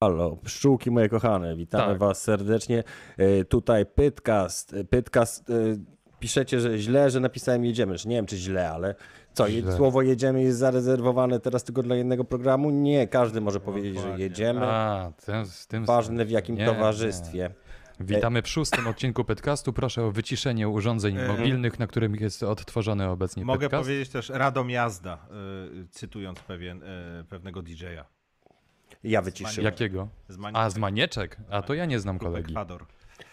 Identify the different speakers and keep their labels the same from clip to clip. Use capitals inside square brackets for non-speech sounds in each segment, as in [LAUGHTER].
Speaker 1: Halo, pszczółki moje kochane, witamy
Speaker 2: Tak.
Speaker 1: was serdecznie. E, Tutaj Pytcast, e, Pytcast, e, piszecie, że źle, że napisałem jedziemy, czy nie wiem czy źle, ale co, je-
Speaker 3: Źle.
Speaker 1: słowo jedziemy jest zarezerwowane teraz tylko dla jednego programu? Nie, każdy może powiedzieć, że
Speaker 3: Dokładnie.
Speaker 1: jedziemy,
Speaker 2: A, ten, z tym
Speaker 1: ważne w jakim
Speaker 2: nie,
Speaker 1: towarzystwie.
Speaker 2: Witamy w szóstym odcinku podcastu. Proszę o wyciszenie urządzeń
Speaker 3: Mhm.
Speaker 2: mobilnych, na którym jest odtworzony obecnie
Speaker 3: Mogę
Speaker 2: podcast.
Speaker 3: powiedzieć też Radom Jazda, y, cytując pewien, y, pewnego DJ-a.
Speaker 1: Ja wyciszyłem.
Speaker 2: Jakiego?
Speaker 3: Z Mani-
Speaker 2: A, z Manieczek? A to ja nie znam
Speaker 3: Grupy
Speaker 2: kolegi.
Speaker 3: Kwador.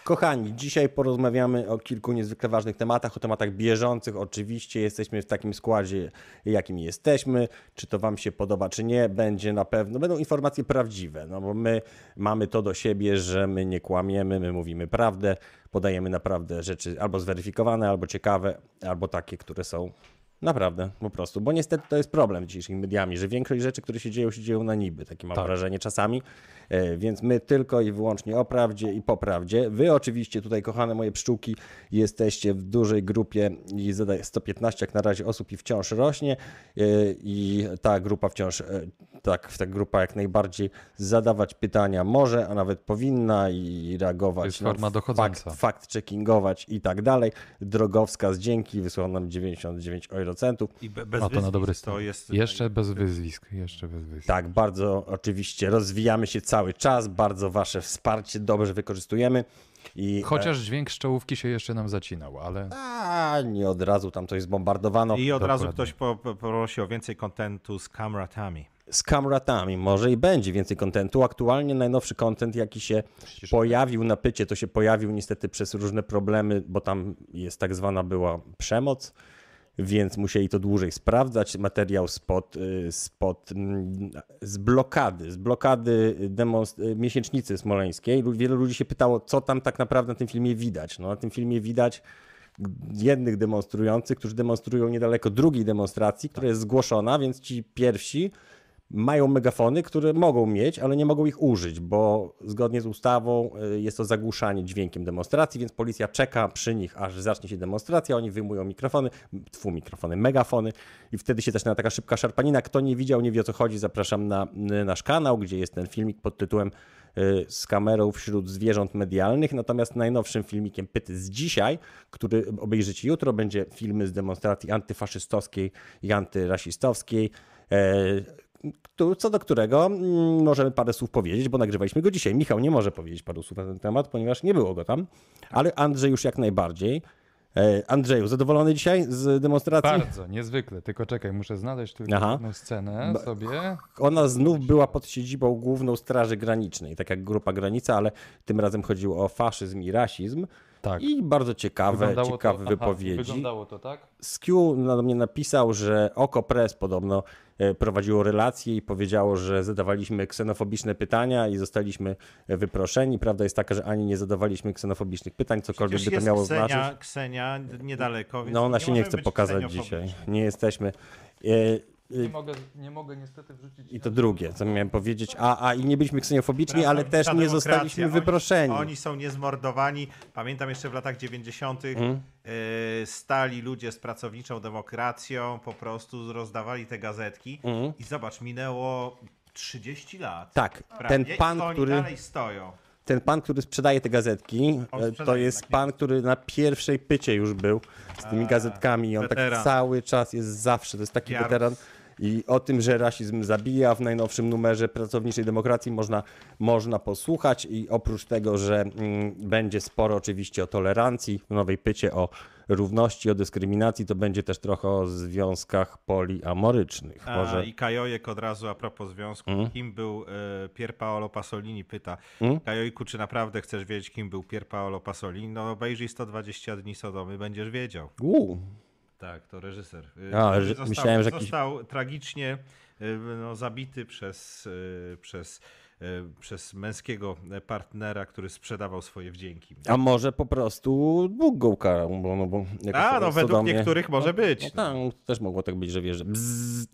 Speaker 1: Kochani, dzisiaj porozmawiamy o kilku niezwykle ważnych tematach, o tematach bieżących. Oczywiście jesteśmy w takim składzie, jakim jesteśmy. Czy to Wam się podoba, czy nie, będzie na pewno. Będą informacje prawdziwe, no bo my mamy to do siebie, że my nie kłamiemy, my mówimy prawdę, podajemy naprawdę rzeczy albo zweryfikowane, albo ciekawe, albo takie, które są. Naprawdę, po prostu, bo niestety to jest problem z dzisiejszymi mediami, że większość rzeczy, które się dzieją, się dzieją na niby, takie
Speaker 2: Tak.
Speaker 1: mam wrażenie czasami. E, Więc my tylko i wyłącznie o prawdzie i po prawdzie. Wy oczywiście tutaj, kochane moje pszczółki, jesteście w dużej grupie i zadaje 115 jak na razie osób i wciąż rośnie. E, I ta grupa wciąż, e, tak, ta grupa jak najbardziej zadawać pytania może, a nawet powinna i reagować.
Speaker 2: To jest
Speaker 1: na
Speaker 2: forma dochodząca.
Speaker 1: Fakt, fakt checkingować i tak dalej. Drogowskaz, dzięki, wysłał nam 99 eurocentów.
Speaker 3: I be, bez
Speaker 2: A No to na
Speaker 3: wyzwisk
Speaker 2: dobry
Speaker 3: to
Speaker 2: stan.
Speaker 3: jest
Speaker 2: Jeszcze bez wyzwisk, jeszcze bez wyzwisk.
Speaker 1: Tak, bardzo oczywiście rozwijamy się cały czas, bardzo wasze wsparcie dobrze wykorzystujemy. I, e,
Speaker 2: Chociaż dźwięk z czołówki się jeszcze nam zacinał, ale
Speaker 1: A, nie od razu tam coś zbombardowano.
Speaker 3: I od razu
Speaker 2: no, Dokładnie.
Speaker 3: ktoś po, po, prosi o więcej kontentu z kamratami.
Speaker 1: Z kamratami może i będzie więcej kontentu. Aktualnie najnowszy kontent, jaki się pojawił na pycie, to się pojawił niestety przez różne problemy, bo tam jest tak zwana była przemoc, więc musieli to dłużej sprawdzać. Materiał spod, y, spod mm, z blokady, z blokady demonst- y, miesięcznicy smoleńskiej. Lu- Wielu ludzi się pytało, co tam tak naprawdę na tym filmie widać. No, na tym filmie widać jednych demonstrujących, którzy demonstrują niedaleko drugiej demonstracji, która jest zgłoszona, więc ci pierwsi mają megafony, które mogą mieć, ale nie mogą ich użyć, bo zgodnie z ustawą y, jest to zagłuszanie dźwiękiem demonstracji, więc policja czeka przy nich, aż zacznie się demonstracja, oni wyjmują mikrofony, tfu, mikrofony, megafony i wtedy się zaczyna taka szybka szarpanina. Kto nie widział, nie wie o co chodzi, zapraszam na y, nasz kanał, gdzie jest ten filmik pod tytułem y, z kamerą wśród zwierząt medialnych, natomiast najnowszym filmikiem Pyty z dzisiaj, który obejrzycie jutro, będzie filmy z demonstracji antyfaszystowskiej i antyrasistowskiej, e, któ- co do którego mm, możemy parę słów powiedzieć, bo nagrywaliśmy go dzisiaj. Michał nie może powiedzieć paru słów na ten temat, ponieważ nie było go tam, ale Andrzej już jak najbardziej. E, Andrzeju, zadowolony dzisiaj z demonstracji?
Speaker 2: bardzo, niezwykle. Tylko czekaj, muszę znaleźć tylko
Speaker 1: Aha.
Speaker 2: jedną scenę
Speaker 1: Ba-
Speaker 2: sobie.
Speaker 1: Ona znów była pod siedzibą główną Straży Granicznej, tak jak Grupa Granica, ale tym razem chodziło o faszyzm i rasizm.
Speaker 2: Tak.
Speaker 1: I bardzo ciekawe,
Speaker 2: Wyglądało to-
Speaker 1: ciekawe
Speaker 2: aha,
Speaker 1: wypowiedzi.
Speaker 2: Wyglądało to tak?
Speaker 1: Skiu na mnie napisał, że Oko Press podobno e, prowadziło relacje i powiedziało, że zadawaliśmy ksenofobiczne pytania i zostaliśmy e, wyproszeni. Prawda jest taka, że ani nie zadawaliśmy ksenofobicznych pytań, cokolwiek
Speaker 3: Przecież
Speaker 1: by to
Speaker 3: jest
Speaker 1: miało
Speaker 3: Ksenia,
Speaker 1: znaczyć.
Speaker 3: Ksenia niedaleko, więc
Speaker 1: No ona się nie
Speaker 3: możemy
Speaker 1: chce
Speaker 3: być
Speaker 1: pokazać
Speaker 3: kseniofobiczni.
Speaker 1: dzisiaj. Nie jesteśmy. E,
Speaker 2: Nie mogę, nie mogę niestety wrzucić.
Speaker 1: I to drugie, co miałem powiedzieć. A, a i nie byliśmy ksenofobiczni, ale
Speaker 3: Ta
Speaker 1: też nie
Speaker 3: demokracja,
Speaker 1: zostaliśmy
Speaker 3: oni-
Speaker 1: wyproszeni.
Speaker 3: Oni są niezmordowani. Pamiętam jeszcze w latach 90.
Speaker 1: Mhm.
Speaker 3: y, stali ludzie z pracowniczą demokracją, po prostu rozdawali te gazetki. I zobacz, minęło 30 lat.
Speaker 1: Mhm. Tak,
Speaker 3: Prawie.
Speaker 1: ten pan,
Speaker 3: I oni
Speaker 1: który,
Speaker 3: dalej stoją.
Speaker 1: ten pan, który sprzedaje te gazetki,
Speaker 3: On
Speaker 1: e, to
Speaker 3: sprzedaje
Speaker 1: jest
Speaker 3: jednak,
Speaker 1: pan, który na pierwszej pycie już był z tymi gazetkami i on tak
Speaker 3: weteran.
Speaker 1: cały czas jest zawsze, to jest taki
Speaker 3: Jarus.
Speaker 1: weteran. I o tym, że rasizm zabija w najnowszym numerze Pracowniczej Demokracji można, można posłuchać i oprócz tego, że mm, będzie sporo oczywiście o tolerancji w Nowej Pycie, o równości, o dyskryminacji, to będzie też trochę o związkach poliamorycznych.
Speaker 3: A, E, I Kajojek od razu a propos związku,
Speaker 1: Mhm.
Speaker 3: kim był e, Pier Paolo Pasolini, pyta. Kajojku, czy naprawdę chcesz wiedzieć, kim był Pier Paolo Pasolini? No obejrzyj 120 dni Sodomy, będziesz wiedział.
Speaker 1: Uuu,
Speaker 3: Tak, to reżyser.
Speaker 1: A,
Speaker 3: Który
Speaker 1: że- myślałem, że jakiś-
Speaker 3: został tragicznie y, no, zabity przez, y, przez, y, przez męskiego partnera, który sprzedawał swoje wdzięki.
Speaker 1: A może po prostu Bóg go ukarał, bo, no, bo jakoś
Speaker 3: A,
Speaker 1: tam
Speaker 3: no
Speaker 1: w
Speaker 3: według
Speaker 1: Sodomie-
Speaker 3: niektórych może być.
Speaker 1: No tak, też mogło tak być, że wiesz, że bzzz.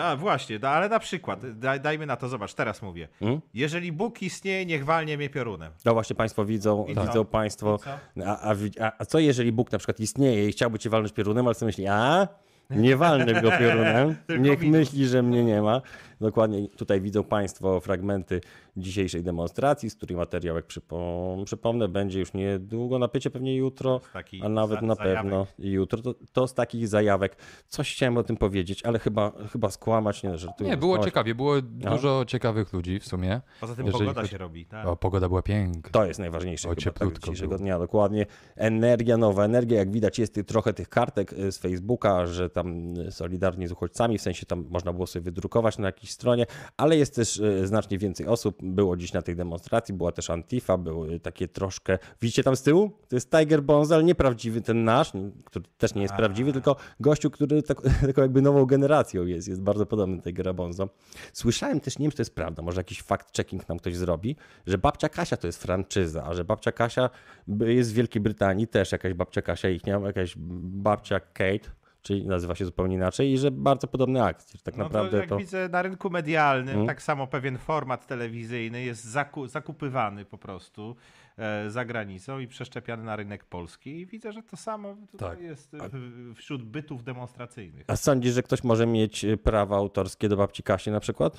Speaker 3: A właśnie, no, ale na przykład, daj, dajmy na to, zobacz, teraz mówię.
Speaker 1: Hmm?
Speaker 3: Jeżeli Bóg istnieje, niech walnie mnie piorunem.
Speaker 1: No właśnie państwo widzą,
Speaker 3: I co?
Speaker 1: widzą państwo.
Speaker 3: I co?
Speaker 1: A, a, wi- a, a co jeżeli Bóg na przykład istnieje i chciałby cię walnąć piorunem, ale sobie myśli, a nie walnę go piorunem,
Speaker 3: [LAUGHS] Tylko
Speaker 1: niech
Speaker 3: minus.
Speaker 1: myśli, że mnie nie ma. Dokładnie tutaj widzą Państwo fragmenty dzisiejszej demonstracji, z której materiał, jak przypom- przypomnę, będzie już niedługo na pycie, pewnie jutro,
Speaker 3: takich
Speaker 1: a nawet
Speaker 3: za-
Speaker 1: na
Speaker 3: zajawek.
Speaker 1: pewno jutro. To, to z takich zajawek. Coś chciałem o tym powiedzieć, ale chyba, chyba skłamać, nie żartuję.
Speaker 2: Nie, było
Speaker 1: skłamać.
Speaker 2: ciekawie, było dużo ciekawych ludzi w sumie.
Speaker 3: Poza tym
Speaker 2: Jeżeli
Speaker 3: pogoda
Speaker 2: chodzi-
Speaker 3: się robi, tak?
Speaker 2: O, pogoda była piękna.
Speaker 1: To jest najważniejsze
Speaker 2: O,
Speaker 1: chyba, tak,
Speaker 2: cieplutko
Speaker 1: dzisiejszego
Speaker 2: było.
Speaker 1: dnia, dokładnie. Energia, nowa energia, jak widać jest ty- trochę tych kartek y, z Facebooka, że tam y, solidarnie z uchodźcami, w sensie tam można było sobie wydrukować na jakiejś stronie, ale jest też y, znacznie więcej osób, było dziś na tej demonstracji, była też Antifa, były takie troszkę, widzicie tam z tyłu? To jest Tiger Bonzel, nieprawdziwy ten nasz, n- który też nie jest
Speaker 3: Tak.
Speaker 1: prawdziwy, tylko gościu, który tak, [LAUGHS] taką jakby nową generacją jest, jest bardzo podobny do Tigera Bonzo. Słyszałem też, nie wiem, czy to jest prawda, może jakiś fact-checking nam ktoś zrobi, że babcia Kasia to jest franczyza, a że babcia Kasia by- jest w Wielkiej Brytanii też jakaś babcia Kasia, ich nie ma jakaś babcia Kate, czyli nazywa się zupełnie inaczej i że bardzo podobne akcje, że tak
Speaker 3: no to
Speaker 1: naprawdę
Speaker 3: jak
Speaker 1: to... Hmm?
Speaker 3: widzę na rynku medialnym, tak samo pewien format telewizyjny jest zaku, zakupywany po prostu e, za granicą i przeszczepiany na rynek polski. I widzę, że to samo tutaj
Speaker 2: Tak.
Speaker 3: jest e, w, wśród bytów demonstracyjnych.
Speaker 1: A sądzisz, że ktoś może mieć y, prawa autorskie do babci Kasi na przykład?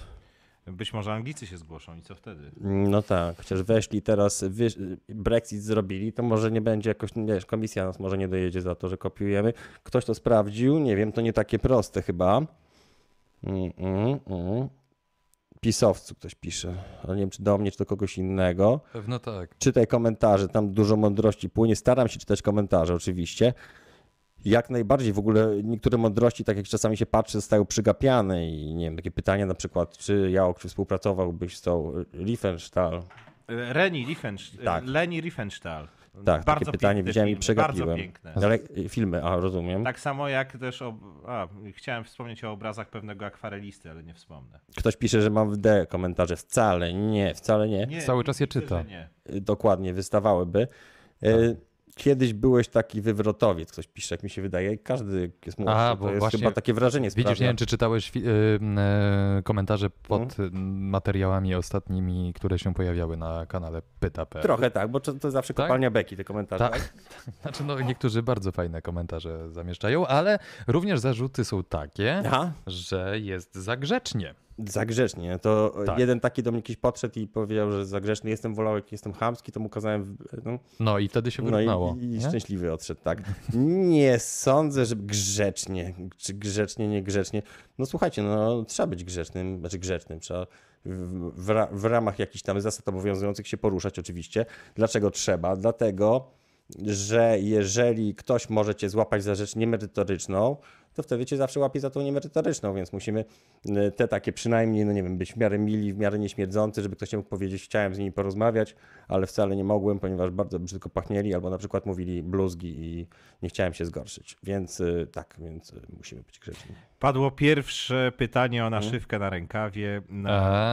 Speaker 3: Być może Anglicy się zgłoszą i co wtedy?
Speaker 1: No tak, chociaż weszli teraz, wysz... Brexit zrobili, to może nie będzie jakoś, nie wiesz, komisja nas może nie dojedzie za to, że kopiujemy. Ktoś to sprawdził, nie wiem, to nie takie proste chyba. Mm, mm, mm. Pisowcu ktoś pisze, ale nie wiem, czy do mnie, czy do kogoś innego.
Speaker 2: Pewno tak.
Speaker 1: Czytaj komentarze, tam dużo mądrości płynie. Staram się czytać komentarze oczywiście. Jak najbardziej w ogóle niektóre mądrości, tak jak czasami się patrzy, zostają przygapiane i nie wiem, takie pytania na przykład, czy Jałok, czy współpracowałbyś z tą Riefenstahl?
Speaker 3: E, Reni Riefenstahl.
Speaker 1: Tak.
Speaker 3: Leni Riefenstahl.
Speaker 1: Tak, takie pytanie
Speaker 3: piękny
Speaker 1: widziałem i
Speaker 3: film,
Speaker 1: przegapiłem.
Speaker 3: Bardzo piękne.
Speaker 1: Ale y, filmy, a rozumiem.
Speaker 3: Tak samo jak też. Ob... A, chciałem wspomnieć o obrazach pewnego akwarelisty, ale nie wspomnę.
Speaker 1: Ktoś pisze, że mam w D komentarze. Wcale nie, wcale nie.
Speaker 3: Nie,
Speaker 2: Cały czas je
Speaker 3: myślę,
Speaker 2: czyta.
Speaker 3: że Nie.
Speaker 1: Y, Dokładnie, wystawałyby. Y,
Speaker 3: Tak.
Speaker 1: Kiedyś byłeś taki wywrotowiec, ktoś pisze, jak mi się wydaje. Każdy jak jest młodszy,
Speaker 2: A,
Speaker 1: to
Speaker 2: bo
Speaker 1: jest
Speaker 2: właśnie-
Speaker 1: chyba takie wrażenie sprawia.
Speaker 2: Widzisz, nie wiem, czy czytałeś fi- y, y, komentarze pod
Speaker 1: Mhm.
Speaker 2: y, materiałami ostatnimi, które się pojawiały na kanale Pyta.pl.
Speaker 1: Trochę tak, bo to, to zawsze
Speaker 2: Tak?
Speaker 1: kopalnia beki, te komentarze.
Speaker 2: Tak. [LAUGHS] Znaczy, no, niektórzy bardzo fajne komentarze zamieszczają, ale również zarzuty są takie,
Speaker 1: Aha,
Speaker 2: że jest za grzecznie.
Speaker 1: za grzecznie. To
Speaker 2: Tak.
Speaker 1: jeden taki do mnie jakiś podszedł i powiedział, że za grzeszny jestem, wolał jak jestem chamski, to mu kazałem... w- No,
Speaker 2: No i wtedy się
Speaker 1: No i,
Speaker 2: wyrównało.
Speaker 1: i
Speaker 2: nie?
Speaker 1: szczęśliwy odszedł, tak. Nie sądzę, że grzecznie, czy grzecznie, niegrzecznie. No słuchajcie, no trzeba być grzecznym, znaczy grzecznym, trzeba w, w, ra- w ramach jakichś tam zasad obowiązujących się poruszać oczywiście. Dlaczego trzeba? Dlatego, że jeżeli ktoś może cię złapać za rzecz niemerytoryczną, to wtedy cię zawsze łapie za tą niemerytoryczną, więc musimy y, te takie przynajmniej, no nie wiem, być w miarę mili, w miarę nieśmierdzący, żeby ktoś nie mógł powiedzieć, chciałem z nimi porozmawiać, ale wcale nie mogłem, ponieważ bardzo brzydko pachnieli albo na przykład mówili bluzgi i nie chciałem się zgorszyć. Więc y, tak, więc y, musimy być grzeczni.
Speaker 3: Padło pierwsze pytanie o
Speaker 1: Mhm.
Speaker 3: naszywkę na rękawie. Na...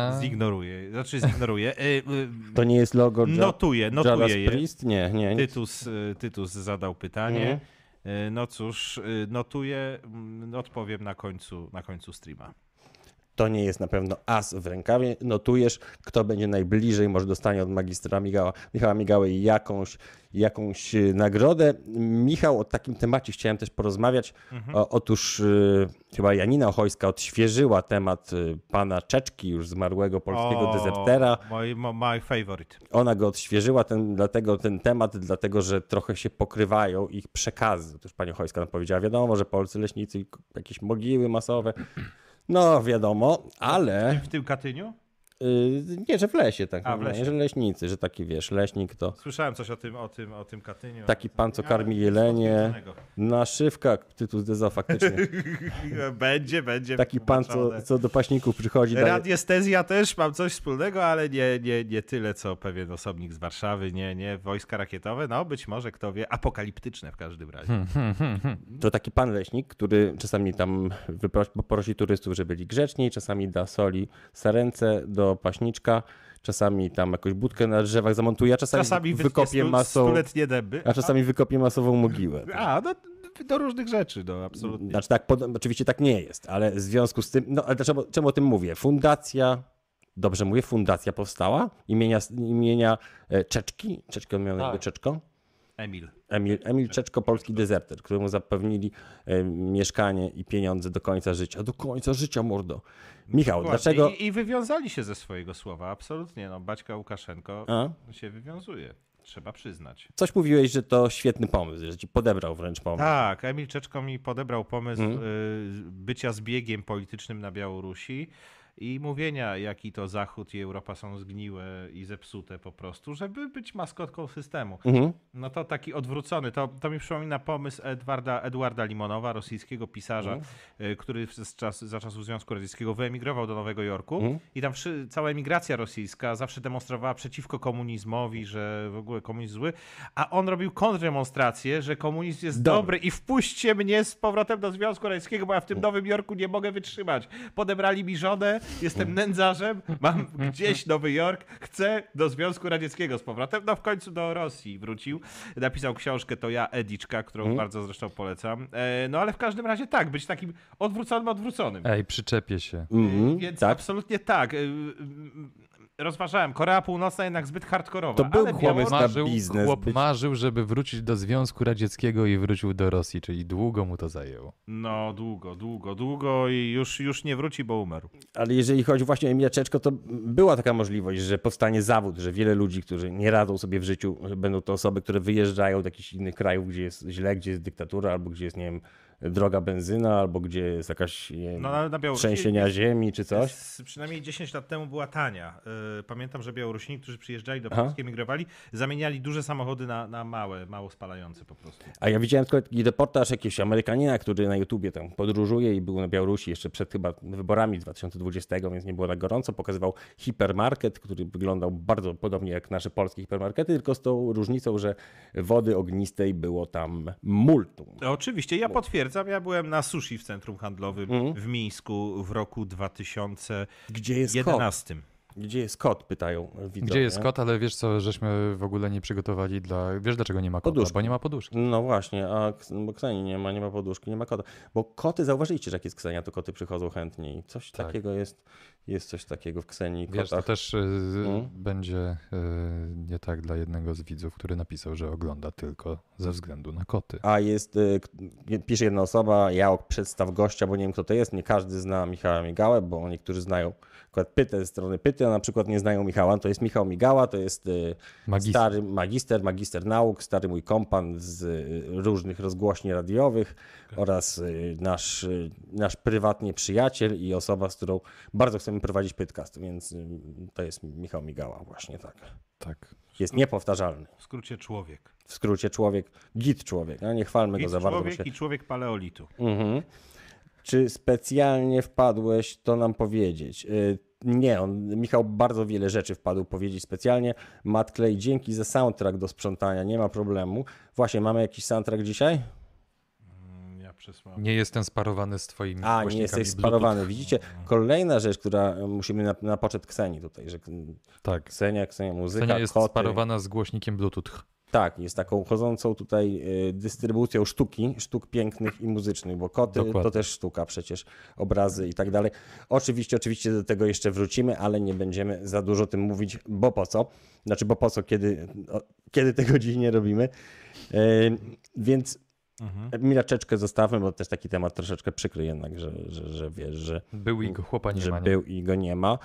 Speaker 2: A.
Speaker 3: Zignoruję. Znaczy zignoruję. Y, y,
Speaker 1: To nie jest logo Ja-
Speaker 3: Notuję,
Speaker 1: Judas
Speaker 3: notuję je.
Speaker 1: Priest? Nie, nie. nie.
Speaker 3: Tytus, y, Tytus zadał pytanie.
Speaker 1: Mhm.
Speaker 3: Y, No cóż, y, notuję, mm, odpowiem na końcu, na końcu streama.
Speaker 1: To nie jest na pewno as w rękawie. Notujesz, kto będzie najbliżej, może dostanie od magistra Migała, Michała Migały jakąś, jakąś y, nagrodę. Michał, o takim temacie chciałem też porozmawiać. O, otóż y, chyba Janina Ochojska odświeżyła temat y, pana Czeczki, już zmarłego polskiego
Speaker 3: O,
Speaker 1: dezertera.
Speaker 3: My, mo- my favorite.
Speaker 1: Ona go odświeżyła, ten, dlatego ten temat, dlatego że trochę się pokrywają ich przekazy. Otóż pani Chojska nam powiedziała, wiadomo, że polscy leśnicy, k- jakieś mogiły masowe. No, wiadomo, ale
Speaker 3: W tym Katyniu?
Speaker 1: y, nie, że w lesie tak,
Speaker 3: A, w
Speaker 1: normalnie,
Speaker 3: lesie.
Speaker 1: że leśnicy, że taki wiesz, leśnik to
Speaker 3: Słyszałem coś o tym, o tym, o tym Katyniu.
Speaker 1: taki pan, co
Speaker 3: Ale
Speaker 1: karmi
Speaker 3: nic
Speaker 1: jelenie,
Speaker 3: potwierdzonego.
Speaker 1: naszywka, tytuł zdezo faktycznie,
Speaker 3: Będzie, będzie.
Speaker 1: taki pan, co,
Speaker 3: wytłumaczone.
Speaker 1: co do paśników przychodzi, daje,
Speaker 3: Radiestezja też mam coś wspólnego, ale nie, nie, nie tyle, co pewien osobnik z Warszawy, nie, nie, wojska rakietowe, no być może, kto wie, apokaliptyczne w każdym razie.
Speaker 1: Hmm. To taki pan leśnik, który czasami tam wyprosi, poprosi turystów, żeby byli grzeczni, czasami da soli saręce do paśniczka, czasami tam jakąś budkę na drzewach zamontuje, a czasami,
Speaker 3: Czasami
Speaker 1: wykopie masą,
Speaker 3: stuletnie dęby.
Speaker 1: a czasami wykopie masową mogiłę.
Speaker 3: A, no, do różnych rzeczy, no, absolutnie.
Speaker 1: Znaczy tak, pod, oczywiście tak nie jest, ale w związku z tym, no ale czemu, czemu o tym mówię? Fundacja, dobrze mówię, fundacja powstała imienia, imienia e, Czeczki, Czeczki on miał na imię
Speaker 2: Tak.
Speaker 1: Czeczko,
Speaker 3: Emil.
Speaker 1: Emil, Emil
Speaker 3: Tak.
Speaker 1: Czeczko, polski dezerter, któremu zapewnili e, mieszkanie i pieniądze do końca życia. Do końca życia, mordo. Michał,
Speaker 3: No Dokładnie.
Speaker 1: dlaczego...
Speaker 3: I, I wywiązali się ze swojego słowa, absolutnie. No, Baćka Łukaszenko
Speaker 1: A?
Speaker 3: się wywiązuje, trzeba przyznać.
Speaker 1: Coś mówiłeś, że to świetny pomysł, że ci podebrał wręcz pomysł. Mhm.
Speaker 3: Tak, Emil Czeczko mi podebrał pomysł y, bycia zbiegiem politycznym na Białorusi i mówienia, jaki to Zachód i Europa są zgniłe i zepsute po prostu, żeby być maskotką systemu.
Speaker 1: Mhm.
Speaker 3: No to taki odwrócony, to, to mi przypomina pomysł Edwarda, Edwarda Limonowa, rosyjskiego pisarza,
Speaker 1: Mhm.
Speaker 3: y, który w- z czas, za czasów Związku Radzieckiego wyemigrował do Nowego Jorku
Speaker 1: Mhm.
Speaker 3: i tam wszy, cała emigracja rosyjska zawsze demonstrowała przeciwko komunizmowi, że w ogóle komunizm zły, a on robił kontrdemonstrację, że komunizm jest
Speaker 1: Dobry.
Speaker 3: dobry. i wpuśćcie mnie z powrotem do Związku Radzieckiego, bo ja w tym Nowym Jorku nie mogę wytrzymać. Podebrali mi żonę, jestem nędzarzem, mam gdzieś Nowy Jork, chcę do Związku Radzieckiego z powrotem. No w końcu do Rosji wrócił. Napisał książkę To ja, Ediczka, którą
Speaker 1: Mhm.
Speaker 3: bardzo zresztą polecam. E, no ale w każdym razie tak, być takim odwróconym, odwróconym.
Speaker 2: Ej, przyczepię się.
Speaker 1: E, Mhm.
Speaker 3: Więc
Speaker 1: tak.
Speaker 3: absolutnie tak. Y, y, y, Rozważałem, Korea Północna jednak zbyt hardkorowa.
Speaker 1: To był
Speaker 3: ale
Speaker 1: chłopiec
Speaker 3: Białoruś-
Speaker 1: na biznes
Speaker 2: chłop
Speaker 1: być-
Speaker 2: marzył, żeby wrócić do Związku Radzieckiego i wrócił do Rosji, czyli długo mu to zajęło.
Speaker 3: No długo, długo, długo i już, już nie wróci, bo umarł.
Speaker 1: Ale jeżeli chodzi właśnie o Emilia Czeczko, to była taka możliwość, że powstanie zawód, że wiele ludzi, którzy nie radzą sobie w życiu, będą to osoby, które wyjeżdżają do jakichś innych krajów, gdzie jest źle, gdzie jest dyktatura, albo gdzie jest, nie wiem, droga benzyna, albo gdzie jest jakaś nie,
Speaker 3: No, ale na Białorusi
Speaker 1: trzęsienia ziemi czy coś.
Speaker 3: Z, przynajmniej 10 lat temu była tania. Y, Pamiętam, że Białorusini, którzy przyjeżdżali do
Speaker 1: Aha.
Speaker 3: Polski, emigrowali, zamieniali duże samochody na, na małe, mało spalające po prostu.
Speaker 1: A ja widziałem tylko taki reportaż jakiegoś Amerykanina, który na YouTubie tam podróżuje i był na Białorusi jeszcze przed chyba wyborami 2020, więc nie było tak gorąco. Pokazywał hipermarket, który wyglądał bardzo podobnie jak nasze polskie hipermarkety, tylko z tą różnicą, że wody ognistej było tam multum.
Speaker 3: No, Oczywiście, ja potwierdzam, ja byłem na sushi w centrum handlowym w Mińsku w roku 2011.
Speaker 1: Gdzie jest kot? Gdzie jest kot? Pytają widzowie.
Speaker 2: Gdzie jest kot, ale wiesz co, żeśmy w ogóle nie przygotowali dla... Wiesz dlaczego nie ma kota?
Speaker 1: Poduszki.
Speaker 2: Bo nie ma poduszki.
Speaker 1: No właśnie, a Ks- bo Kseni nie ma, nie ma poduszki, nie ma kota. Bo koty, zauważyliście, że jak jest Ksenia, to koty przychodzą chętniej. Coś
Speaker 2: Tak.
Speaker 1: takiego jest, jest coś takiego w Kseni.
Speaker 2: Wiesz, to
Speaker 1: kotach.
Speaker 2: też y,
Speaker 1: Mhm.
Speaker 2: będzie y, nie tak dla jednego z widzów, który napisał, że ogląda tylko ze względu na koty.
Speaker 1: A jest, y, k- je- pisze jedna osoba, ja przedstaw gościa, bo nie wiem kto to jest, nie każdy zna Michała Migałę, bo niektórzy znają akurat Pytę ze strony Pyty, a na przykład nie znają Michała. To jest Michał Migała, to jest y,
Speaker 2: Magister.
Speaker 1: stary magister, magister nauk, stary mój kompan z y, różnych rozgłośni radiowych oraz y, nasz, y, nasz prywatnie przyjaciel i osoba, z którą bardzo chcemy prowadzić podcast, więc y, to jest Michał Migała właśnie tak.
Speaker 2: Tak.
Speaker 1: Jest niepowtarzalny.
Speaker 3: W skrócie człowiek.
Speaker 1: W skrócie człowiek, git człowiek, no nie chwalmy go
Speaker 3: Git
Speaker 1: za bardzo. bo się-
Speaker 3: człowiek i człowiek paleolitu.
Speaker 1: Mhm. Czy specjalnie wpadłeś to nam powiedzieć? Y, Nie, on, Michał bardzo wiele rzeczy wpadł powiedzieć specjalnie. Matt Clay, dzięki za soundtrack do sprzątania, nie ma problemu. Właśnie, mamy jakiś soundtrack dzisiaj?
Speaker 3: Mm, Ja przesłałem.
Speaker 2: Nie jestem sparowany z twoimi
Speaker 1: A, nie
Speaker 2: głośnikami
Speaker 1: jesteś
Speaker 2: Bluetooth.
Speaker 1: sparowany. Widzicie, kolejna rzecz, która y, musimy na, na poczet Kseni tutaj, że K-
Speaker 2: Tak.
Speaker 1: Ksenia, Ksenia muzyka,
Speaker 2: Cenia jest
Speaker 1: koty.
Speaker 2: sparowana z głośnikiem Bluetooth.
Speaker 1: Tak, jest taką chodzącą tutaj y, dystrybucją sztuki, sztuk pięknych i muzycznych, bo koty to
Speaker 2: Dokładnie.
Speaker 1: też sztuka przecież, obrazy i tak dalej. Oczywiście, oczywiście do tego jeszcze wrócimy, ale nie będziemy za dużo o tym mówić, bo po co? Znaczy, bo po co, kiedy, o, kiedy tego [LAUGHS] dziś nie robimy. Y, Więc Miraczeczkę zostawmy, bo też taki temat troszeczkę przykry jednak, że, że, że wiesz, że
Speaker 2: Był i go chłopa nie
Speaker 1: że
Speaker 2: ma. nie?
Speaker 1: był i go nie ma.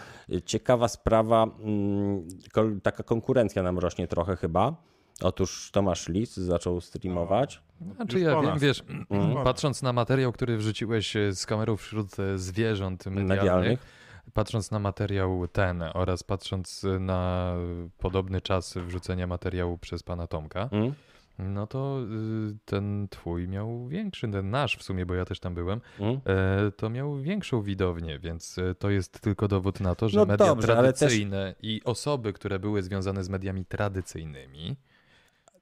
Speaker 1: Ciekawa sprawa, mm, kol- taka konkurencja nam rośnie trochę chyba. Otóż Tomasz Lis zaczął streamować.
Speaker 2: Znaczy
Speaker 3: Już
Speaker 2: ja
Speaker 3: po
Speaker 2: wiem,
Speaker 3: nas.
Speaker 2: wiesz,
Speaker 3: Mhm.
Speaker 2: patrząc na materiał, który wrzuciłeś e, z kamerą wśród e, zwierząt medialnych,
Speaker 1: Medialnych.
Speaker 2: patrząc na materiał ten oraz patrząc e, na e, podobny czas wrzucenia materiału przez pana Tomka,
Speaker 1: Mm?
Speaker 2: no to y, ten twój miał większy, ten nasz w sumie, bo ja też tam byłem,
Speaker 1: Mm?
Speaker 2: e, to miał większą widownię, więc e, to jest tylko dowód na to, że
Speaker 1: No
Speaker 2: media
Speaker 1: dobrze, ale też-
Speaker 2: tradycyjne i osoby, które były związane z mediami tradycyjnymi,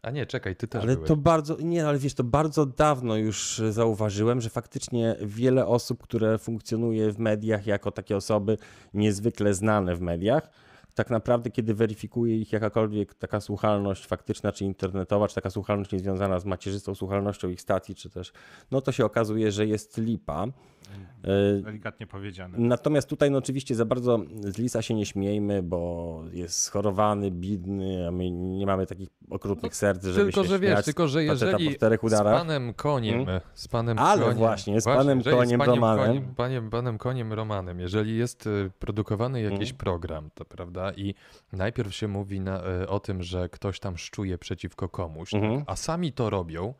Speaker 2: a nie, czekaj, ty też
Speaker 1: Ale
Speaker 2: byłeś.
Speaker 1: to bardzo, nie, ale wiesz, to bardzo dawno już e, zauważyłem, że faktycznie wiele osób, które funkcjonuje w mediach jako takie osoby niezwykle znane w mediach, tak naprawdę, kiedy weryfikuje ich jakakolwiek taka słuchalność faktyczna czy internetowa, czy taka słuchalność niezwiązana z macierzystą słuchalnością ich stacji, czy też, no to się okazuje, że jest lipa. E,
Speaker 3: Delikatnie powiedziane.
Speaker 1: Natomiast tutaj no oczywiście za bardzo z Lisa się nie śmiejmy, bo jest schorowany, bidny, a my nie mamy takich okrutnych serc, żeby
Speaker 2: No, tylko,
Speaker 1: się
Speaker 2: że
Speaker 1: śmiać
Speaker 2: wiesz, tylko że
Speaker 1: faceta
Speaker 2: jeżeli
Speaker 1: po czterech
Speaker 2: z
Speaker 1: udarach.
Speaker 2: panem koniem,
Speaker 1: Mm.
Speaker 2: z panem
Speaker 1: Ale
Speaker 2: koniem,
Speaker 1: właśnie, z panem
Speaker 2: jeżeli
Speaker 1: koniem
Speaker 2: z panem
Speaker 1: Romanem.
Speaker 2: Koniem, panem, panem koniem Romanem, jeżeli jest y, produkowany
Speaker 1: Hmm?
Speaker 2: jakiś program, to prawda, i najpierw się mówi na, y, o tym, że ktoś tam szczuje przeciwko komuś,
Speaker 1: Mhm.
Speaker 2: tak, a sami to robią,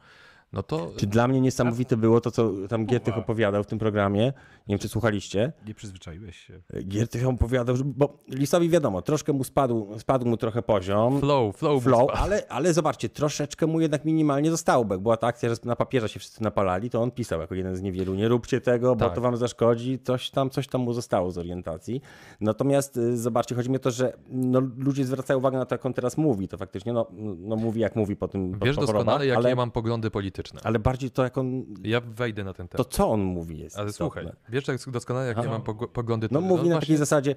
Speaker 2: no to
Speaker 1: Czy dla mnie niesamowite było to, co tam Giertych opowiadał w tym programie? Nie wiem, czy słuchaliście.
Speaker 3: Nie przyzwyczaiłeś się.
Speaker 1: Giertych opowiadał, że, bo Lisowi wiadomo, troszkę mu spadł, spadł mu trochę poziom.
Speaker 2: flow, flow,
Speaker 1: Flow,
Speaker 2: buzz-
Speaker 1: ale, ale zobaczcie, troszeczkę mu jednak minimalnie zostało, bo jak była ta akcja, że na papierze się wszyscy napalali, to on pisał jako jeden z niewielu, nie róbcie tego, bo
Speaker 2: Tak.
Speaker 1: to wam zaszkodzi, coś tam, coś tam mu zostało z orientacji. Natomiast y, zobaczcie, chodzi mi o to, że no, ludzie zwracają uwagę na to, jak on teraz mówi, to faktycznie, no, no mówi jak mówi po tym po-
Speaker 2: Wiesz
Speaker 1: po
Speaker 2: doskonale,
Speaker 1: chorobach,
Speaker 2: jakie
Speaker 1: ale,
Speaker 2: ja mam poglądy polityczne.
Speaker 1: ale bardziej to, jak on
Speaker 2: Ja wejdę na ten
Speaker 1: to
Speaker 2: temat.
Speaker 1: co on mówi jest
Speaker 2: Ale
Speaker 1: istotne.
Speaker 2: słuchaj, wiesz jak doskonale, jakie mam pogl- poglądy
Speaker 1: No mówi na
Speaker 2: właśnie-
Speaker 1: takiej zasadzie,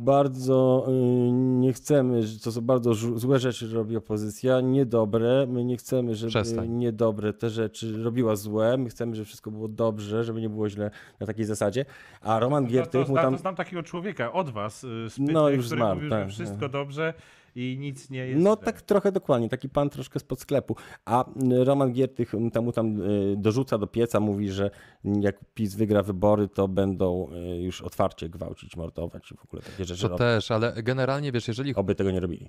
Speaker 1: bardzo y, nie chcemy, że- to są bardzo żu- złe rzeczy robi opozycja, niedobre, my nie chcemy, żeby
Speaker 2: Przestań.
Speaker 1: niedobre te rzeczy robiła złe, my chcemy, żeby wszystko było dobrze, żeby nie było źle na takiej zasadzie, a Roman
Speaker 4: to,
Speaker 1: Giertych
Speaker 4: to,
Speaker 1: mu
Speaker 4: zna-
Speaker 1: tam...
Speaker 4: to znam takiego człowieka od was, y, z
Speaker 1: No,
Speaker 4: Pyty,
Speaker 1: już
Speaker 4: który
Speaker 1: znam,
Speaker 4: mówił,
Speaker 1: tak,
Speaker 4: że wszystko dobrze i nic nie jest
Speaker 1: No
Speaker 4: źle.
Speaker 1: tak trochę dokładnie, taki pan troszkę spod sklepu. A y, Roman Giertych m, tam mu tam y, dorzuca do pieca, mówi, że jak PiS wygra wybory, to będą y, już otwarcie gwałcić, mordować i w ogóle takie rzeczy
Speaker 2: To
Speaker 1: robią.
Speaker 2: też, ale generalnie wiesz, jeżeli
Speaker 1: Oby tego nie robili.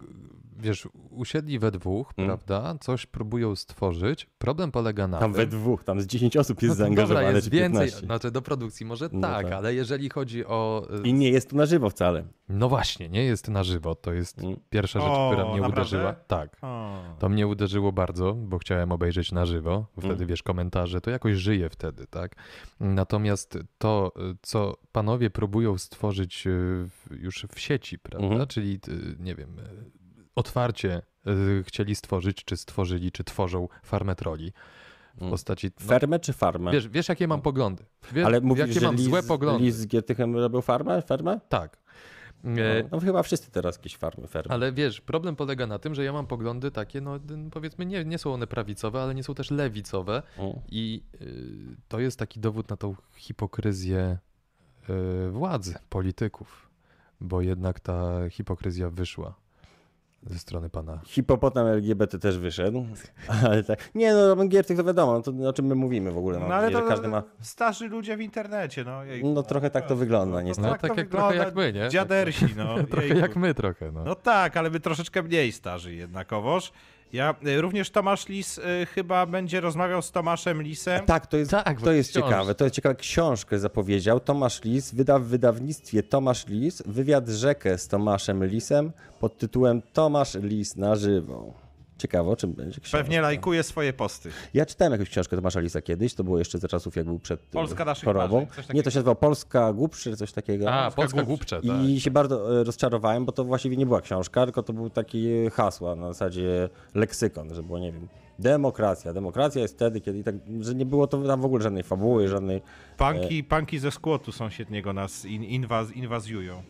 Speaker 2: wiesz, usiedli we dwóch,
Speaker 1: Mm.
Speaker 2: prawda, coś próbują stworzyć, problem polega na
Speaker 1: Tam
Speaker 2: tym...
Speaker 1: we dwóch, tam z 10 osób
Speaker 2: No
Speaker 1: jest
Speaker 2: to
Speaker 1: zaangażowanych.
Speaker 2: Dobra, jest
Speaker 1: czy
Speaker 2: więcej,
Speaker 1: 15.
Speaker 2: znaczy do produkcji może
Speaker 1: No
Speaker 2: tak,
Speaker 1: tak.
Speaker 2: ale jeżeli chodzi o... y,
Speaker 1: I nie jest to na żywo wcale.
Speaker 2: No właśnie, nie jest na żywo, to jest
Speaker 1: Mm.
Speaker 2: pierwsza rzecz,
Speaker 3: O,
Speaker 2: która mnie
Speaker 3: naprawdę?
Speaker 2: uderzyła. Tak.
Speaker 3: O.
Speaker 2: To mnie uderzyło bardzo, bo chciałem obejrzeć na żywo. Wtedy
Speaker 1: Mm.
Speaker 2: wiesz komentarze, to jakoś żyje wtedy, tak? Natomiast to, y, co panowie próbują stworzyć y, w, już w sieci, prawda?
Speaker 1: Mhm.
Speaker 2: Czyli, y, nie wiem, y, otwarcie y, chcieli stworzyć, czy stworzyli, czy tworzą farmę troli w
Speaker 1: Mm.
Speaker 2: postaci. No,
Speaker 1: Fermę czy farmę?
Speaker 2: wiesz, wiesz, jakie
Speaker 1: No.
Speaker 2: mam poglądy. Wiesz,
Speaker 1: Ale mówisz,
Speaker 2: jakie
Speaker 1: że
Speaker 2: mam
Speaker 1: Lis,
Speaker 2: złe poglądy.
Speaker 1: Lis z Giertychem robią farmę? Fermę?
Speaker 2: Tak.
Speaker 1: No,
Speaker 2: E,
Speaker 1: no chyba wszyscy teraz jakieś farmy, fermy.
Speaker 2: Ale wiesz, problem polega na tym, że ja mam poglądy takie, no d- powiedzmy, nie, nie są one prawicowe, ale nie są też lewicowe.
Speaker 1: Mm.
Speaker 2: I y, to jest taki dowód na tą hipokryzję y, władzy, polityków, bo jednak ta hipokryzja wyszła ze strony pana.
Speaker 1: Hipopotam LGBT też wyszedł. [LAUGHS] Ale tak. Nie no, Roman Giertych to wiadomo, no to o czym my mówimy w ogóle. Mam
Speaker 3: No ale
Speaker 1: nadzieję,
Speaker 3: to
Speaker 1: że każdy ma...
Speaker 3: starzy ludzie w internecie, no. Jej,
Speaker 1: No trochę tak to wygląda niestety.
Speaker 2: No
Speaker 3: tak
Speaker 2: tak,
Speaker 3: to
Speaker 2: jak, trochę
Speaker 3: wygląda.
Speaker 2: jak my, nie? Tak
Speaker 3: Dziadersi,
Speaker 1: [LAUGHS]
Speaker 3: no.
Speaker 2: [LAUGHS] Trochę
Speaker 3: jejku.
Speaker 2: jak my trochę, no.
Speaker 3: No tak, ale my troszeczkę mniej starzy jednakowoż. Ja y, również Tomasz Lis y, chyba będzie rozmawiał z Tomaszem Lisem.
Speaker 1: Tak, to jest,
Speaker 2: Tak,
Speaker 1: to
Speaker 2: bo
Speaker 1: jest
Speaker 2: książ-
Speaker 1: ciekawe. To jest ciekawe. Książkę zapowiedział Tomasz Lis, wyda w wydawnictwie Tomasz Lis wywiad rzekę z Tomaszem Lisem pod tytułem Tomasz Lis na żywo. Ciekawe, o czym będzie książka.
Speaker 3: Pewnie lajkuje swoje posty.
Speaker 1: Ja czytałem jakąś książkę Tomasza Lisa kiedyś, to było jeszcze za czasów, jak był przed e,
Speaker 3: Polska naszych
Speaker 1: chorobą.
Speaker 3: marzeń, coś takiego.
Speaker 1: Nie, to się nazywało Polska Głupszy, coś takiego.
Speaker 2: A, Polska głupcze, tak.
Speaker 1: I się bardzo e, rozczarowałem, bo to właściwie nie była książka, tylko to były takie hasła na zasadzie leksykon, że było, nie wiem, demokracja. Demokracja jest wtedy, kiedy i tak, że nie było to tam w ogóle żadnej fabuły, żadnej... E.
Speaker 3: Panki, panki ze skłotu sąsiedniego nas in, inwaz, inwazjują.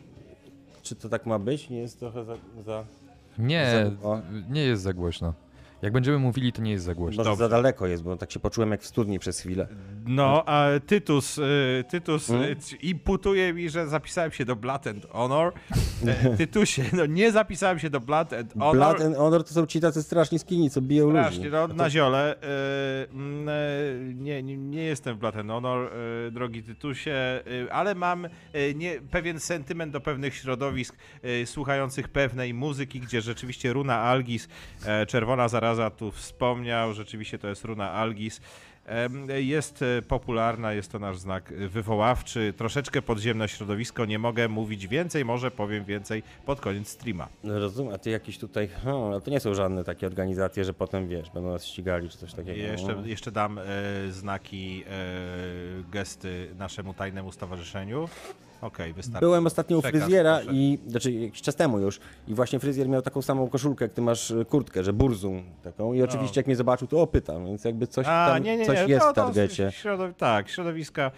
Speaker 1: Czy to tak ma być? Nie jest trochę za... za
Speaker 2: tak. Nie,
Speaker 1: za- o.
Speaker 2: nie jest za głośno. Jak będziemy mówili, to nie jest za głośno.
Speaker 1: może za daleko jest, bo tak się poczułem jak w studni przez chwilę.
Speaker 3: No, a Tytus, y, Tytus
Speaker 1: Hmm?
Speaker 3: y, c- imputuje mi, że zapisałem się do Blood and Honor.
Speaker 1: [LAUGHS]
Speaker 3: E, Tytusie, no nie zapisałem się do Blood and Honor.
Speaker 1: Blood and Honor to są ci tacy straszni skini, co biją
Speaker 3: Strasznie,
Speaker 1: ludzi.
Speaker 3: no, na ziole. y, mm, y, nie, nie, nie jestem w Blood and Honor, y, drogi Tytusie, y, ale mam y, nie, pewien sentyment do pewnych środowisk y, słuchających pewnej muzyki, gdzie rzeczywiście Runa Algis, e, Czerwona Zaraza tu wspomniał, rzeczywiście to jest Runa Algis. Em, Jest e, popularna, jest to nasz znak e, wywoławczy, troszeczkę podziemne środowisko, nie mogę mówić więcej, może powiem więcej pod koniec streama.
Speaker 1: No Rozumiem, a ty jakieś tutaj, hmm, ale to nie są żadne takie organizacje, że potem wiesz, będą nas ścigali czy coś takiego. Hmm.
Speaker 3: Jeszcze, jeszcze dam e, znaki, e, gesty naszemu tajnemu stowarzyszeniu. Okej, wystarczy.
Speaker 1: Byłem ostatnio u
Speaker 3: Przekaż,
Speaker 1: fryzjera
Speaker 3: proszę.
Speaker 1: i, znaczy jakiś czas temu już, i właśnie fryzjer miał taką samą koszulkę, jak ty masz y, kurtkę, że burzum taką i oczywiście jak mnie zobaczył, to opytam, więc jakby coś
Speaker 3: No. A,
Speaker 1: tam,
Speaker 3: nie, nie,
Speaker 1: coś
Speaker 3: nie.
Speaker 1: jest
Speaker 3: no,
Speaker 1: w
Speaker 3: to
Speaker 1: targecie.
Speaker 3: Środow... Tak, środowiska,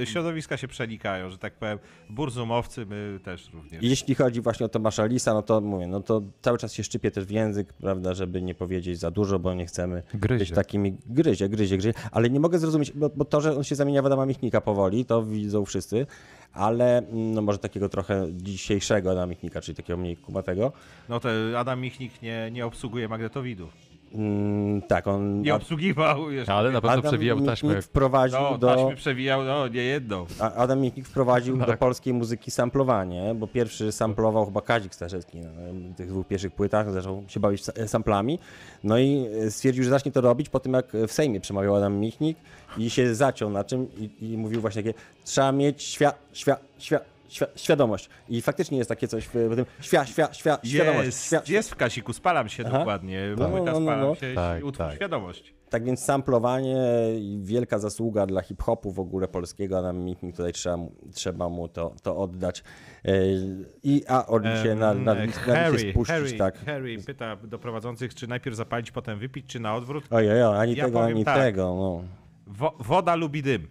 Speaker 3: e, środowiska się przenikają, że tak powiem. Burzumowcy my też również.
Speaker 1: Jeśli chodzi właśnie o Tomasza Lisa, no to mówię, no to cały czas się szczypie też w język, prawda, żeby nie powiedzieć za dużo, bo nie chcemy
Speaker 2: Gryzie.
Speaker 1: być takimi gryzie, gryzie, gryzie, ale nie mogę zrozumieć, bo, bo to, że on się zamienia w Adama Michnika powoli, to widzą wszyscy, ale mm, no może takiego trochę dzisiejszego Adama Michnika, czyli takiego mniej kumatego.
Speaker 3: No to Adam Michnik nie, nie obsługuje magnetowidów.
Speaker 1: Mm, tak, on...
Speaker 3: Nie
Speaker 1: a-
Speaker 3: obsługiwał jeszcze.
Speaker 2: Ale na pewno
Speaker 1: Adam
Speaker 2: przewijał
Speaker 1: Michnik
Speaker 2: taśmę. jak-
Speaker 1: wprowadził
Speaker 3: No,
Speaker 1: do...
Speaker 3: taśmy przewijał, no nie jedną.
Speaker 1: A- Adam Michnik
Speaker 2: [LAUGHS] No
Speaker 1: wprowadził
Speaker 2: tak.
Speaker 1: do polskiej muzyki samplowanie, bo pierwszy samplował chyba Kazik Staszewski na na tych dwóch pierwszych płytach, zaczął się bawić sa- samplami. No i e, stwierdził, że zacznie to robić po tym, jak w Sejmie przemawiał Adam Michnik i się zaciął na czym i, i mówił właśnie takie, trzeba mieć świa, świa, świa, świa, świadomość. I faktycznie jest takie coś w, w tym, świa, świa, świa, świadomość.
Speaker 3: Jest,
Speaker 1: świa,
Speaker 3: jest w Kasiku, spalam się
Speaker 1: Aha.
Speaker 3: dokładnie.
Speaker 1: No,
Speaker 3: Płyta
Speaker 1: no, no,
Speaker 3: spalam
Speaker 1: no.
Speaker 3: się
Speaker 2: Tak,
Speaker 3: i utwór
Speaker 2: tak.
Speaker 3: świadomość.
Speaker 1: Tak więc samplowanie i wielka zasługa dla hip-hopu w ogóle polskiego, a nam Mitnik tutaj trzeba, mu- trzeba mu to, to oddać. Yy, I a on się na, na, na,
Speaker 3: Em,
Speaker 1: na się spuścić,
Speaker 3: Mm, e, Harry,
Speaker 1: tak.
Speaker 3: Harry pyta do prowadzących, czy najpierw zapalić, potem wypić, czy na odwrót.
Speaker 1: Ojej, oj, ani
Speaker 3: Ja
Speaker 1: tego,
Speaker 3: powiem
Speaker 1: ani
Speaker 3: tak.
Speaker 1: tego. No.
Speaker 3: Wo- woda lubi dym.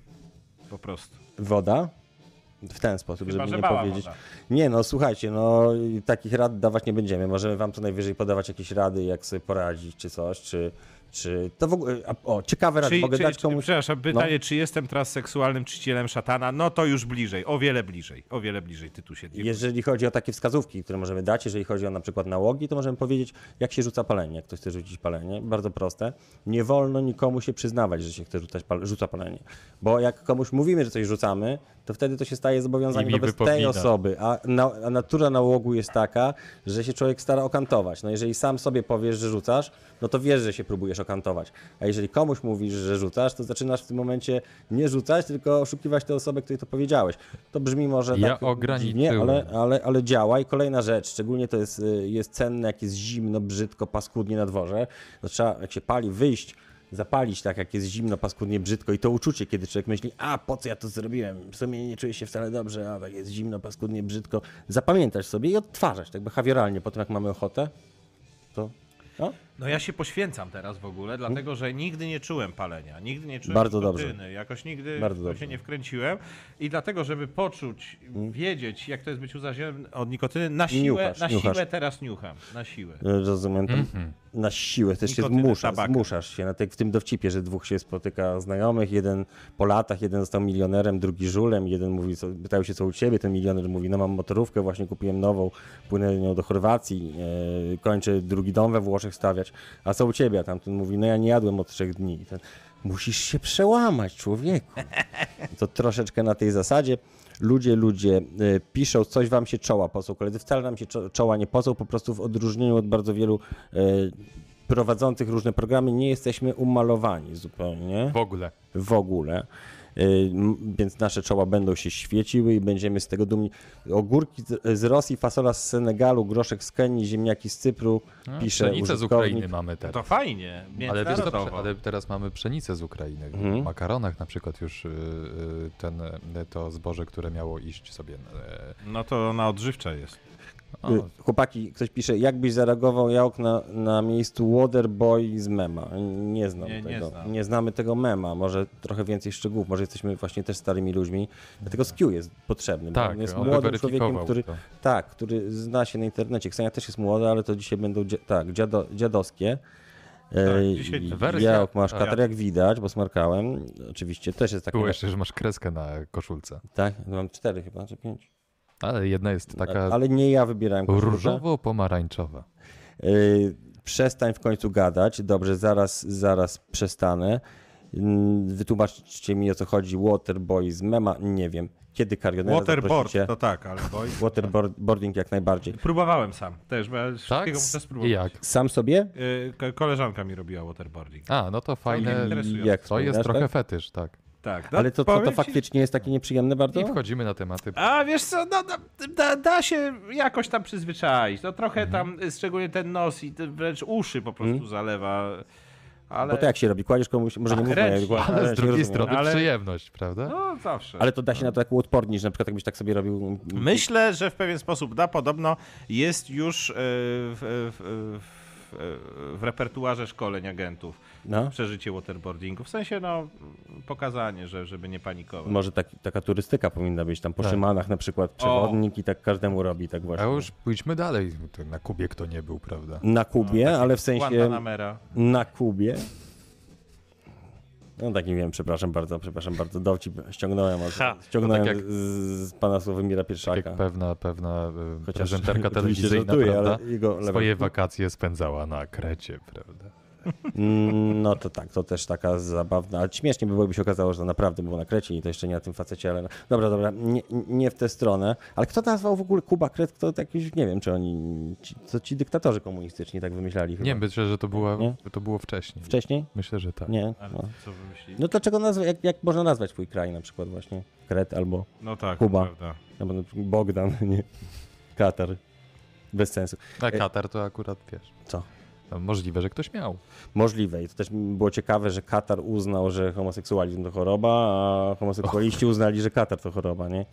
Speaker 3: Po prostu.
Speaker 1: Woda? W ten sposób,
Speaker 3: Chyba,
Speaker 1: żeby
Speaker 3: że
Speaker 1: nie
Speaker 3: mała
Speaker 1: powiedzieć.
Speaker 3: woda.
Speaker 1: Nie no, słuchajcie, no i takich rad dawać nie będziemy. Możemy wam tu najwyżej podawać jakieś rady, jak sobie poradzić, czy coś, czy... czy to w ogóle, a- o, ciekawe rady,
Speaker 3: Czy,
Speaker 1: Tak, mogę
Speaker 3: czy,
Speaker 1: dać komuś... no.
Speaker 3: Przepraszam, pytanie, czy jestem transseksualnym czcicielem szatana? No to już bliżej, o wiele bliżej, o wiele bliżej tytuł się.
Speaker 1: Jeżeli chodzi o takie wskazówki, które możemy dać, jeżeli chodzi o na przykład nałogi, to możemy powiedzieć, jak się rzuca palenie, jak ktoś chce rzucić palenie. Bardzo proste. Nie wolno nikomu się przyznawać, że się chce rzucać pal- rzuca palenie. Bo jak komuś mówimy, że coś rzucamy, to wtedy to się staje zobowiązaniem
Speaker 2: I mi
Speaker 1: wobec tej
Speaker 2: wypomina.
Speaker 1: osoby. A, na, a natura nałogu jest taka, że się człowiek stara okantować. No jeżeli sam sobie powiesz, że rzucasz, no to wiesz, że się próbujesz okantować. A jeżeli komuś mówisz, że rzucasz, to zaczynasz w tym momencie nie rzucać, tylko oszukiwać tę osobę, której to powiedziałeś. To brzmi może
Speaker 2: Ja
Speaker 1: tak
Speaker 2: ograniczyłem.
Speaker 1: dziwnie, ale, ale, ale działa. I kolejna rzecz, szczególnie to jest, y, jest cenne, jak jest zimno, brzydko, paskudnie na dworze. To trzeba, jak się pali, wyjść, zapalić tak, jak jest zimno, paskudnie, brzydko. I to uczucie, kiedy człowiek myśli, a po co ja to zrobiłem? W sumie nie czuję się wcale dobrze, a tak jest zimno, paskudnie, brzydko. Zapamiętać sobie i odtwarzać tak behawioralnie po tym, jak mamy ochotę. To no,
Speaker 3: No ja się poświęcam teraz w ogóle, dlatego że nigdy nie czułem palenia, nigdy nie czułem
Speaker 1: Bardzo
Speaker 3: nikotyny,
Speaker 1: dobrze.
Speaker 3: jakoś nigdy
Speaker 1: Bardzo
Speaker 3: w to
Speaker 1: dobrze. Mm.
Speaker 3: się nie wkręciłem i dlatego, żeby poczuć, wiedzieć, jak to jest być uzależnionym od nikotyny, na siłę,
Speaker 1: Niuchasz,
Speaker 3: na
Speaker 1: niuchasz.
Speaker 3: siłę teraz niucham, na siłę.
Speaker 1: y, rozumiem. To Na siłę też się
Speaker 3: Nikotyny,
Speaker 1: zmuszasz,
Speaker 3: tabak.
Speaker 1: zmuszasz się. Na te, w tym dowcipie, że dwóch się spotyka znajomych, jeden po latach, jeden został milionerem, drugi żulem, jeden mówi, co, pytał się co u ciebie, ten milioner mówi, no mam motorówkę, właśnie kupiłem nową, płynę nią do Chorwacji, e, kończę drugi dom we Włoszech stawiać, a co u ciebie? A Tamten mówi, no ja nie jadłem od trzech dni. I Ten, Musisz się przełamać, człowieku. To troszeczkę na tej zasadzie. Ludzie, ludzie e, piszą, coś wam się czoła posą. Koledzy wcale nam się czo- czoła nie posą, po prostu w odróżnieniu od bardzo wielu e, prowadzących różne programy nie jesteśmy umalowani zupełnie
Speaker 2: W ogóle.
Speaker 1: w ogóle. Y, m- Więc nasze czoła będą się świeciły i będziemy z tego dumni. Ogórki z, z Rosji, fasola z Senegalu, groszek z Kenii, ziemniaki z Cypru, pisze
Speaker 2: Pszenicę z
Speaker 1: użytkownik.
Speaker 2: Ukrainy mamy teraz.
Speaker 3: To fajnie,
Speaker 2: Ale, wiesz, co, prze-
Speaker 3: międzynarodowo.
Speaker 2: ale teraz mamy pszenicę z Ukrainy.
Speaker 1: Mhm.
Speaker 2: W makaronach na przykład już y, y, ten, y, to zboże, które miało iść sobie. y,
Speaker 3: No to ona odżywcza jest.
Speaker 2: o,
Speaker 1: Y, Chłopaki, ktoś pisze, jakbyś zareagował Jauk na, na miejscu Waterboy z mema. Nie znam
Speaker 3: Nie, nie
Speaker 1: tego.
Speaker 3: znam.
Speaker 1: znamy tego mema. Może trochę więcej szczegółów. Może jesteśmy właśnie też starymi ludźmi. Dlatego skill jest potrzebny. bo
Speaker 2: Tak,
Speaker 1: on jest
Speaker 2: on
Speaker 1: młodym
Speaker 2: weryfikował
Speaker 1: człowiekiem, który,
Speaker 2: to.
Speaker 1: tak, który zna się na internecie. Ksenia też jest młoda, ale to dzisiaj będą dzia- tak, dziado, dziadowskie. Ej,
Speaker 3: dzisiaj
Speaker 1: i-
Speaker 2: wersja-
Speaker 1: Jauk masz
Speaker 2: a,
Speaker 1: katar,
Speaker 3: ja-
Speaker 1: jak widać, bo smarkałem. Oczywiście też jest taki.
Speaker 2: Było jeszcze, że masz kreskę na koszulce.
Speaker 1: Tak, mam cztery chyba, czy pięć. Tak,
Speaker 2: Ale jedna jest taka
Speaker 1: Ale nie ja wybierałem koszulkę.
Speaker 2: różowo-pomarańczowa.
Speaker 1: Yy, przestań w końcu gadać. Dobrze, zaraz, zaraz przestanę. Yy, Wytłumaczcie mi o co chodzi. Waterboy z mema, nie wiem. Kiedy karionera
Speaker 3: Waterboard,
Speaker 1: zaprosicie?
Speaker 3: to tak, ale boy.
Speaker 1: Waterboarding jak najbardziej.
Speaker 3: Próbowałem sam też, bo ja
Speaker 2: Tak?
Speaker 3: wszystkiego muszę
Speaker 2: I
Speaker 3: spróbować.
Speaker 2: jak?
Speaker 1: Sam sobie?
Speaker 3: Y, ko- Koleżanka mi robiła waterboarding.
Speaker 2: A, no to
Speaker 3: mnie
Speaker 2: fajne.
Speaker 3: interesuje.
Speaker 1: Mm, Jak
Speaker 2: To jest
Speaker 1: wspominasz,
Speaker 2: trochę
Speaker 1: tak?
Speaker 2: fetysz, tak.
Speaker 3: Tak, no,
Speaker 1: Ale to, to,
Speaker 3: powiem
Speaker 1: to
Speaker 3: ci-
Speaker 1: faktycznie jest takie nieprzyjemne bardzo?
Speaker 2: I wchodzimy na tematy.
Speaker 3: A wiesz co, no, da, da, da się jakoś tam przyzwyczaić. No trochę tam, y, szczególnie ten nos i te wręcz uszy po prostu zalewa
Speaker 5: ale...
Speaker 1: Bo to jak się robi? Kładziesz komuś, może nie mówię,
Speaker 5: kręcisz,
Speaker 1: jak kładziesz,
Speaker 2: Tak, Ale
Speaker 1: nie
Speaker 2: z drugiej
Speaker 1: rozumiem.
Speaker 2: strony
Speaker 5: Ale-
Speaker 2: przyjemność, prawda?
Speaker 5: No zawsze.
Speaker 1: Ale to da się na to tak uodpornić, na przykład jakbyś tak sobie robił.
Speaker 3: Myślę, że w pewien sposób da. Podobno jest już e, w, w, w, w repertuarze szkoleń agentów
Speaker 1: No,
Speaker 3: przeżycie waterboardingu. W sensie, no, pokazanie, że, żeby nie panikować.
Speaker 1: może tak, taka turystyka powinna być tam po
Speaker 2: Tak.
Speaker 1: Szymanach na przykład przewodnik i tak każdemu robi tak
Speaker 2: A
Speaker 1: właśnie.
Speaker 2: już pójdźmy dalej. To Na Kubie kto nie był, prawda?
Speaker 1: Na Kubie,
Speaker 2: No,
Speaker 1: ale w sensie
Speaker 3: Guantanamera.
Speaker 1: na Kubie. No tak nie wiem, przepraszam bardzo, przepraszam bardzo. Dowcip ściągnąłem, a-
Speaker 5: Ha.
Speaker 1: ściągnąłem
Speaker 2: To tak jak-
Speaker 1: z, z pana Sławomira
Speaker 2: Tak
Speaker 1: Pierwszaka.
Speaker 2: jak pewna, pewna e,
Speaker 1: [LAUGHS]
Speaker 2: prezenterka
Speaker 1: oczywiście
Speaker 2: telewizyjna,
Speaker 1: żartuję,
Speaker 2: prawda?
Speaker 1: ale jego level-
Speaker 2: Swoje wakacje spędzała na Krecie, prawda?
Speaker 1: Mm, No to tak, to też taka zabawna, ale śmiesznie by było, jakby się okazało, że to naprawdę było na Krecie i to jeszcze nie na tym facecie, ale no. dobra, dobra, nie, nie w tę stronę. Ale kto nazwał w ogóle Kuba Kret? Kto jakiś, nie wiem, czy oni, ci, co ci dyktatorzy komunistyczni tak wymyślali chyba.
Speaker 2: Nie, myślę, że to, była,
Speaker 1: Nie?
Speaker 2: to było wcześniej.
Speaker 1: Wcześniej?
Speaker 2: Myślę, że tak.
Speaker 1: Nie.
Speaker 3: Ale
Speaker 1: No,
Speaker 3: co wymyślili?
Speaker 1: no dlaczego nazwa, jak, jak można nazwać twój kraj na przykład właśnie? Kret albo,
Speaker 3: No tak,
Speaker 1: Kuba.
Speaker 3: prawda.
Speaker 1: albo na przykład No Bogdan, [LAUGHS] nie? Katar. Bez sensu.
Speaker 2: Na Katar to akurat wiesz.
Speaker 1: Co?
Speaker 2: No, możliwe, że ktoś miał.
Speaker 1: Możliwe. I to też było ciekawe, że Katar uznał, że homoseksualizm to choroba, a homoseksualiści uznali, że Katar to choroba, nie?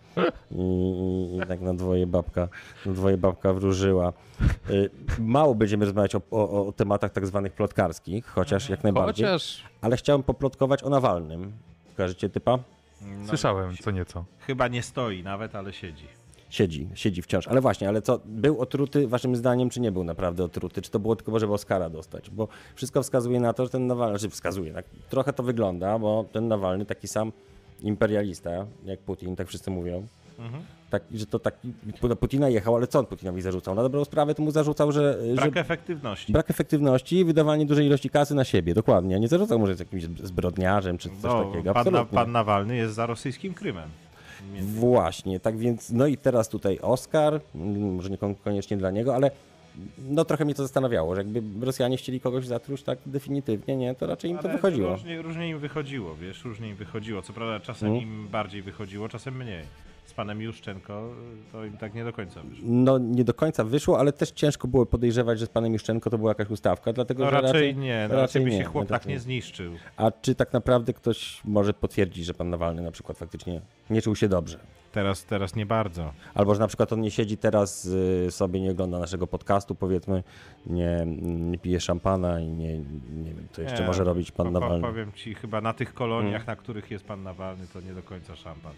Speaker 1: I, i, i tak na dwoje babka, na dwoje babka wróżyła. Y, Mało będziemy rozmawiać o, o, o tematach tak zwanych plotkarskich, chociaż jak najbardziej.
Speaker 2: Chociaż
Speaker 1: Ale chciałem poplotkować o Nawalnym. Kojarzycie typa?
Speaker 3: No,
Speaker 2: słyszałem co nieco.
Speaker 3: Chyba nie stoi nawet, ale siedzi.
Speaker 1: Siedzi, siedzi wciąż. Ale właśnie, ale co, był otruty waszym zdaniem, czy nie był naprawdę otruty? Czy to było tylko, żeby Oscara dostać? Bo wszystko wskazuje na to, że ten Nawalny, czy wskazuje, tak, trochę to wygląda, bo ten Nawalny taki sam imperialista, jak Putin, tak wszyscy mówią.
Speaker 3: Mhm.
Speaker 1: Tak, że to taki, do Putina jechał, ale co on Putinowi zarzucał? Na dobrą sprawę to mu zarzucał, że...
Speaker 3: Brak
Speaker 1: że...
Speaker 3: efektywności.
Speaker 1: Brak efektywności i wydawanie dużej ilości kasy na siebie, dokładnie. Nie zarzucał mu, że jest jakimś zbrodniarzem czy coś
Speaker 3: no,
Speaker 1: takiego.
Speaker 3: pan, Na-
Speaker 1: Absolutnie.
Speaker 3: pan Nawalny jest za rosyjskim Krymem.
Speaker 1: Właśnie, tak więc, no i teraz tutaj Oscar, mm, może niekoniecznie dla niego, ale no trochę mnie to zastanawiało, że jakby Rosjanie chcieli kogoś zatruć tak definitywnie, nie, to raczej im to
Speaker 3: Ale
Speaker 1: wychodziło.
Speaker 3: Różnie, różnie im wychodziło, wiesz, różnie im wychodziło. Co prawda czasem
Speaker 1: Mhm.
Speaker 3: im bardziej wychodziło, czasem mniej. Z panem Juszczenko y, to im tak nie do końca wyszło.
Speaker 1: No nie do końca wyszło, ale też ciężko było podejrzewać, że z panem Juszczenko to była jakaś ustawka, dlatego
Speaker 3: No
Speaker 1: że
Speaker 3: raczej, nie, no raczej, by się chłop tak
Speaker 1: raczej
Speaker 3: nie zniszczył.
Speaker 1: A czy tak naprawdę ktoś może potwierdzić, że pan Nawalny na przykład faktycznie nie czuł się dobrze?
Speaker 3: Teraz, teraz nie bardzo.
Speaker 1: Albo że na przykład on nie siedzi teraz y, sobie, nie ogląda naszego podcastu, powiedzmy, nie, nie pije szampana i nie, nie wiem, co jeszcze
Speaker 3: Nie,
Speaker 1: może robić pan
Speaker 3: po, po-
Speaker 1: Nawalny. Mhm.
Speaker 3: Powiem ci, chyba na tych koloniach, na których jest pan Nawalny, to nie do końca szampan.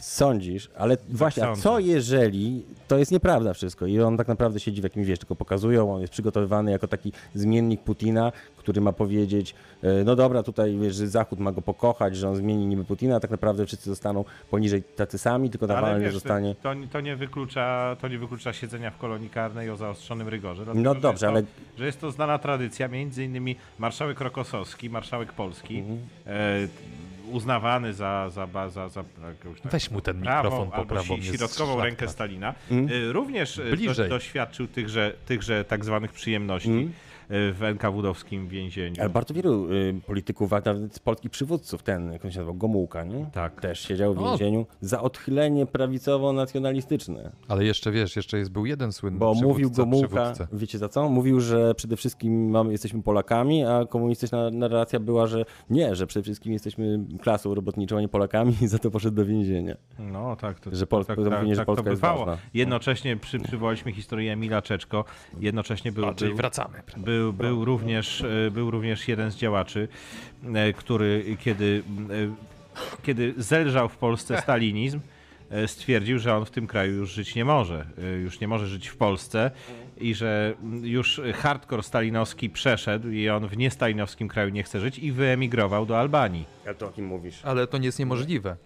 Speaker 1: Sądzisz, ale właśnie, a
Speaker 3: Tak sądzę.
Speaker 1: co jeżeli to jest nieprawda wszystko i on tak naprawdę siedzi w jakimś, wiesz, tylko pokazują, on jest przygotowywany jako taki zmiennik Putina, który ma powiedzieć, e, no dobra, tutaj, wiesz, że Zachód ma go pokochać, że on zmieni niby Putina, a tak naprawdę wszyscy zostaną poniżej tacy sami, tylko
Speaker 3: Ale
Speaker 1: Nawalny
Speaker 3: wiesz,
Speaker 1: zostanie...
Speaker 3: to, to, nie wyklucza, to nie wyklucza siedzenia w kolonii karnej o zaostrzonym rygorze. dlatego,
Speaker 1: No
Speaker 3: że
Speaker 1: dobrze,
Speaker 3: jest to,
Speaker 1: ale-
Speaker 3: Że jest to znana tradycja, między innymi marszałek Rokosowski, marszałek Polski,
Speaker 1: Mhm.
Speaker 3: e, uznawany za, za, ba- za, za, jakąś tak
Speaker 2: Weź mu ten
Speaker 3: prawą
Speaker 2: mikrofon po
Speaker 3: albo
Speaker 2: prawą.
Speaker 3: si- środkową rękę Stalina,
Speaker 1: Mhm.
Speaker 3: e, również e, do,
Speaker 2: Bliżej.
Speaker 3: doświadczył tychże, tychże tak zwanych przyjemności
Speaker 1: Mhm.
Speaker 3: e, w NKWD-owskim więzieniu.
Speaker 1: Ale bardzo wielu y, polityków, a nawet polskich przywódców, ten, jak on się nazywał, Gomułka, nie?
Speaker 3: Tak.
Speaker 1: Też siedział w
Speaker 2: O.
Speaker 1: więzieniu za odchylenie prawicowo-nacjonalistyczne.
Speaker 2: Ale jeszcze wiesz, jeszcze jest był jeden słynny
Speaker 1: Bo
Speaker 2: przywódca,
Speaker 1: mówił Gomułka,
Speaker 2: przywódca.
Speaker 1: wiecie za co? Mówił, że przede wszystkim mamy, jesteśmy Polakami, a komunistyczna narracja była, że nie, że przede wszystkim jesteśmy klasą robotniczą, a nie Polakami i za to poszedł do więzienia.
Speaker 3: No tak, to,
Speaker 1: Że Polska- to mówienie, że Polska
Speaker 3: to
Speaker 1: jest
Speaker 3: bywało.
Speaker 1: ważna. No.
Speaker 3: Jednocześnie przy, przywołaliśmy historię Emila Czeczko, jednocześnie był,
Speaker 2: A, czyli
Speaker 3: był,
Speaker 2: wracamy.
Speaker 3: był, był, również, e, był również jeden z działaczy, e, który kiedy, e, kiedy zelżał w Polsce stalinizm, e, stwierdził, że on w tym kraju już żyć nie może, e, już nie może żyć w Polsce i że mm, już hardcore stalinowski przeszedł i on w niestalinowskim kraju nie chce żyć i wyemigrował do Albanii
Speaker 1: A to o kim mówisz?
Speaker 2: Ale to nie jest niemożliwe.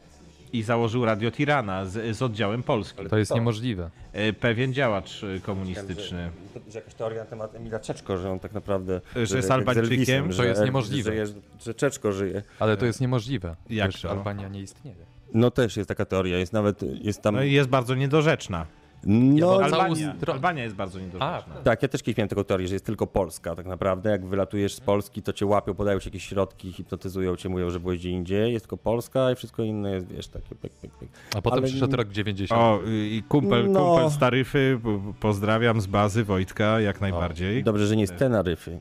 Speaker 3: i założył Radio Tirana z, z oddziałem Polski.
Speaker 2: To jest
Speaker 1: co?
Speaker 2: niemożliwe.
Speaker 3: E, pewien działacz e, komunistyczny.
Speaker 1: Że jakaś teoria na temat Emila Czeczko, że on tak naprawdę...
Speaker 3: Że jest
Speaker 1: jak z
Speaker 3: Albańczykiem?
Speaker 1: Elvisem,
Speaker 3: To
Speaker 1: że-
Speaker 2: jest niemożliwe.
Speaker 1: Że, jest- że Czeczko żyje.
Speaker 2: Ale to jest
Speaker 1: E-
Speaker 2: niemożliwe.
Speaker 3: Jak
Speaker 2: Wiesz,
Speaker 3: to?
Speaker 2: Albania nie istnieje.
Speaker 1: No też jest taka teoria, jest nawet, jest tam...
Speaker 3: No i jest bardzo niedorzeczna.
Speaker 1: No,
Speaker 2: Całą
Speaker 3: Albania,
Speaker 2: stronę.
Speaker 3: Albania jest bardzo
Speaker 2: A,
Speaker 3: niedorzeczna.
Speaker 2: tak.
Speaker 1: Tak, ja też kiedyś miałem taką teorię, że jest tylko Polska tak naprawdę. Jak wylatujesz z Polski, to cię łapią, podają ci jakieś środki, hipnotyzują cię, mówią, że byłeś gdzie indziej. Jest tylko Polska i wszystko inne jest, wiesz, takie pyk, pyk, pyk.
Speaker 2: A potem
Speaker 1: Ale-
Speaker 2: przyszedł rok 90.
Speaker 3: O, i kumpel,
Speaker 1: No.
Speaker 3: kumpel z taryfy, p- pozdrawiam z bazy Wojtka jak najbardziej.
Speaker 1: Dobrze, że nie jest Tenaryfy.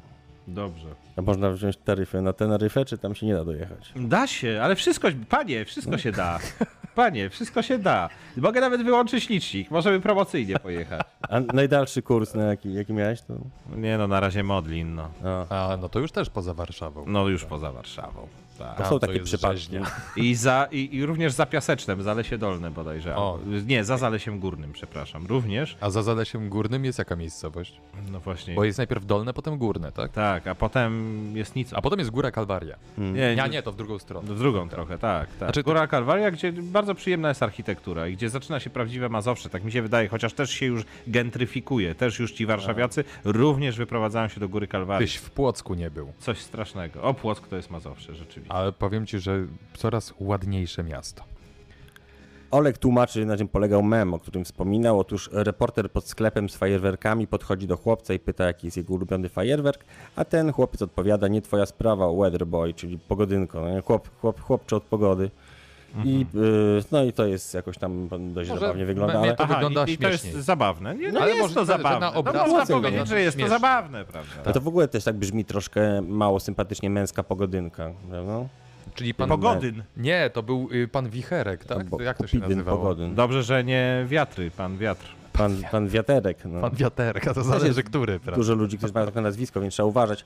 Speaker 6: Dobrze.
Speaker 1: A można wziąć taryfę na Teneryfę, czy tam się nie da dojechać?
Speaker 6: Da się, ale wszystko, panie, wszystko się
Speaker 3: [LAUGHS]
Speaker 6: da. Panie, wszystko się da. Mogę nawet wyłączyć licznik, możemy promocyjnie pojechać.
Speaker 1: A najdalszy kurs, na jaki, jaki miałeś, to...
Speaker 3: [LAUGHS] Nie no, na razie Modlin, no.
Speaker 1: A.
Speaker 2: A no to już też poza Warszawą.
Speaker 3: No już poza Warszawą. Tak.
Speaker 1: To
Speaker 2: Tam
Speaker 1: są
Speaker 2: to
Speaker 1: takie
Speaker 2: jest
Speaker 1: przypadki.
Speaker 2: rzeźnia.
Speaker 3: I, za, i, I również za Piasecznem, Zalesie Dolne bodajże.
Speaker 2: O.
Speaker 3: Nie, za Zalesiem Górnym, przepraszam. Również.
Speaker 2: A za Zalesiem Górnym jest jaka miejscowość?
Speaker 3: No właśnie.
Speaker 2: Bo jest najpierw dolne, potem górne, tak?
Speaker 3: Tak, a potem jest nic.
Speaker 2: A potem jest Góra Kalwaria.
Speaker 3: nie, No,
Speaker 2: Ja nie, to w drugą stronę.
Speaker 3: W drugą trochę, tak. tak.
Speaker 2: Znaczy,
Speaker 3: Góra Kalwaria, gdzie bardzo przyjemna jest architektura i gdzie zaczyna się prawdziwe Mazowsze, tak mi się wydaje, chociaż też się już gentryfikuje. Też już ci warszawiacy również wyprowadzają się do Góry Kalwarii.
Speaker 2: Tak. Tyś w Płocku nie był.
Speaker 3: Coś strasznego. O, Płock to jest Mazowsze, rzeczywiście.
Speaker 2: Ale powiem ci, że coraz ładniejsze miasto.
Speaker 1: Olek tłumaczy, na czym polegał mem, o którym wspominał. Otóż reporter pod sklepem z fajerwerkami podchodzi do chłopca i pyta, jaki jest jego ulubiony fajerwerk, a ten chłopiec odpowiada, nie twoja sprawa, weather boy, czyli pogodynko, no, nie? chłop, chłop, chłopcze od pogody. I, y, no i to jest jakoś tam dość
Speaker 2: Może
Speaker 1: zabawnie wygląda,
Speaker 2: me- mnie
Speaker 1: ale...
Speaker 2: to wygląda
Speaker 3: i, i to jest
Speaker 2: śmieszniej.
Speaker 3: zabawne. Nie, no
Speaker 2: Ale
Speaker 3: ale jest
Speaker 2: może-
Speaker 3: to
Speaker 2: że- że na
Speaker 3: zabawne. No,
Speaker 2: obrazku
Speaker 3: można
Speaker 1: wygląda
Speaker 3: powiedzieć, że jest to
Speaker 2: śmiesznie.
Speaker 3: zabawne, prawda?
Speaker 1: No to w ogóle też tak brzmi troszkę mało sympatycznie męska pogodynka, prawda?
Speaker 2: Czyli pan...
Speaker 3: Pogodyn.
Speaker 2: Nie, to był y, pan Wicherek, tak?
Speaker 1: Bo-
Speaker 2: Jak to się
Speaker 1: Kupidyn,
Speaker 2: nazywało?
Speaker 1: Pogodyn.
Speaker 3: Dobrze, że nie wiatry, pan wiatr.
Speaker 1: Pan, pan wiaterek. No.
Speaker 2: Pan Wiaterek, a to zależy który, prawda?
Speaker 1: Dużo ludzi, którzy mają takie nazwisko, więc trzeba uważać.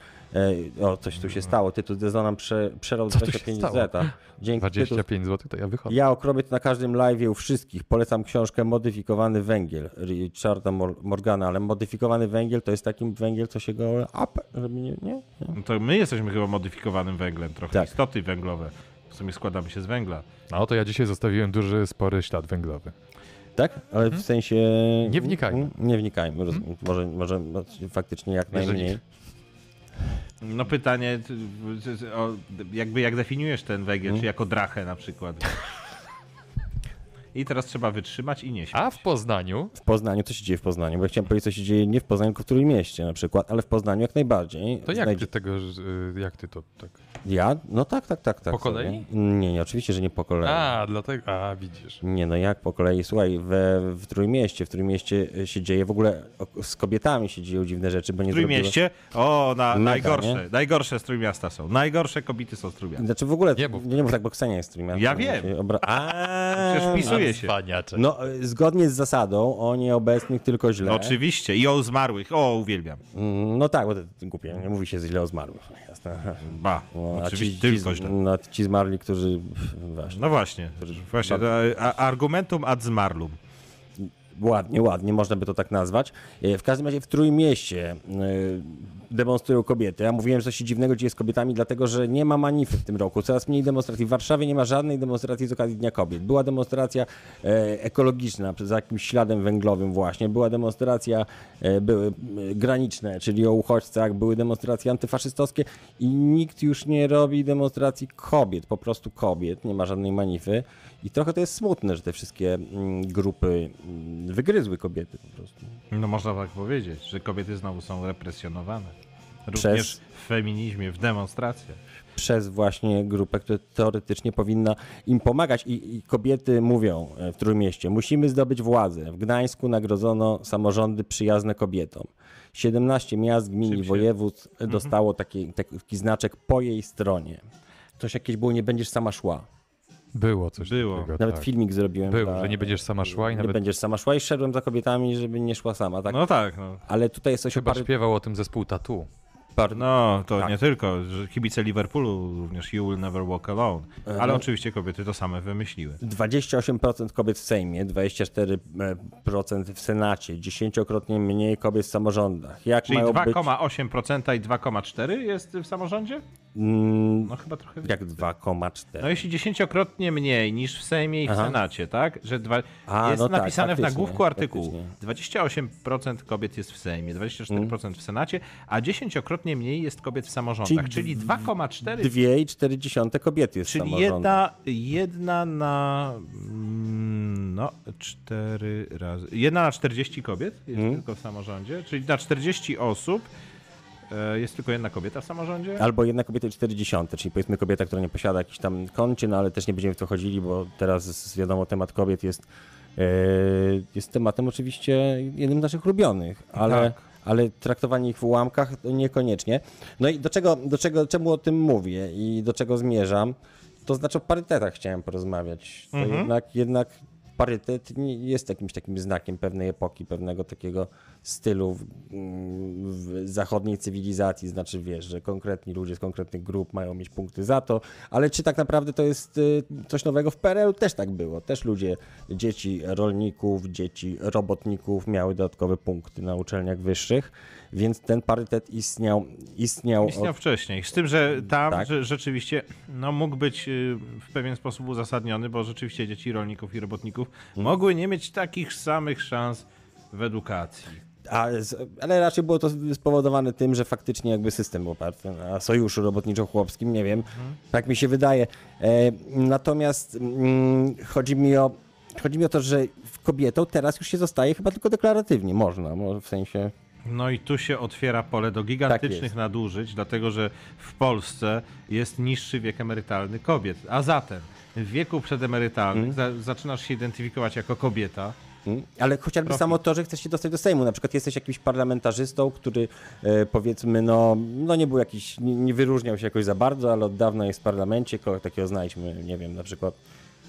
Speaker 1: E, o, coś tu się stało. Tytuł Dezona prze, przerał
Speaker 2: Mm. Co tu się
Speaker 1: 25
Speaker 2: stało?
Speaker 1: zeta. Dzięki tytuł.
Speaker 2: 25 zł, to ja wychodzę.
Speaker 1: Ja okrobię to na każdym live u wszystkich. Polecam książkę Modyfikowany węgiel Richarda Mor- Morgana, ale modyfikowany węgiel to jest taki węgiel, co się go up, żeby nie, nie?
Speaker 3: No to my jesteśmy chyba modyfikowanym węglem trochę.
Speaker 1: Tak.
Speaker 3: Istoty węglowe. W sumie składamy się z węgla.
Speaker 2: No to ja dzisiaj zostawiłem duży, spory ślad węglowy.
Speaker 1: Tak? Ale w sensie...
Speaker 2: Mhm. Nie wnikajmy. Mhm.
Speaker 1: Mm, Nie wnikajmy, rozumiem. Może, może no, faktycznie jak
Speaker 2: Jeżeli-
Speaker 1: najmniej.
Speaker 3: No pytanie, ty- ty- ty- o, jakby jak definiujesz ten węgiel,
Speaker 1: Mhm.
Speaker 3: czy jako drachę na przykład. I teraz trzeba wytrzymać i nie śmiać.
Speaker 2: A w Poznaniu
Speaker 1: W Poznaniu, co się dzieje w Poznaniu? Bo ja chciałem powiedzieć, co się dzieje nie w Poznaniu, tylko w którym mieście na przykład, ale w Poznaniu jak najbardziej.
Speaker 2: To jak
Speaker 1: Znajdzie-
Speaker 2: ty tego, y, jak ty to tak?
Speaker 1: Ja? No tak, tak, tak. tak
Speaker 2: Po kolei?
Speaker 1: Sobie. Nie, nie, oczywiście, że nie po kolei.
Speaker 2: A, dlatego, a widzisz.
Speaker 1: Nie, no jak po kolei? Słuchaj, we, w Trójmieście, w Trójmieście e, się dzieje, w ogóle o- z kobietami się dzieją dziwne rzeczy, bo nie
Speaker 3: W Trójmieście? O, na,
Speaker 1: Mega,
Speaker 3: najgorsze.
Speaker 1: nie?
Speaker 3: Najgorsze z Trójmiasta są. Najgorsze kobiety są z Trójmiasta.
Speaker 1: Znaczy w ogóle,
Speaker 2: Nie
Speaker 1: nie
Speaker 2: mów.
Speaker 1: mów, nie mów tak, bo Ksenia jest z Trójmiasta.
Speaker 3: Ja wiem.
Speaker 1: Się Obra- A,
Speaker 3: Przecież pisuje się.
Speaker 2: Paniacze.
Speaker 1: No, y, zgodnie z zasadą o nieobecnych tylko źle.
Speaker 3: No, Oczywiście. I o zmarłych. O, uwielbiam.
Speaker 1: Mm, No tak, bo to głupie, nie mówi się źle o zmarłych. no Jasne. [LAUGHS]
Speaker 3: Ba,
Speaker 1: No, a ci,
Speaker 3: oczywiście
Speaker 1: ci,
Speaker 3: tylko źle.
Speaker 1: no, ci zmarli, którzy... pff, Właśnie.
Speaker 3: No właśnie, właśnie a, a, argumentum ad zmarlum.
Speaker 1: Ładnie, ładnie, można by to tak nazwać. E, W każdym razie w Trójmieście y, demonstrują kobiety. Ja mówiłem, że coś się dziwnego dzieje z kobietami, dlatego że nie ma manify w tym roku. Coraz mniej demonstracji. W Warszawie nie ma żadnej demonstracji z okazji Dnia Kobiet. Była demonstracja e, ekologiczna za jakimś śladem węglowym właśnie. Była demonstracja, e, były e, graniczne, czyli o uchodźcach. Były demonstracje antyfaszystowskie i nikt już nie robi demonstracji kobiet, po prostu kobiet. Nie ma żadnej manify. I trochę to jest smutne, że te wszystkie mm, grupy mm, wygryzły kobiety po prostu.
Speaker 3: No można tak powiedzieć, że kobiety znowu są represjonowane. Również
Speaker 1: Przez?
Speaker 3: w feminizmie, w demonstracjach.
Speaker 1: Przez właśnie grupę, która teoretycznie powinna im pomagać. I, i kobiety mówią e, w Trójmieście, musimy zdobyć władzę. W Gdańsku nagrodzono samorządy przyjazne kobietom. 17 miast, gmin i województw
Speaker 2: Mhm.
Speaker 1: dostało taki, taki znaczek po jej stronie. Coś jakieś było, nie będziesz sama szła.
Speaker 2: Było coś
Speaker 3: Było.
Speaker 2: takiego,
Speaker 1: Nawet
Speaker 2: tak.
Speaker 1: filmik zrobiłem.
Speaker 2: Był,
Speaker 1: dla-
Speaker 2: że nie będziesz sama szła i
Speaker 1: nie
Speaker 2: nawet
Speaker 1: będziesz sama szła i szedłem za kobietami, żeby nie szła sama. Tak?
Speaker 3: No tak, no.
Speaker 1: Ale tutaj jest coś
Speaker 2: chyba
Speaker 1: o par...
Speaker 2: śpiewał o tym zespół Tatu.
Speaker 1: par...
Speaker 3: No, to
Speaker 1: Tak.
Speaker 3: nie tylko, że kibice Liverpoolu również You Will Never Walk Alone,
Speaker 1: Mhm.
Speaker 3: ale oczywiście kobiety to same wymyśliły.
Speaker 1: 28% kobiet w Sejmie, 24% w Senacie, dziesięciokrotnie mniej kobiet w samorządach. Jak
Speaker 3: Czyli
Speaker 1: mają być...
Speaker 3: 2,8% i 2,4% jest w samorządzie?
Speaker 1: Mm,
Speaker 3: No chyba trochę
Speaker 1: jak
Speaker 3: No
Speaker 1: 2,4?
Speaker 3: jeśli dziesięciokrotnie mniej niż w Sejmie i w
Speaker 1: Aha.
Speaker 3: Senacie, tak? Że dwa...
Speaker 1: A,
Speaker 3: jest
Speaker 1: no tak,
Speaker 3: napisane w
Speaker 1: faktycznie, Mm.
Speaker 3: nagłówku artykułu. 28% kobiet jest w Sejmie, 24% w Senacie, a dziesięciokrotnie mniej jest kobiet w samorządach,
Speaker 1: Czyli
Speaker 3: czyli
Speaker 1: No
Speaker 3: 2,4,
Speaker 1: 2,4 kobiety jest w
Speaker 3: czyli
Speaker 1: samorządach.
Speaker 3: jedna, jedna na mm, no, 4 razy, jedna na 40 kobiet jest
Speaker 1: Mm.
Speaker 3: tylko w samorządzie, czyli na 40 osób e, jest tylko jedna kobieta w samorządzie.
Speaker 1: Albo jedna kobieta i 40, czyli powiedzmy kobieta, która nie posiada jakichś tam kończyn, ale też nie będziemy w to chodzili, bo teraz z- wiadomo, temat kobiet jest, e, jest tematem oczywiście jednym z naszych ulubionych, ale
Speaker 3: Tak.
Speaker 1: ale traktowanie ich w ułamkach to niekoniecznie. No i do czego, do czego, czemu o tym mówię i do czego zmierzam? To znaczy o parytetach chciałem porozmawiać. To jednak, jednak parytet nie jest jakimś takim znakiem pewnej epoki, pewnego takiego stylu w, w zachodniej cywilizacji. Znaczy wiesz, że konkretni ludzie z konkretnych grup mają mieć punkty za to, ale czy tak naprawdę to jest y, coś nowego? W PRL też tak było. Też ludzie, dzieci rolników, dzieci robotników miały dodatkowe punkty na uczelniach wyższych, więc ten parytet istniał, istniał,
Speaker 3: Istniał
Speaker 1: od...
Speaker 3: wcześniej. Z tym, że tam
Speaker 1: Tak.
Speaker 3: że rzeczywiście no, mógł być y, w pewien sposób uzasadniony, bo rzeczywiście dzieci rolników i robotników
Speaker 1: Mm.
Speaker 3: mogły nie mieć takich samych szans w edukacji.
Speaker 1: A, z- ale raczej było to spowodowane tym, że faktycznie jakby system był oparty na sojuszu robotniczo-chłopskim, nie wiem, tak mi się wydaje. E, natomiast mm, chodzi, mi o, chodzi mi o to, że w- kobietą teraz już się zostaje chyba tylko deklaratywnie, można, mo- w sensie...
Speaker 3: No i tu się otwiera pole do gigantycznych
Speaker 1: Tak jest.
Speaker 3: nadużyć, dlatego że w Polsce jest niższy wiek emerytalny kobiet. A zatem w wieku przedemerytalnym za, zaczynasz się identyfikować jako kobieta.
Speaker 1: Mm. Ale chociażby samo to, że chcesz się dostać do Sejmu. Na przykład jesteś jakimś parlamentarzystą, który e, powiedzmy, no, no nie był jakiś, nie, nie wyróżniał się jakoś za bardzo, ale od dawna jest w parlamencie, kogo takiego znaliśmy, nie wiem, na przykład,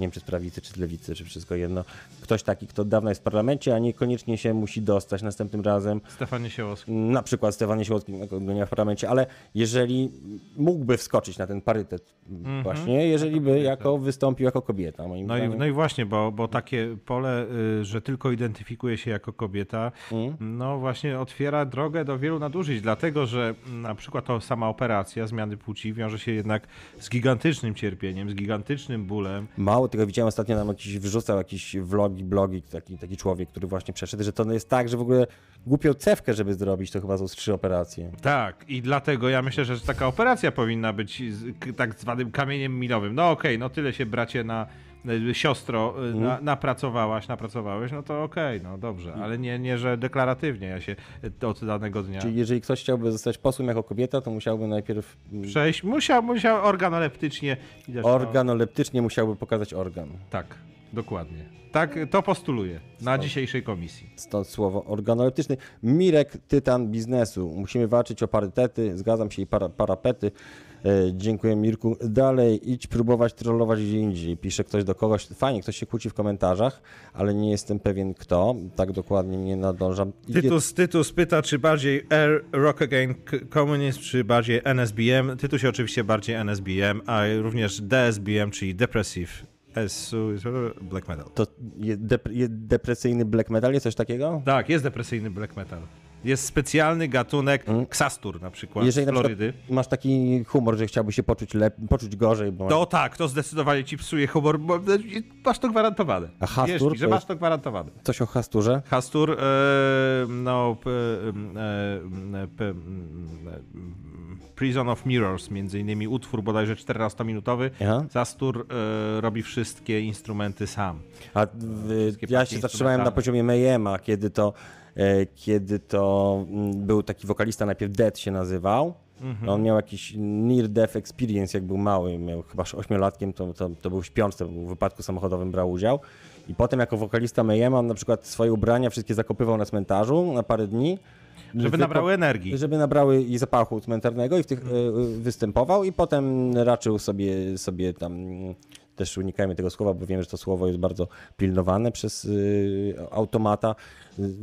Speaker 1: nie wiem czy z prawicy, czy z lewicy, czy wszystko jedno. Ktoś taki, kto od dawna jest w parlamencie, a niekoniecznie się musi dostać następnym razem
Speaker 3: Stefanie Siełowski.
Speaker 1: na przykład Stefanie no, Siłowskim jako dnia w parlamencie, ale jeżeli mógłby wskoczyć na ten parytet
Speaker 3: Mhm.
Speaker 1: właśnie, jeżeli by jako wystąpił jako kobieta, moim
Speaker 3: No i,
Speaker 1: zdaniem.
Speaker 3: no i właśnie, bo, bo takie pole, y, że tylko identyfikuje się jako kobieta, no właśnie otwiera drogę do wielu nadużyć, dlatego że mm, na przykład to sama operacja zmiany płci wiąże się jednak z gigantycznym cierpieniem, z gigantycznym bólem.
Speaker 1: Mało tego, widziałem ostatnio nam jakiś wrzucał jakiś vlogi, blogi, taki, taki człowiek, który właśnie przeszedł, że to jest tak, że w ogóle głupią cewkę, żeby zrobić, to chyba są z trzy operacje.
Speaker 3: Tak, i dlatego ja myślę, że taka operacja powinna być z- k- tak zwanym kamieniem milowym. No okej, no tyle się bracie na y, siostro y, na, napracowałaś, napracowałeś, no to okej, no dobrze, ale nie, nie, że deklaratywnie ja się y, od danego dnia.
Speaker 1: Czyli jeżeli ktoś chciałby zostać posłem jako kobieta, to musiałby najpierw mm,
Speaker 3: Przejść, musiał, musiał organoleptycznie. Widać, to-
Speaker 1: organoleptycznie musiałby pokazać organ.
Speaker 3: Tak, dokładnie. Tak, to postuluję na dzisiejszej komisji.
Speaker 1: Stąd słowo organoleptyczny. Mirek, tytan biznesu. Musimy walczyć o parytety, zgadzam się, i para, parapety. E, dziękuję Mirku. Dalej idź próbować trollować gdzie indziej. Pisze ktoś do kogoś. Fajnie, ktoś się kłóci w komentarzach, ale nie jestem pewien kto. Tak dokładnie nie nadążam. Idzie-
Speaker 3: Tytus, Tytus pyta, czy bardziej Air Rock Again K- Communist, czy bardziej NSBM. Tytus oczywiście bardziej NSBM, a również DSBM, czyli Depressive SU, Black Metal.
Speaker 1: To je, dep- je, depresyjny black metal, jest coś takiego?
Speaker 3: Tak, jest depresyjny Black Metal. Jest specjalny gatunek Ksastur na przykład
Speaker 1: Mm. Jeżeli
Speaker 3: z
Speaker 1: na
Speaker 3: Florydy.
Speaker 1: przykład masz taki humor, że chciałby się poczuć, lep- poczuć gorzej, bo
Speaker 3: To tak, to zdecydowanie ci psuje humor, bo masz to gwarantowane.
Speaker 1: A Hastur
Speaker 3: Wierz mi,
Speaker 1: to
Speaker 3: że
Speaker 1: jest-
Speaker 3: masz to gwarantowane.
Speaker 1: coś o hasturze.
Speaker 3: Hastur, e, no, p, em, e, p, em, e, Prison of Mirrors, między innymi utwór bodajże 14-minutowy.
Speaker 1: Aha.
Speaker 3: Zastur e, robi wszystkie instrumenty sam.
Speaker 1: A w,
Speaker 3: Wszystkie
Speaker 1: ja
Speaker 3: partie
Speaker 1: się zatrzymałem na
Speaker 3: instrumentalne.
Speaker 1: poziomie Mayema, kiedy to, e, kiedy to mm, był taki wokalista, najpierw Dead się nazywał.
Speaker 3: Mhm.
Speaker 1: No, On miał jakiś near death experience, jak był mały, miał chyba sz- ośmiolatkiem, to, to, to był w śpiączce, bo w wypadku samochodowym brał udział. I potem jako wokalista Mayema on na przykład swoje ubrania wszystkie zakopywał na cmentarzu na parę dni.
Speaker 3: Żeby
Speaker 1: Tylko-
Speaker 3: nabrały energii.
Speaker 1: Żeby nabrały i zapachu cmentarnego i w
Speaker 3: Mm.
Speaker 1: tych y, y, występował i potem raczył sobie, sobie tam, mm, też unikajmy tego słowa, bo wiemy, że to słowo jest bardzo pilnowane przez y, automata, y,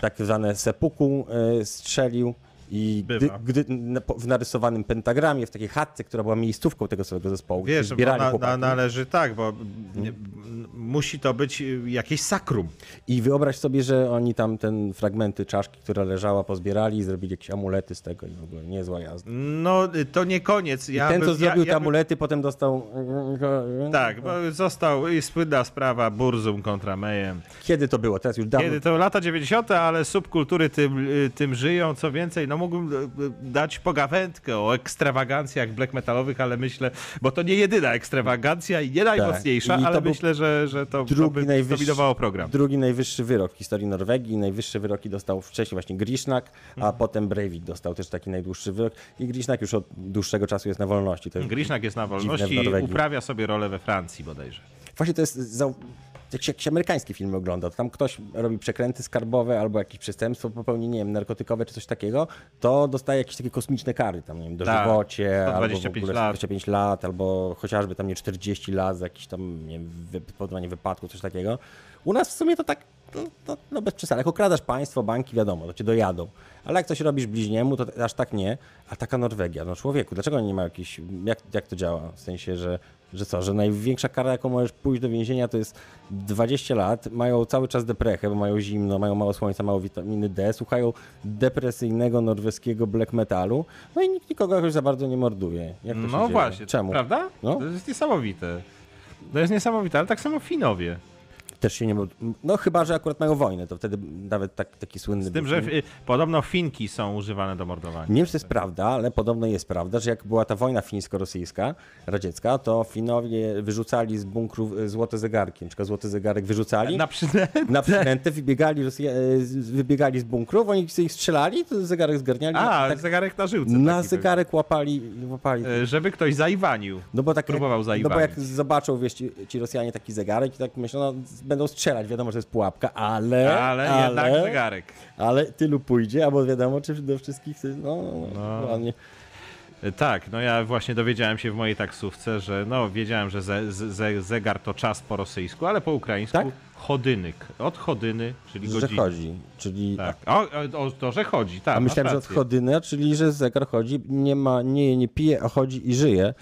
Speaker 1: tak zwane sepuku y, strzelił i gdy,
Speaker 3: Bywa.
Speaker 1: gdy na, po- w narysowanym pentagramie, w takiej chatce, która była miejscówką tego całego zespołu, gdzie
Speaker 3: Wiesz, bo
Speaker 1: zbierali
Speaker 3: na, na,
Speaker 1: chłopaki. Mhm.
Speaker 3: należy tak, bo nie, m, musi to być y, jakieś sakrum.
Speaker 1: I wyobraź sobie, że oni tam ten fragmenty czaszki, która leżała, pozbierali i zrobili jakieś amulety z tego i w ogóle niezła jazda.
Speaker 3: No, y, to nie koniec. Ja
Speaker 1: Ten, co
Speaker 3: bym-
Speaker 1: zrobił
Speaker 3: ja,
Speaker 1: te
Speaker 3: ja bym,
Speaker 1: amulety, potem dostał.
Speaker 3: Tak, bo został i słynna sprawa Burzum kontra Mejem.
Speaker 1: Kiedy to było? Teraz już dawno.
Speaker 3: Kiedy to lata 90., ale subkultury tym, y, tym żyją. Co więcej, no mógłbym y, y, dać pogawędkę o ekstrawagancjach black metalowych, ale myślę, bo to nie jedyna ekstrawagancja i nie najmocniejsza,
Speaker 1: Tak. I to
Speaker 3: ale
Speaker 1: był
Speaker 3: myślę, że, że to, to
Speaker 1: Drugi
Speaker 3: by
Speaker 1: najwyższy,
Speaker 3: zdominowało program.
Speaker 1: drugi najwyższy wyrok w historii Norwegii. Najwyższe wyroki dostał wcześniej właśnie Grisznak,
Speaker 3: Mhm.
Speaker 1: a potem Breivik dostał też taki najdłuższy wyrok. I Grisznak już od dłuższego czasu jest na wolności. To już...
Speaker 3: Grisznak jest na wolności
Speaker 1: Norwegii.
Speaker 3: uprawia sobie rolę we Francji bodajże.
Speaker 1: Właśnie to jest. Za... jak się, jak się amerykańskie filmy ogląda, to tam ktoś robi przekręty skarbowe albo jakieś przestępstwo popełni, nie wiem, narkotykowe czy coś takiego, to dostaje jakieś takie kosmiczne kary, tam nie wiem, dożywocie,
Speaker 3: Tak,
Speaker 1: albo w
Speaker 3: 125
Speaker 1: ogóle
Speaker 3: lat.
Speaker 1: 25 lat, albo chociażby tam nie 40 lat za jakieś tam, nie wiem, wy- powodowanie wypadku, coś takiego. U nas w sumie to tak, no, no, no bez przesady, jak okradasz państwo, banki, wiadomo, to cię dojadą. Ale jak coś robisz bliźniemu, to aż tak nie. A taka Norwegia, no człowieku, dlaczego oni nie ma jakiś, jak, jak to działa? W sensie, że, że co, że największa kara, jaką możesz pójść do więzienia, to jest 20 lat, mają cały czas deprechę, bo mają zimno, mają mało słońca, mało witaminy D, słuchają depresyjnego norweskiego black metalu, no i nikt nikogo jakoś za bardzo nie morduje. Jak to się
Speaker 3: No
Speaker 1: dzieje?
Speaker 3: właśnie,
Speaker 1: Czemu?
Speaker 3: Prawda?
Speaker 1: No.
Speaker 3: To jest niesamowite. To jest niesamowite, ale tak samo Finowie.
Speaker 1: Też się nie mord... No chyba, że akurat mają wojnę, to wtedy nawet tak, taki słynny...
Speaker 3: Z tym, że y, podobno Finki są używane do mordowania.
Speaker 1: Nie wiem, czy to jest prawda, ale podobno jest prawda, że jak była ta wojna fińsko-rosyjska, radziecka, to Finowie wyrzucali z bunkrów e, złote zegarki, na przykład złoty zegarek wyrzucali
Speaker 3: Na
Speaker 1: na, [LAUGHS]
Speaker 3: przynajmniej.
Speaker 1: przynętę, wybiegali, Rosja, e, z- wybiegali z bunkrów, oni ich strzelali, to zegarek zgarniali,
Speaker 3: A,
Speaker 1: i tak,
Speaker 3: zegarek na żyłce.
Speaker 1: na
Speaker 3: taki był.
Speaker 1: zegarek łapali, łapali
Speaker 3: Y, Żeby ktoś zaiwanił.
Speaker 1: No bo tak,
Speaker 3: Próbował
Speaker 1: no bo
Speaker 3: zaiwanić.
Speaker 1: jak zobaczą wiesz, ci, ci Rosjanie taki zegarek i tak myślą, no, z- będą strzelać, wiadomo, że jest pułapka, ale...
Speaker 3: Ale, jednak zegarek.
Speaker 1: Ale tylu pójdzie, albo wiadomo, czy do wszystkich... No, no. ładnie.
Speaker 3: Y, Tak, no ja właśnie dowiedziałem się w mojej taksówce, że no wiedziałem, że ze, ze, zegar to czas po rosyjsku, ale po ukraińsku
Speaker 1: Tak?
Speaker 3: chodynyk. Od chodyny, czyli
Speaker 1: Że
Speaker 3: godziny.
Speaker 1: chodzi, czyli...
Speaker 3: Tak. O, o, o to, że chodzi, tak.
Speaker 1: A myślałem,
Speaker 3: masz
Speaker 1: że od
Speaker 3: rację.
Speaker 1: chodyny, czyli że zegar chodzi, nie ma, nie je, nie pije, a chodzi i żyje.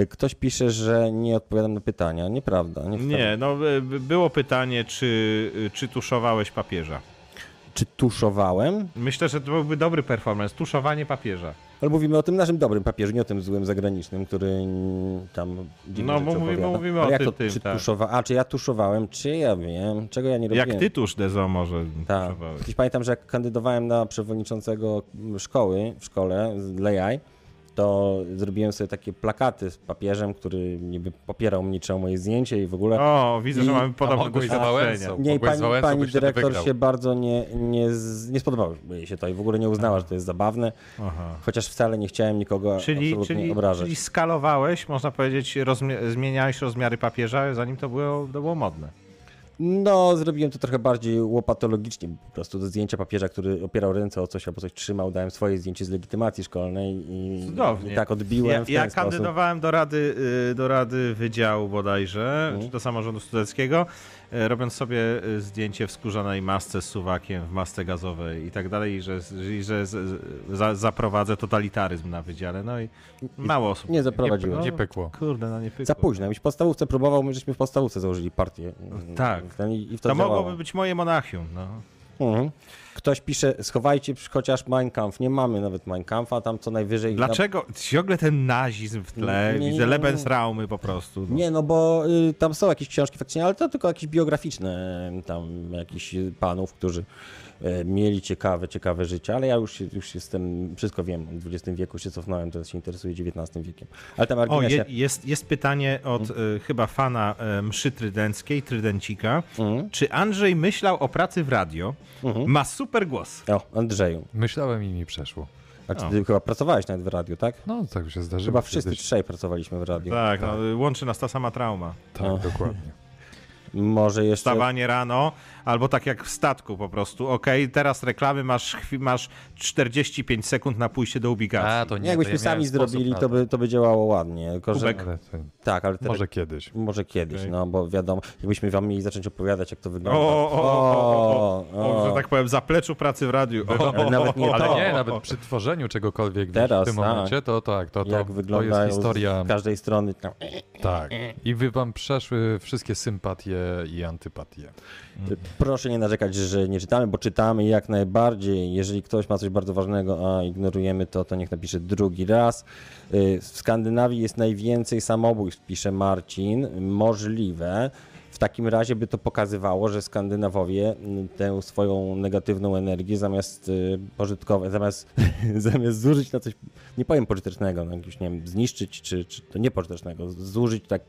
Speaker 1: Y, Ktoś pisze, że nie odpowiadam na pytania. Nieprawda. Nie. wcale.
Speaker 3: Nie, no y, by- było pytanie, czy, y, czy tuszowałeś papieża.
Speaker 1: Czy tuszowałem?
Speaker 3: Myślę, że to byłby dobry performance, tuszowanie papieża.
Speaker 1: Ale mówimy o tym naszym dobrym papieżu, nie o tym złym zagranicznym, który mm, tam dziwne
Speaker 3: No,
Speaker 1: rzeczy
Speaker 3: bo mówimy-
Speaker 1: opowiada.
Speaker 3: mówimy
Speaker 1: Ale
Speaker 3: o
Speaker 1: jak
Speaker 3: tym-
Speaker 1: to,
Speaker 3: tym,
Speaker 1: czy
Speaker 3: tak.
Speaker 1: tuszowa... A, czy ja tuszowałem? Czy ja wiem? Czego ja No nie robiłem?
Speaker 3: Jak ty tusz, Dezo, może
Speaker 1: Tak.
Speaker 3: tuszowałeś.
Speaker 1: Kiedyś pamiętam, że jak kandydowałem na przewodniczącego szkoły, w szkole z- dla jaj, to zrobiłem sobie takie plakaty z papieżem, który niby popierał mnie, czy moje zdjęcie i w ogóle...
Speaker 3: O, widzę, że
Speaker 1: I-
Speaker 3: mamy
Speaker 2: A
Speaker 3: podobne
Speaker 2: mogłeś za
Speaker 3: doświadczenia.
Speaker 2: Wałęsą.
Speaker 1: Nie, i
Speaker 2: Mogłeś
Speaker 1: pani,
Speaker 2: z Wałęsą,
Speaker 1: pani
Speaker 2: byś wtedy
Speaker 1: dyrektor
Speaker 2: wygrał.
Speaker 1: się bardzo nie, nie, z, nie spodobało jej się to i w ogóle nie uznała, że to jest zabawne,
Speaker 3: Aha.
Speaker 1: chociaż wcale nie chciałem nikogo
Speaker 3: Czyli,
Speaker 1: absolutnie
Speaker 3: czyli,
Speaker 1: obrażać.
Speaker 3: czyli skalowałeś, można powiedzieć, rozmi- zmieniałeś rozmiary papieża, zanim to było, to było modne.
Speaker 1: No, zrobiłem to trochę bardziej łopatologicznie, po prostu do zdjęcia papieża, który opierał ręce o coś albo coś trzymał, dałem swoje zdjęcie z legitymacji szkolnej i,
Speaker 3: Cudownie.
Speaker 1: i tak odbiłem
Speaker 3: Ja,
Speaker 1: w ten
Speaker 3: ja
Speaker 1: sposób.
Speaker 3: kandydowałem do rady, y, do rady wydziału bodajże,
Speaker 1: Mhm.
Speaker 3: czy do samorządu studenckiego, y, robiąc sobie y, zdjęcie w skórzanej masce z suwakiem, w masce gazowej i tak dalej, i że, i że z, za, zaprowadzę totalitaryzm na wydziale. No i mało osób.
Speaker 1: Nie zaprowadziłem.
Speaker 2: Nie pykło.
Speaker 3: Kurde, no nie pykło.
Speaker 1: Za późno. Miś w podstawówce próbował, my żeśmy w podstawówce założyli partię.
Speaker 3: Tak.
Speaker 1: Ten I, i w to
Speaker 3: To
Speaker 1: działało.
Speaker 3: mogłoby być moje monachium. No.
Speaker 1: Mhm. Ktoś pisze, schowajcie chociaż Mein Kampf. Nie mamy nawet Mein Kampfa, tam co najwyżej...
Speaker 3: Dlaczego ciągle ten nazizm w tle?
Speaker 1: Nie, nie,
Speaker 3: Widzę
Speaker 1: nie.
Speaker 3: Lebensraumy po prostu. No.
Speaker 1: Nie, no bo y, tam są jakieś książki faktycznie, ale to tylko jakieś biograficzne y, tam jakichś y, panów, którzy y, mieli ciekawe, ciekawe życie, ale ja już, się- już jestem, wszystko wiem, w XX wieku się cofnąłem, teraz się interesuję XIX wiekiem. Ale tam
Speaker 3: O, je,
Speaker 1: marginesie...
Speaker 3: jest, jest pytanie od
Speaker 1: Mm.
Speaker 3: y, chyba fana y, mszy trydenckiej, Trydencika.
Speaker 1: Mhm.
Speaker 3: Czy Andrzej myślał o pracy w radio? Ma super głos.
Speaker 1: O, Andrzeju,
Speaker 2: Myślałem i mi przeszło.
Speaker 1: a czy
Speaker 3: O.
Speaker 1: ty chyba pracowałeś nawet w radiu, tak?
Speaker 2: No, tak się zdarzyło.
Speaker 1: Chyba wszyscy
Speaker 2: kiedyś.
Speaker 1: trzej pracowaliśmy w radiu.
Speaker 3: Tak, no, łączy nas ta sama trauma.
Speaker 1: No.
Speaker 2: Tak,
Speaker 1: [LAUGHS]
Speaker 2: dokładnie.
Speaker 1: Może jeszcze...
Speaker 3: Wstawanie rano, albo tak jak w statku po prostu. Okej, teraz reklamy, masz, chwi- masz 45 sekund na pójście do ubikacji.
Speaker 2: A, to nie,
Speaker 1: Jakbyśmy
Speaker 2: to ja miałem
Speaker 1: sami
Speaker 2: sposób
Speaker 1: zrobili,
Speaker 2: na
Speaker 1: to by, to by działało ładnie. Tylko, że...
Speaker 3: Kubek.
Speaker 2: Ale to-
Speaker 1: Tak, ale te
Speaker 2: Może
Speaker 1: [LAUGHS]
Speaker 2: kiedyś.
Speaker 1: Może kiedyś,
Speaker 3: Okej.
Speaker 1: no bo wiadomo, jakbyśmy wam mieli zacząć opowiadać, jak to
Speaker 3: O,
Speaker 1: wygląda.
Speaker 3: o, o, o, o,
Speaker 1: O,
Speaker 3: o, o, że tak powiem, zapleczu pracy w radiu. O,
Speaker 1: Ale nawet nie
Speaker 2: Ale
Speaker 1: to.
Speaker 2: nie, nawet przy tworzeniu czegokolwiek
Speaker 1: Teraz,
Speaker 2: w tym
Speaker 1: tak.
Speaker 2: momencie, to tak, to, to,
Speaker 1: jak
Speaker 2: to
Speaker 1: wygląda
Speaker 2: jest historia.
Speaker 1: z każdej strony. no. Tam.
Speaker 2: Tak. I wy wam przeszły wszystkie sympatie i antypatie. Mhm.
Speaker 1: Proszę nie narzekać, że nie czytamy, bo czytamy jak najbardziej. Jeżeli ktoś ma coś bardzo ważnego, a ignorujemy to, to niech napisze drugi raz. Y, W Skandynawii jest najwięcej samobójstw, pisze Marcin. Możliwe. W takim razie by to pokazywało, że Skandynawowie mm, tę swoją negatywną energię zamiast y, pożytkowe, zamiast, [LAUGHS] zamiast zużyć na coś, nie powiem pożytecznego, no, jakieś, nie wiem, zniszczyć czy, czy to nie pożytecznego, zużyć tak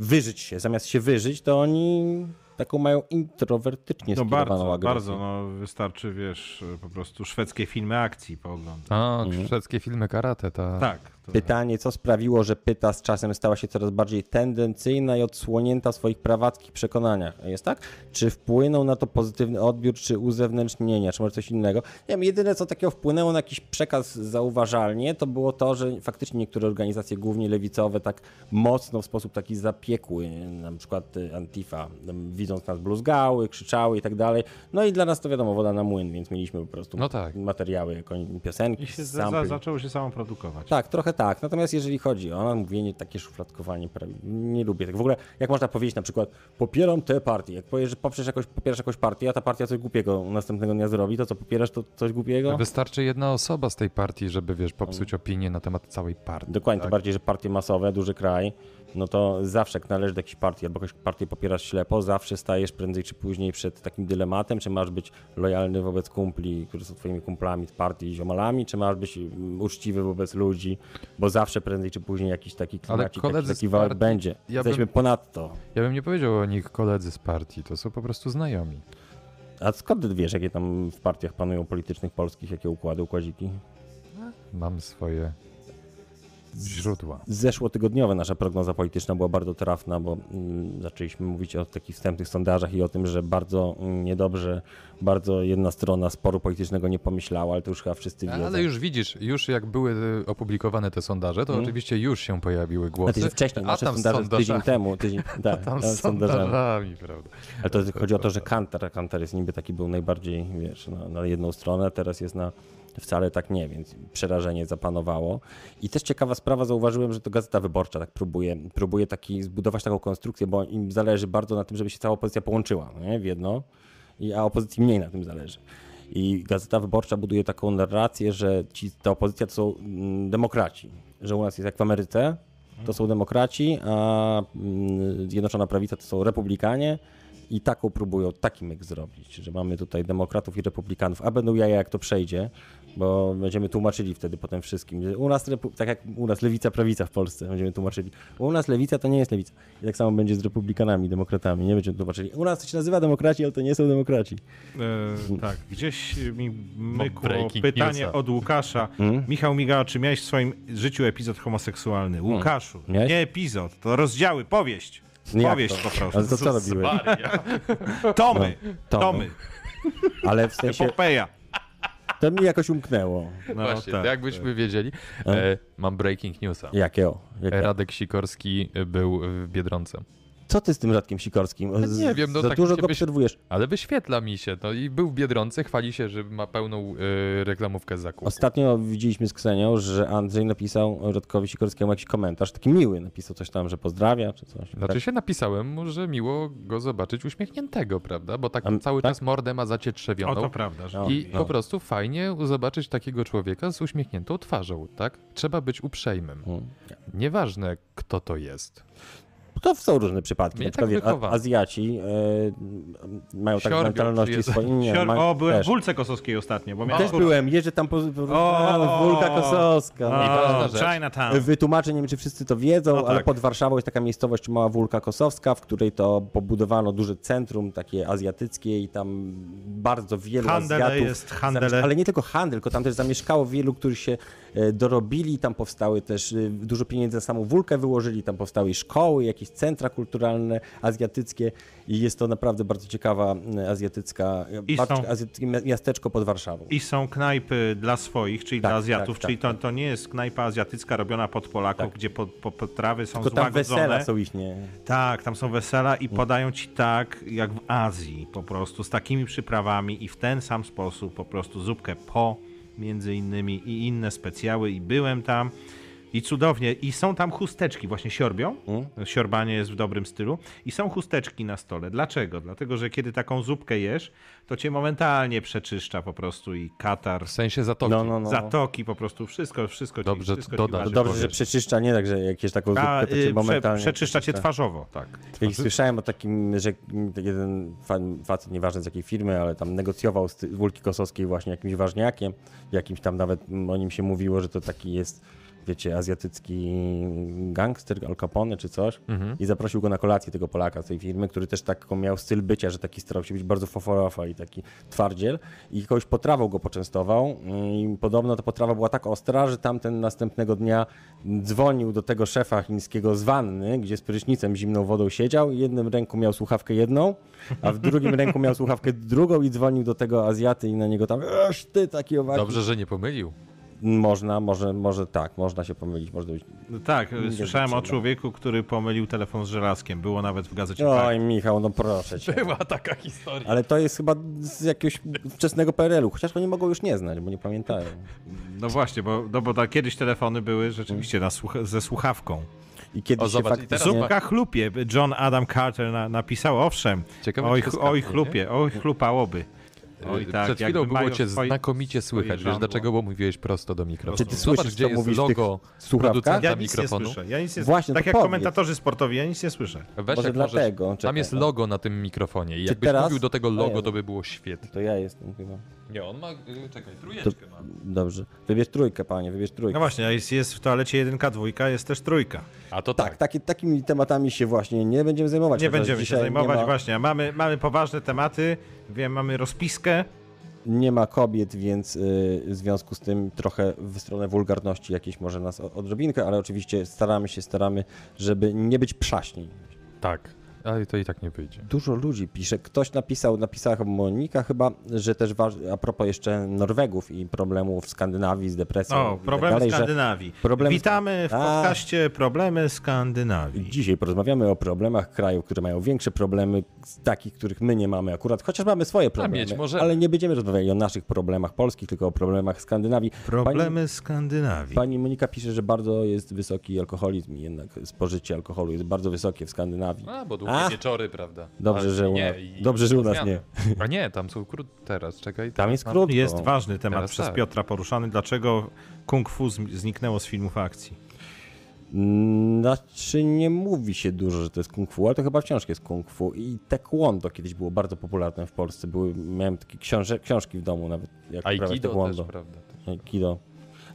Speaker 1: wyżyć się. Zamiast się wyżyć, to oni taką mają introwertycznie
Speaker 3: no
Speaker 1: skierowaną
Speaker 3: bardzo,
Speaker 1: agresję.
Speaker 3: bardzo. No, wystarczy, wiesz, po prostu szwedzkie filmy akcji pooglądać.
Speaker 1: Mhm.
Speaker 2: A, szwedzkie filmy karate, ta...
Speaker 3: Tak,
Speaker 1: Pytanie, co sprawiło, że pyta z czasem stała się coraz bardziej tendencyjna i odsłonięta w swoich prawackich przekonaniach. Jest tak? Czy wpłynął na to pozytywny odbiór, czy uzewnętrznienia, czy może coś innego? Nie wiem, jedyne co takiego wpłynęło na jakiś przekaz zauważalnie, to było to, że faktycznie niektóre organizacje, głównie lewicowe, tak mocno w sposób taki zapiekły, nie? na przykład y, Antifa, y, widząc nas bluzgały, krzyczały i tak dalej. No i dla nas to wiadomo, woda na młyn, więc mieliśmy po prostu
Speaker 2: No tak.
Speaker 1: materiały, jak oni- piosenki,
Speaker 3: I się za, za,
Speaker 1: sample.
Speaker 3: zaczęło się samo produkować.
Speaker 1: Tak, trochę tak. Natomiast jeżeli chodzi o mówienie, takie szufladkowanie, prawie, nie lubię tego. W ogóle, jak można powiedzieć na przykład, popieram tę partię. Jak powiesz, że poprzesz jakoś, popierasz jakąś partię, a ta partia coś głupiego następnego dnia zrobi, to co, popierasz to coś głupiego?
Speaker 2: Wystarczy jedna osoba z tej partii, żeby, wiesz, popsuć opinię na temat całej partii.
Speaker 1: Dokładnie,
Speaker 2: tak?
Speaker 1: tym bardziej, że partie masowe, duży kraj, no to zawsze jak należy do jakiejś partii albo jakąś partię popierasz ślepo, zawsze stajesz prędzej czy później przed takim dylematem, czy masz być lojalny wobec kumpli, którzy są twoimi kumplami z partii i ziomalami, czy masz być mm, uczciwy wobec ludzi, bo zawsze prędzej czy później jakiś taki klimacik, jakiś
Speaker 2: koledzy
Speaker 1: taki
Speaker 2: z
Speaker 1: wałek
Speaker 2: partii-
Speaker 1: będzie.
Speaker 2: ja
Speaker 1: Jesteśmy
Speaker 2: bym-
Speaker 1: ponad to.
Speaker 2: Ja bym nie powiedział o nich koledzy z partii, to są po prostu znajomi.
Speaker 1: A skąd ty wiesz, jakie tam w partiach panują politycznych polskich, jakie układy, układziki?
Speaker 2: Mam swoje źródła.
Speaker 1: zeszłotygodniowa nasza prognoza polityczna była bardzo trafna, bo mm, zaczęliśmy mówić o takich wstępnych sondażach i o tym, że bardzo mm, niedobrze, bardzo jedna strona sporu politycznego nie pomyślała, ale to już chyba wszyscy wiedzą.
Speaker 2: Ale już widzisz, już jak były e, opublikowane te sondaże, to oczywiście już się pojawiły głosy.
Speaker 1: Znaczy, że wcześniej, nasze
Speaker 2: tam z
Speaker 1: sondaże
Speaker 2: sondażami.
Speaker 1: tydzień temu,
Speaker 2: [LAUGHS]
Speaker 1: tydzień, tak,
Speaker 2: Tam
Speaker 1: tam
Speaker 2: z
Speaker 1: sondażami.
Speaker 2: sondażami, prawda.
Speaker 1: Ale to chodzi o to, że Kantar, Kantar jest niby taki był najbardziej, wiesz, na, na jedną stronę, teraz jest na wcale tak nie, więc przerażenie zapanowało. I też ciekawa sprawa, zauważyłem, że to Gazeta Wyborcza tak próbuje, próbuje taki, zbudować taką konstrukcję, bo im zależy bardzo na tym, żeby się cała opozycja połączyła no nie, w jedno, i, a opozycji mniej na tym zależy. I Gazeta Wyborcza buduje taką narrację, że ci, ta opozycja to są mm, demokraci, że u nas jest jak w Ameryce, to są demokraci, a mm, Zjednoczona Prawica to są republikanie i taką próbują taki myk zrobić, że mamy tutaj demokratów i republikanów, a będą jaja jak to przejdzie, bo będziemy tłumaczyli wtedy potem wszystkim. że U nas, repu- tak jak u nas lewica, prawica w Polsce, będziemy tłumaczyli. U nas lewica to nie jest lewica. I tak samo będzie z republikanami, demokratami, nie będziemy tłumaczyli. U nas to się nazywa demokraci, ale to nie są demokraci.
Speaker 3: E, tak, gdzieś mi mykło
Speaker 2: breaking tak.
Speaker 3: pytanie
Speaker 2: newsa.
Speaker 3: od Łukasza.
Speaker 1: Hmm?
Speaker 3: Michał Migała, czy miałeś w swoim życiu epizod homoseksualny? Łukaszu,
Speaker 1: Hmm. Miałeś? No
Speaker 3: nie epizod, to rozdziały, powieść.
Speaker 1: jak
Speaker 3: Powieść
Speaker 1: to?
Speaker 3: po
Speaker 1: Ale to
Speaker 3: prostu.
Speaker 1: co robiłeś?
Speaker 3: Tomy,
Speaker 1: No,
Speaker 3: tomy,
Speaker 1: tomy. Ale w sensie,
Speaker 3: epopeja.
Speaker 1: to mi jakoś umknęło.
Speaker 3: No,
Speaker 2: Właśnie,
Speaker 3: tak.
Speaker 2: jakbyśmy wiedzieli. E, mam breaking newsa. E,
Speaker 1: Jakiego? Jakiego?
Speaker 2: Radek Sikorski e, był w Biedronce.
Speaker 1: Co ty z tym Rzadkiem Sikorskim?
Speaker 2: nie wiem, no
Speaker 1: Za
Speaker 2: tak
Speaker 1: dużo
Speaker 2: się
Speaker 1: go
Speaker 2: byś-
Speaker 1: obserwujesz.
Speaker 2: Ale wyświetla mi się to i był w Biedronce, chwali się, że ma pełną e, reklamówkę z zakupu.
Speaker 1: Ostatnio widzieliśmy z Ksenią, że Andrzej napisał Radkowi Sikorskiemu jakiś komentarz, taki miły, napisał coś tam, że pozdrawia czy coś.
Speaker 2: Znaczy się napisałem mu, że miło go zobaczyć uśmiechniętego, prawda? Bo tak
Speaker 1: Am-
Speaker 2: cały
Speaker 1: tak?
Speaker 2: czas mordę ma
Speaker 3: O,
Speaker 2: zacietrzewioną.
Speaker 3: to prawda, że
Speaker 1: No.
Speaker 2: I po prostu fajnie zobaczyć takiego człowieka z uśmiechniętą twarzą, tak? Trzeba być uprzejmym.
Speaker 1: Mm.
Speaker 2: Nieważne, kto to jest.
Speaker 1: To są różne przypadki.
Speaker 2: Mnie
Speaker 1: na
Speaker 2: tak
Speaker 1: przykład wie-
Speaker 2: wychowano.
Speaker 1: a, Azjaci e, mają tak
Speaker 2: Siorbią,
Speaker 1: mentalności
Speaker 2: czy
Speaker 1: swoje. Nie,
Speaker 3: Sior-
Speaker 1: mają,
Speaker 3: o, byłem
Speaker 1: też.
Speaker 3: w Wólce Kosowskiej ostatnio, bo miałem...
Speaker 1: Też byłem, jeżdżę tam po, po
Speaker 3: O!
Speaker 1: Wulka Kosowska.
Speaker 3: O,
Speaker 2: ważna rzecz.
Speaker 3: Chinatown.
Speaker 1: Y, Wytłumaczę, nie wiem czy wszyscy to wiedzą,
Speaker 3: No
Speaker 1: ale
Speaker 3: tak.
Speaker 1: pod Warszawą jest taka miejscowość Mała Wólka Kosowska, w której to pobudowano duże centrum takie azjatyckie i tam bardzo wielu
Speaker 3: Handel
Speaker 1: Azjatów.
Speaker 3: jest, handel.
Speaker 1: zamieszka- Ale nie tylko handel, tylko tam też zamieszkało wielu, którzy się e, dorobili, tam powstały też e, dużo pieniędzy na samą Wólkę wyłożyli, tam powstały i szkoły, jakieś centra kulturalne azjatyckie i jest to naprawdę bardzo ciekawa e, azjatycka,
Speaker 3: I
Speaker 1: bardzo
Speaker 3: są-
Speaker 1: azjatyckie mi- miasteczko pod Warszawą.
Speaker 3: I są knajpy dla swoich, czyli
Speaker 1: Tak,
Speaker 3: dla Azjatów,
Speaker 1: tak, tak,
Speaker 3: czyli to, to nie jest knajpa azjatycka robiona pod Polaków, gdzie po, po, potrawy są
Speaker 1: Tylko tam
Speaker 3: złagodzone.
Speaker 1: wesela są ich, nie?
Speaker 3: Tak, tam są wesela i podają ci tak, jak w Azji, po prostu z takimi przyprawami i w ten sam sposób po prostu zupkę po, między innymi i inne specjały i byłem tam i cudownie. I są tam chusteczki, właśnie siorbią,
Speaker 1: Mm.
Speaker 3: siorbanie jest w dobrym stylu i są chusteczki na stole. Dlaczego? Dlatego, że kiedy taką zupkę jesz, to cię momentalnie przeczyszcza po prostu i katar,
Speaker 2: W sensie zatoki.
Speaker 1: No, no, no.
Speaker 3: zatoki, po prostu wszystko, wszystko
Speaker 2: Dobrze,
Speaker 3: ci, wszystko
Speaker 2: dodam.
Speaker 3: Ci
Speaker 1: To
Speaker 3: waży.
Speaker 1: dobrze,
Speaker 2: powiesz.
Speaker 1: że przeczyszcza, nie tak, że jakieś taką zupkę,
Speaker 3: A,
Speaker 1: to
Speaker 3: y,
Speaker 1: cię
Speaker 3: prze,
Speaker 1: momentalnie...
Speaker 3: przeczyszcza cię twarzowo, tak.
Speaker 1: Jak słyszałem o takim, że tak jeden fan, facet, nieważne z jakiej firmy, ale tam negocjował z ty- Wólki Kosowskiej właśnie jakimś ważniakiem, jakimś tam nawet mm, o nim się mówiło, że to taki jest wiecie, azjatycki gangster, Al Capone czy coś i zaprosił go na kolację tego Polaka z tej firmy, który też taką miał styl bycia, że taki starał się być bardzo foforafa i taki twardziel i jakąś potrawą go poczęstował i podobno ta potrawa była tak ostra, że tamten następnego dnia dzwonił do tego szefa chińskiego z wanny, gdzie z prysznicem zimną wodą siedział i jednym ręku miał słuchawkę jedną, a w drugim ręku miał słuchawkę drugą i dzwonił do tego Azjaty i na niego tam, aż ty taki owaki.
Speaker 2: Dobrze, że nie pomylił.
Speaker 1: Można, może, może tak, można się pomylić, może być.
Speaker 3: No tak, słyszałem o człowieku, który pomylił telefon z żelazkiem. Było nawet w
Speaker 2: [LAUGHS]
Speaker 3: gazecie.
Speaker 2: tak.
Speaker 1: Oj, Michał, no proszę cię.
Speaker 2: Była taka historia.
Speaker 1: Ale to jest chyba z jakiegoś wczesnego PRL-u, chociaż oni mogą już nie znać, bo nie pamiętają.
Speaker 3: No właśnie, bo, no bo ta, kiedyś telefony były rzeczywiście na słucha- ze słuchawką.
Speaker 1: I kiedyś
Speaker 2: O,
Speaker 1: się
Speaker 2: zobacz, i
Speaker 1: faktycznie...
Speaker 2: teraz-
Speaker 3: Zupka chlupie. John Adam Carter na, napisał, owszem.
Speaker 2: Ciekawe,
Speaker 3: oj,
Speaker 2: czy
Speaker 3: ch-
Speaker 2: to
Speaker 3: oj
Speaker 2: skapnie,
Speaker 3: chlupie, oj chlupałoby. Oj, tak,
Speaker 2: Yy, Przed chwilą
Speaker 3: jakby
Speaker 2: było
Speaker 3: mają
Speaker 2: cię
Speaker 3: swoje-
Speaker 2: znakomicie słychać. Wiesz
Speaker 3: żądło.
Speaker 2: dlaczego? Bo mówiłeś prosto do mikrofonu.
Speaker 1: Czy ty
Speaker 2: Zobacz,
Speaker 1: słyszysz,
Speaker 2: gdzie
Speaker 1: co
Speaker 2: jest
Speaker 1: mówisz w tych
Speaker 2: logo
Speaker 1: słuchawkach?
Speaker 2: producenta
Speaker 3: Ja nic nie
Speaker 2: mikrofonu?
Speaker 3: słyszę. Ja nic nie
Speaker 1: Właśnie,
Speaker 3: Właśnie,
Speaker 1: to
Speaker 3: tak jak
Speaker 1: powiedz.
Speaker 3: komentatorzy sportowi, ja nic nie słyszę.
Speaker 2: Weź,
Speaker 1: Może
Speaker 2: jak możesz.
Speaker 1: dlatego,
Speaker 2: Tam
Speaker 1: czekaj,
Speaker 2: jest
Speaker 1: no.
Speaker 2: logo na tym mikrofonie. I jakbyś
Speaker 1: teraz?
Speaker 2: mówił do tego
Speaker 1: O
Speaker 2: logo,
Speaker 1: Jezu.
Speaker 2: to by było świetnie.
Speaker 1: To ja jestem chyba.
Speaker 2: Nie, on ma... y, Czekaj, trójeczkę ma.
Speaker 1: Dobrze. Wybierz trójkę, panie, wybierz trójkę.
Speaker 3: No właśnie, a jest, jest w toalecie jedynka, dwójka, jest też trójka.
Speaker 2: A to
Speaker 1: tak,
Speaker 2: tak.
Speaker 1: taki, takimi tematami się właśnie nie będziemy zajmować.
Speaker 3: Nie
Speaker 1: chociaż
Speaker 3: będziemy się
Speaker 1: dzisiaj
Speaker 3: zajmować
Speaker 1: nie ma,
Speaker 3: właśnie. a Mamy, mamy poważne tematy, wiem, mamy rozpiskę.
Speaker 1: Nie ma kobiet, więc y, w związku z tym trochę w stronę wulgarności jakieś może nas o- odrobinkę, ale oczywiście staramy się, staramy, żeby nie być przaśni.
Speaker 2: tak. Ale to i tak nie wyjdzie.
Speaker 1: Dużo ludzi pisze. Ktoś napisał, napisała chyba Monika chyba, że też waż, a propos jeszcze Norwegów i problemów w Skandynawii z depresją. i
Speaker 3: O,
Speaker 1: tak
Speaker 3: problemy
Speaker 1: dalej, że-
Speaker 3: Skandynawii.
Speaker 1: problemy-
Speaker 3: Witamy w
Speaker 1: A.
Speaker 3: podcaście Problemy Skandynawii.
Speaker 1: Dzisiaj porozmawiamy o problemach krajów, które mają większe problemy z takich, których my nie mamy akurat, chociaż mamy swoje
Speaker 2: mieć
Speaker 1: problemy,
Speaker 2: możemy.
Speaker 1: ale nie będziemy rozmawiali o naszych problemach polskich, tylko o problemach Skandynawii.
Speaker 3: Problemy
Speaker 1: Pani,
Speaker 3: Skandynawii.
Speaker 1: pani Monika pisze, że bardzo jest wysoki alkoholizm i jednak spożycie alkoholu jest bardzo wysokie w Skandynawii.
Speaker 2: A, bo długie
Speaker 1: A.
Speaker 2: wieczory, prawda?
Speaker 1: Dobrze,
Speaker 2: Ale
Speaker 1: że u
Speaker 2: nie,
Speaker 1: nas-
Speaker 2: i-
Speaker 1: dobrze, że u nas
Speaker 2: zmiany. A nie, tam są krót... Teraz, czekaj.
Speaker 1: Tam jest
Speaker 2: mam-
Speaker 1: krótko.
Speaker 3: Jest ważny temat
Speaker 2: Teraz
Speaker 3: przez
Speaker 2: tak.
Speaker 3: Piotra poruszany, dlaczego kung fu zm- zniknęło z filmów akcji.
Speaker 1: Mm, Znaczy nie mówi się dużo, że to jest kung fu, ale to chyba wciąż jest kung fu. I taekwondo kiedyś było bardzo popularne w Polsce. Były, miałem takie książe, książki w domu nawet, jak uprawiać
Speaker 2: Aikido
Speaker 1: taekwondo.
Speaker 2: też, prawda?
Speaker 1: Aikido.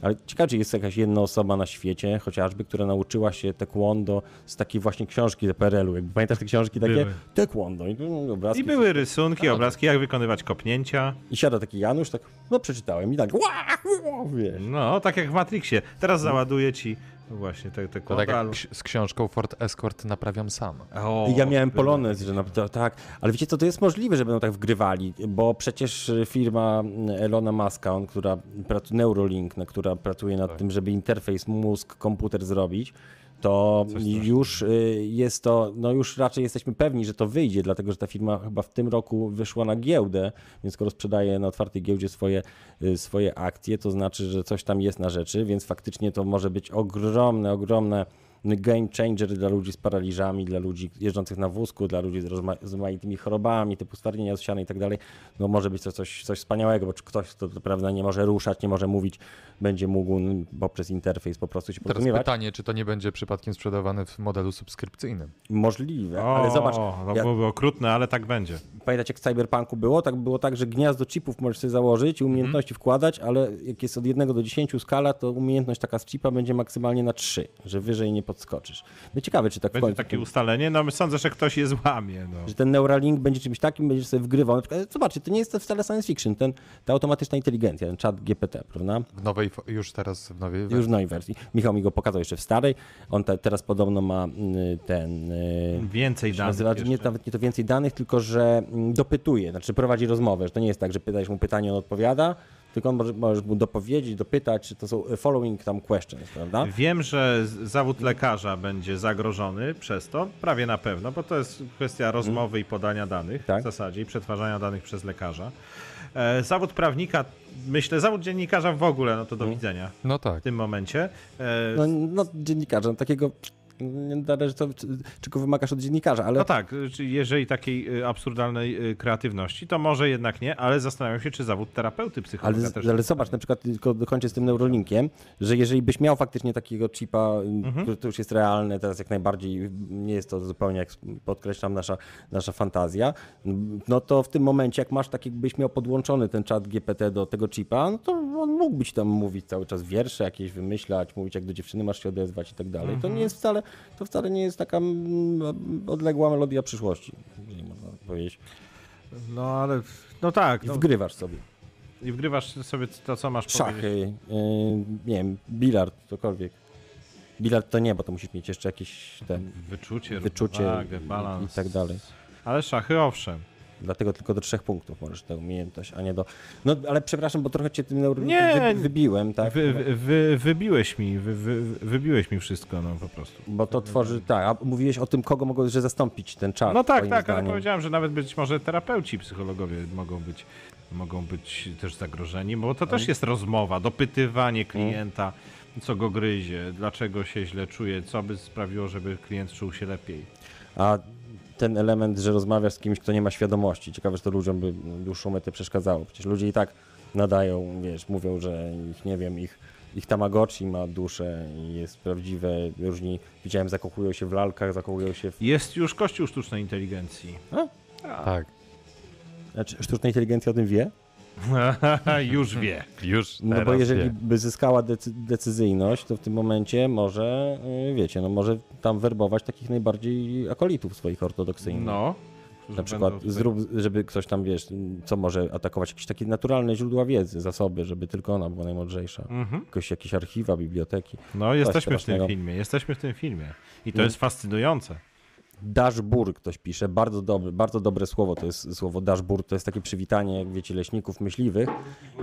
Speaker 1: Ale ciekawe, czy jest jakaś jedna osoba na świecie, chociażby, która nauczyła się taekwondo z takiej właśnie książki z PRL-u. Jakby pamiętasz te książki takie?
Speaker 3: Były.
Speaker 1: Taekwondo. I, mm, obrazki,
Speaker 3: I były
Speaker 1: Tak.
Speaker 3: rysunki, obrazki, jak wykonywać kopnięcia.
Speaker 1: I siada taki Janusz, tak, no przeczytałem i tak, wow, wiesz.
Speaker 3: No, tak jak w Matrixie. Teraz
Speaker 1: Mm.
Speaker 3: załaduję ci właśnie te, te
Speaker 2: To tak jak
Speaker 3: kodalu.
Speaker 2: ks- z książką Ford Escort naprawiam sam.
Speaker 3: O,
Speaker 1: I ja miałem
Speaker 3: były.
Speaker 1: polonez, że na, to, tak, ale wiecie co, to jest możliwe, że będą tak wgrywali, bo przecież y, firma Elona Muska, on, która pracuje, Neurolink, na- która pracuje nad tym, żeby interfejs mózg-komputer zrobić, to już y, jest to, no już raczej jesteśmy pewni, że to wyjdzie, dlatego że ta firma chyba w tym roku wyszła na giełdę, więc skoro sprzedaje na otwartej giełdzie swoje, y, swoje akcje, to znaczy, że coś tam jest na rzeczy, więc faktycznie to może być ogromne, ogromne game changer dla ludzi z paraliżami, dla ludzi jeżdżących na wózku, dla ludzi z rozma- z rozmaitymi chorobami, typu stwardnienia zsiane i tak dalej, no może być to coś, coś wspaniałego, bo czy ktoś, kto to, prawda, nie może ruszać, nie może mówić, będzie mógł mm, poprzez interfejs po prostu się
Speaker 2: Teraz
Speaker 1: porozumiewać.
Speaker 2: pytanie, czy to nie będzie przypadkiem sprzedawane w modelu subskrypcyjnym?
Speaker 1: Możliwe,
Speaker 3: O,
Speaker 1: ale zobacz,
Speaker 3: no,
Speaker 1: ja,
Speaker 3: byłoby okrutne, ale tak będzie.
Speaker 1: pamiętacie jak w Cyberpunku było? Tak było tak, że gniazdo chipów możesz sobie założyć i umiejętności wkładać, ale jak jest od 1 do 10 skala, to umiejętność taka z chipa będzie maksymalnie na 3, że wyżej nie podskoczysz. No ciekawe, czy tak w
Speaker 3: Będzie
Speaker 1: końcu
Speaker 3: takie ustalenie, no my sądzę, że ktoś je złamie. No.
Speaker 1: Że ten Neuralink będzie czymś takim, będziesz sobie wgrywał. Na przykład, zobaczcie, to nie jest wcale science fiction, ten, ta automatyczna inteligencja, ten chat GPT, prawda?
Speaker 2: W nowej, fo- już teraz w nowej
Speaker 1: Już w nowej wersji. Michał mi go pokazał jeszcze w starej. On te, teraz podobno ma y, ten. y,
Speaker 3: Więcej
Speaker 1: się nazywa,
Speaker 3: danych
Speaker 1: nie,
Speaker 3: jeszcze.
Speaker 1: nawet nie to więcej danych, tylko że mm, dopytuje, znaczy prowadzi rozmowę, że to nie jest tak, że pytajesz mu pytanie, on odpowiada, tylko on może, możesz mu dopowiedzieć, dopytać, czy to są following tam questions, prawda?
Speaker 3: Wiem, że z- zawód lekarza będzie zagrożony przez to, prawie na pewno, bo to jest kwestia rozmowy i podania danych
Speaker 1: Mhm. Tak.
Speaker 3: w zasadzie i przetwarzania danych przez lekarza. E, Zawód prawnika, myślę, zawód dziennikarza w ogóle, no to do widzenia
Speaker 2: No
Speaker 3: w
Speaker 2: tak.
Speaker 3: tym momencie. E,
Speaker 1: No, no dziennikarza, no, takiego Należy to, czego wymagasz od dziennikarza, ale...
Speaker 3: No tak, jeżeli takiej e, absurdalnej kreatywności, to może jednak nie, ale zastanawiam się, czy zawód terapeuty psychologa
Speaker 1: ale,
Speaker 3: też...
Speaker 1: Ale zobacz, na przykład tylko dokończę z tym Neurolinkiem, że jeżeli byś miał faktycznie takiego chipa, mhm. który to już jest realny teraz jak najbardziej, nie jest to zupełnie, jak podkreślam, nasza, nasza fantazja, no to w tym momencie, jak masz tak, jakbyś miał podłączony ten czat GPT do tego chipa, no to on mógłby ci tam mówić cały czas wiersze jakieś wymyślać, mówić jak do dziewczyny masz się odezwać i tak dalej. Mhm. To nie jest wcale, to wcale nie jest taka mm, odległa melodia przyszłości, jeżeli można powiedzieć.
Speaker 3: No ale, no tak. No.
Speaker 1: Wgrywasz sobie.
Speaker 3: I wgrywasz sobie to, co masz
Speaker 1: Szachy,
Speaker 3: powiedzieć.
Speaker 1: Yy, nie wiem, bilard, cokolwiek. Bilard to nie, bo to musisz mieć jeszcze jakieś ten,
Speaker 3: wyczucie,
Speaker 1: wyczucie
Speaker 3: równowagę, balans.
Speaker 1: I, i tak dalej.
Speaker 3: Ale szachy owszem.
Speaker 1: Dlatego tylko do trzech punktów możesz tę umiejętność, a nie do... No ale przepraszam, bo trochę cię tym neurologikiem wy, wybiłem, tak?
Speaker 3: Wy, wy, wybiłeś mi, wy, wybiłeś mi wszystko, no po prostu.
Speaker 1: Bo to tworzy, tak, a mówiłeś o tym, kogo mogą że zastąpić ten czas.
Speaker 3: No tak, tak, zdaniem. ale powiedziałem, że nawet być może terapeuci, psychologowie mogą być mogą być też zagrożeni, bo to
Speaker 1: Tak.
Speaker 3: też jest rozmowa, dopytywanie
Speaker 1: Mm.
Speaker 3: klienta, co go gryzie, dlaczego się źle czuje, co by sprawiło, żeby klient czuł się lepiej.
Speaker 1: A ten element, że rozmawiasz z kimś, kto nie ma świadomości, ciekawe, że to ludziom by dłuższą metę przeszkadzało. Przecież ludzie i tak nadają, wiesz, mówią, że ich, nie wiem, ich ich Tamagotchi ma duszę i jest prawdziwe. Różni, widziałem, zakochują się w lalkach, zakochują się w...
Speaker 3: Jest już kościół sztucznej inteligencji. [LAUGHS]
Speaker 1: A? Tak. Znaczy, sztuczna inteligencja o tym wie?
Speaker 3: Już
Speaker 1: Mm.
Speaker 3: wie.
Speaker 2: Już
Speaker 1: No bo jeżeli wie. by zyskała decy decyzyjność, to w tym momencie może, wiecie, no może tam werbować takich najbardziej akolitów swoich ortodoksyjnych.
Speaker 3: No.
Speaker 1: Na przykład zrób, żeby ktoś tam, wiesz, co może atakować, jakieś takie naturalne źródła wiedzy, zasoby, żeby tylko ona była najmądrzejsza.
Speaker 3: Mm.
Speaker 1: Mhm. Jakoś, jakieś archiwa, biblioteki.
Speaker 3: No, jesteśmy w tym filmie, jesteśmy w tym filmie. I to Mhm. jest fascynujące.
Speaker 1: Dashbur ktoś pisze, bardzo, dobry, bardzo dobre słowo to jest słowo dashbur, to jest takie przywitanie, jak wiecie, leśników myśliwych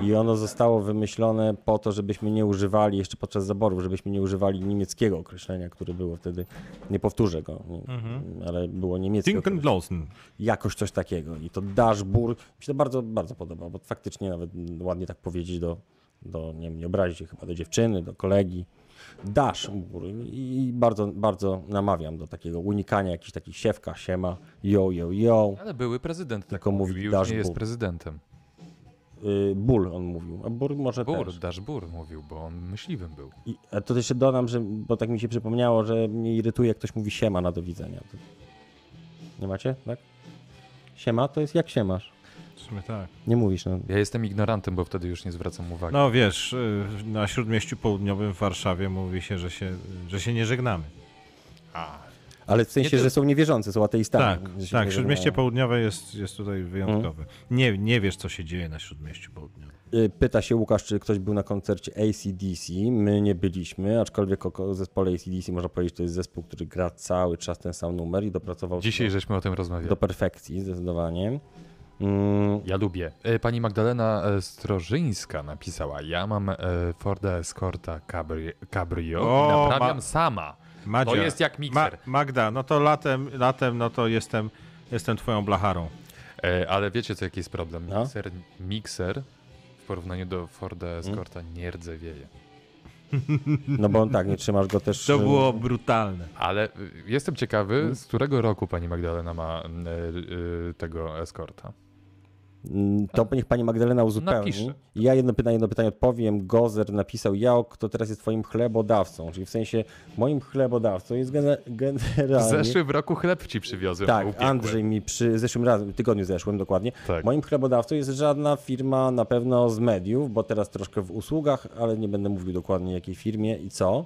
Speaker 1: i ono zostało wymyślone po to, żebyśmy nie używali, jeszcze podczas zaborów, żebyśmy nie używali niemieckiego określenia, które było wtedy, nie powtórzę go, mhm. ale było niemieckie.
Speaker 3: Dinkenblausen.
Speaker 1: Jakoś coś takiego i to dashbur, mi się to bardzo, bardzo podoba, bo faktycznie nawet ładnie tak powiedzieć do, do nie wiem, nie obrazić się chyba do dziewczyny, do kolegi dasz i bardzo, bardzo namawiam do takiego unikania jakichś takich siewka, siema, yo, yo, yo.
Speaker 2: Ale były prezydent tylko tak mówił, już dasz nie jest bur. prezydentem.
Speaker 1: Yy, ból on mówił, a bur może
Speaker 2: bur,
Speaker 1: też.
Speaker 2: Dasz bur mówił, bo on myśliwym był.
Speaker 1: I, a to też się dodam, że, bo tak mi się przypomniało, że mnie irytuje, jak ktoś mówi siema na do widzenia. To... Nie macie, tak? Siema to jest jak się masz.
Speaker 3: Tak.
Speaker 1: Nie mówisz. No.
Speaker 2: Ja jestem ignorantem, bo wtedy już nie zwracam uwagi.
Speaker 3: No wiesz, na Śródmieściu Południowym w Warszawie mówi się, że się, że się nie żegnamy.
Speaker 1: A. Ale w sensie, nie, ty... że są niewierzący, są ateistami.
Speaker 3: Tak, tak Śródmieście Południowe jest, jest tutaj wyjątkowe. Hmm? Nie, nie wiesz, co się dzieje na Śródmieściu Południowym.
Speaker 1: Y, Pyta się Łukasz, czy ktoś był na koncercie ACDC. My nie byliśmy, aczkolwiek o zespole ACDC można powiedzieć, to jest zespół, który gra cały czas ten sam numer i dopracował...
Speaker 2: Dzisiaj do, żeśmy o tym rozmawiali.
Speaker 1: Do perfekcji, zdecydowanie. Mm,
Speaker 2: Ja lubię. E, Pani Magdalena e, Strożyńska napisała: Ja mam Forda Escorta Cabrio, cabrio o, i naprawiam ma... sama. Madzia. To jest jak mikser.
Speaker 3: Ma Magda, no to latem, latem no to jestem, jestem twoją blacharą.
Speaker 2: E, Ale wiecie, co jaki jest problem? Mikser, no? mikser w porównaniu do Forda Escorta hmm? nie rdzewieje.
Speaker 1: No bo on tak, nie trzymasz go też.
Speaker 3: [LAUGHS] To było brutalne.
Speaker 2: Ale e, jestem ciekawy, z którego roku pani Magdalena ma y, y, tego eskorta?
Speaker 1: mm, To niech pani Magdalena uzupełni. Napiszę. Ja jedno pytanie, jedno pytanie odpowiem. Gozer napisał, ja, kto teraz jest twoim chlebodawcą, czyli w sensie moim chlebodawcą jest gener generalnie...
Speaker 2: W zeszłym roku chleb ci przywiozłem.
Speaker 1: Tak, upiekłem. Andrzej mi przy zeszłym razem, tygodniu zeszłym dokładnie. Tak. Moim chlebodawcą jest żadna firma na pewno z mediów, bo teraz troszkę w usługach, ale nie będę mówił dokładnie jakiej firmie i co.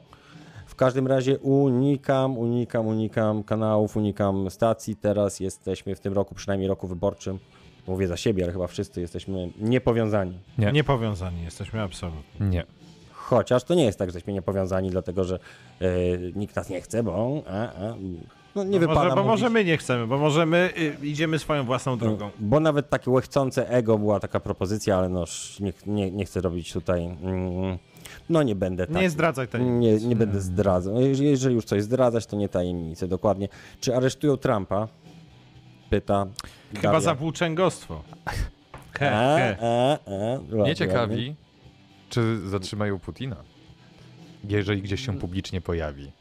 Speaker 1: W każdym razie unikam, unikam, unikam kanałów, unikam stacji. Teraz jesteśmy w tym roku, przynajmniej roku wyborczym, mówię za siebie, ale chyba wszyscy jesteśmy niepowiązani.
Speaker 3: Nie. Niepowiązani jesteśmy absolutnie.
Speaker 2: Nie.
Speaker 1: Chociaż to nie jest tak, że jesteśmy niepowiązani, dlatego że yy, nikt nas nie chce, bo a, a, no nie no wypada Bo
Speaker 3: może,
Speaker 1: mówić.
Speaker 3: może my nie chcemy, bo może my y, idziemy swoją własną drogą. No,
Speaker 1: bo nawet takie łechcące ego była taka propozycja, ale no nie, nie, nie chcę robić tutaj... Mm, no nie będę tak.
Speaker 3: Nie zdradzaj
Speaker 1: tajemnicy. Nie, nie hmm. będę zdradzał. Jeżeli, jeżeli już coś zdradzać, to nie tajemnicy, dokładnie. Czy aresztują Trumpa? pyta.
Speaker 3: Chyba Daria. za E, włóczęgostwo.
Speaker 1: He, he. A, a,
Speaker 2: a. Nie ciekawi,
Speaker 1: Hmm.
Speaker 2: czy zatrzymają Putina, jeżeli gdzieś się publicznie pojawi.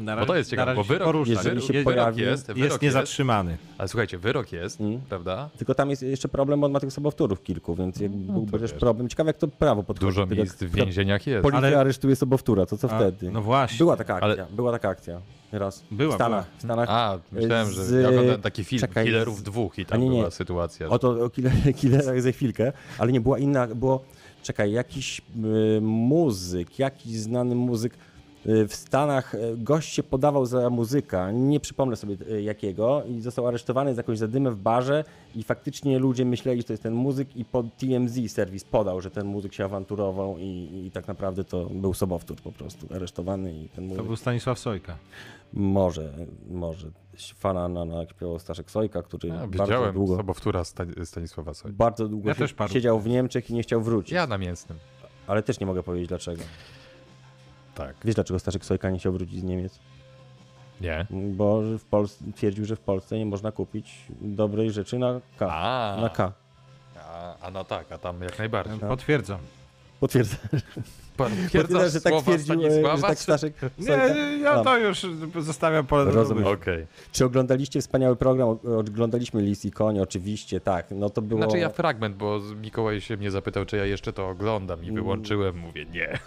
Speaker 2: Na razie, bo to jest ciekawe, bo wyrok,
Speaker 1: porusza, jeżeli
Speaker 2: wyrok,
Speaker 1: się
Speaker 2: wyrok
Speaker 1: pojawi,
Speaker 2: jest, wyrok
Speaker 3: Jest niezatrzymany.
Speaker 2: Ale słuchajcie, wyrok jest,
Speaker 1: Hmm.
Speaker 2: prawda?
Speaker 1: Tylko tam jest jeszcze problem, bo on ma tych sobowtórów kilku, więc
Speaker 2: No,
Speaker 1: jak byłby też problem. Ciekawe, jak to prawo podchodzi.
Speaker 2: Dużo
Speaker 1: do tego.
Speaker 2: miejsc w więzieniach jest.
Speaker 1: Policja
Speaker 3: Ale-
Speaker 1: aresztuje sobowtóra, to co wtedy?
Speaker 3: no właśnie.
Speaker 1: Była taka akcja,
Speaker 2: Ale-
Speaker 1: była taka akcja. Raz.
Speaker 3: Była,
Speaker 1: w Stanach. W Stanach.
Speaker 2: A, myślałem, że
Speaker 1: z-
Speaker 2: ja oglądałem taki film
Speaker 1: czekaj,
Speaker 2: Killerów
Speaker 1: z-
Speaker 2: dwóch i
Speaker 1: A
Speaker 2: tam
Speaker 1: nie, nie.
Speaker 2: była sytuacja.
Speaker 1: O to o killer, [LAUGHS] killerach za chwilkę, ale nie była inna, było, czekaj, jakiś y, muzyk, jakiś znany muzyk y, w Stanach, y, gość się podawał za muzyka, nie przypomnę sobie y, jakiego, i został aresztowany za jakąś zadymę w barze i faktycznie ludzie myśleli, że to jest ten muzyk i pod TMZ serwis podał, że ten muzyk się awanturował i, i tak naprawdę to był sobowtór po prostu, aresztowany i ten muzyk...
Speaker 3: To był Stanisław Sojka.
Speaker 1: Może, może. Fana na, na śpiewał Staszek Sojka, który
Speaker 2: A,
Speaker 1: bardzo
Speaker 2: No, widziałem
Speaker 1: długo
Speaker 2: sobowtóra Sta- Stanisława Soli.
Speaker 1: bardzo długo
Speaker 3: Ja
Speaker 1: się-
Speaker 3: też paru.
Speaker 1: siedział w Niemczech i nie chciał wrócić.
Speaker 2: Ja na mięsnym.
Speaker 1: Ale też nie mogę powiedzieć dlaczego.
Speaker 2: Tak.
Speaker 1: Wiesz dlaczego Staszek Sojka nie chciał wrócić z Niemiec?
Speaker 2: Nie.
Speaker 1: Bo w Polsce, twierdził, że w Polsce nie można kupić dobrej rzeczy na K.
Speaker 2: A,
Speaker 1: Na K.
Speaker 2: a, a na tak, a tam jak
Speaker 1: No.
Speaker 2: najbardziej.
Speaker 3: Potwierdzam.
Speaker 1: Potwierdzam. Bo tyle, że tak twierdził, e, że tak Staszek
Speaker 3: Nie,
Speaker 1: Sojka.
Speaker 3: ja
Speaker 1: No.
Speaker 3: to już zostawiam pole do
Speaker 1: Rozumiem.
Speaker 3: próby.
Speaker 2: Okej.
Speaker 1: Czy oglądaliście wspaniały program? O- Oglądaliśmy Lis i Koń, oczywiście, tak. No to było...
Speaker 2: Znaczy ja fragment, bo z- Mikołaj się mnie zapytał, czy ja jeszcze to oglądam i wyłączyłem, mówię nie.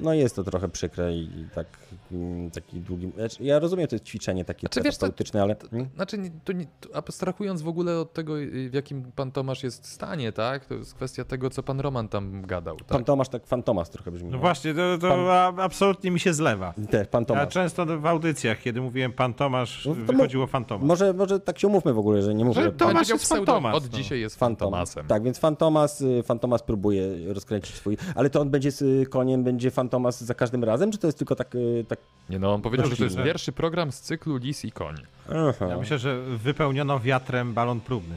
Speaker 1: No jest to trochę przykre i i tak, mm, taki długi... Znaczy, ja rozumiem, to jest ćwiczenie takie
Speaker 2: Znaczy, wiesz co,
Speaker 1: terapeutyczne, ale... Hmm?
Speaker 2: Znaczy, nie- tu, nie- tu abstrahując w ogóle od tego, y, w jakim pan Tomasz jest stanie, tak? To jest kwestia tego, co pan Roman tam gadał, tak?
Speaker 1: Pan Tomasz tak fantomas trochę brzmi.
Speaker 3: No właśnie, to, to a- absolutnie mi się zlewa.
Speaker 1: Też, pan
Speaker 3: Ja
Speaker 1: Tomasz.
Speaker 3: często w audycjach, kiedy mówiłem pan Tomasz,
Speaker 1: No to mo-
Speaker 3: wychodziło pan Tomasz.
Speaker 1: Może, może tak się umówmy w ogóle, że nie mówię.
Speaker 3: Że
Speaker 1: że
Speaker 3: Tomasz
Speaker 2: Będzie miał
Speaker 3: jest fan
Speaker 2: pseudo-
Speaker 3: Tomas,
Speaker 2: Od
Speaker 3: no.
Speaker 2: dzisiaj jest
Speaker 1: Fan
Speaker 2: fan
Speaker 1: Tomas.
Speaker 2: Tomasem.
Speaker 1: Tak, więc Fantomas, y, Fantomas próbuje rozkręcić swój. Ale to on będzie z y, koniem, będzie Fantomas za każdym razem, czy to jest tylko tak. y, tak...
Speaker 2: Nie no, on powiedział, że to jest
Speaker 3: Oczywiście.
Speaker 2: pierwszy program z cyklu Lis i Koń.
Speaker 3: Ja myślę, że wypełniono wiatrem balon próbny.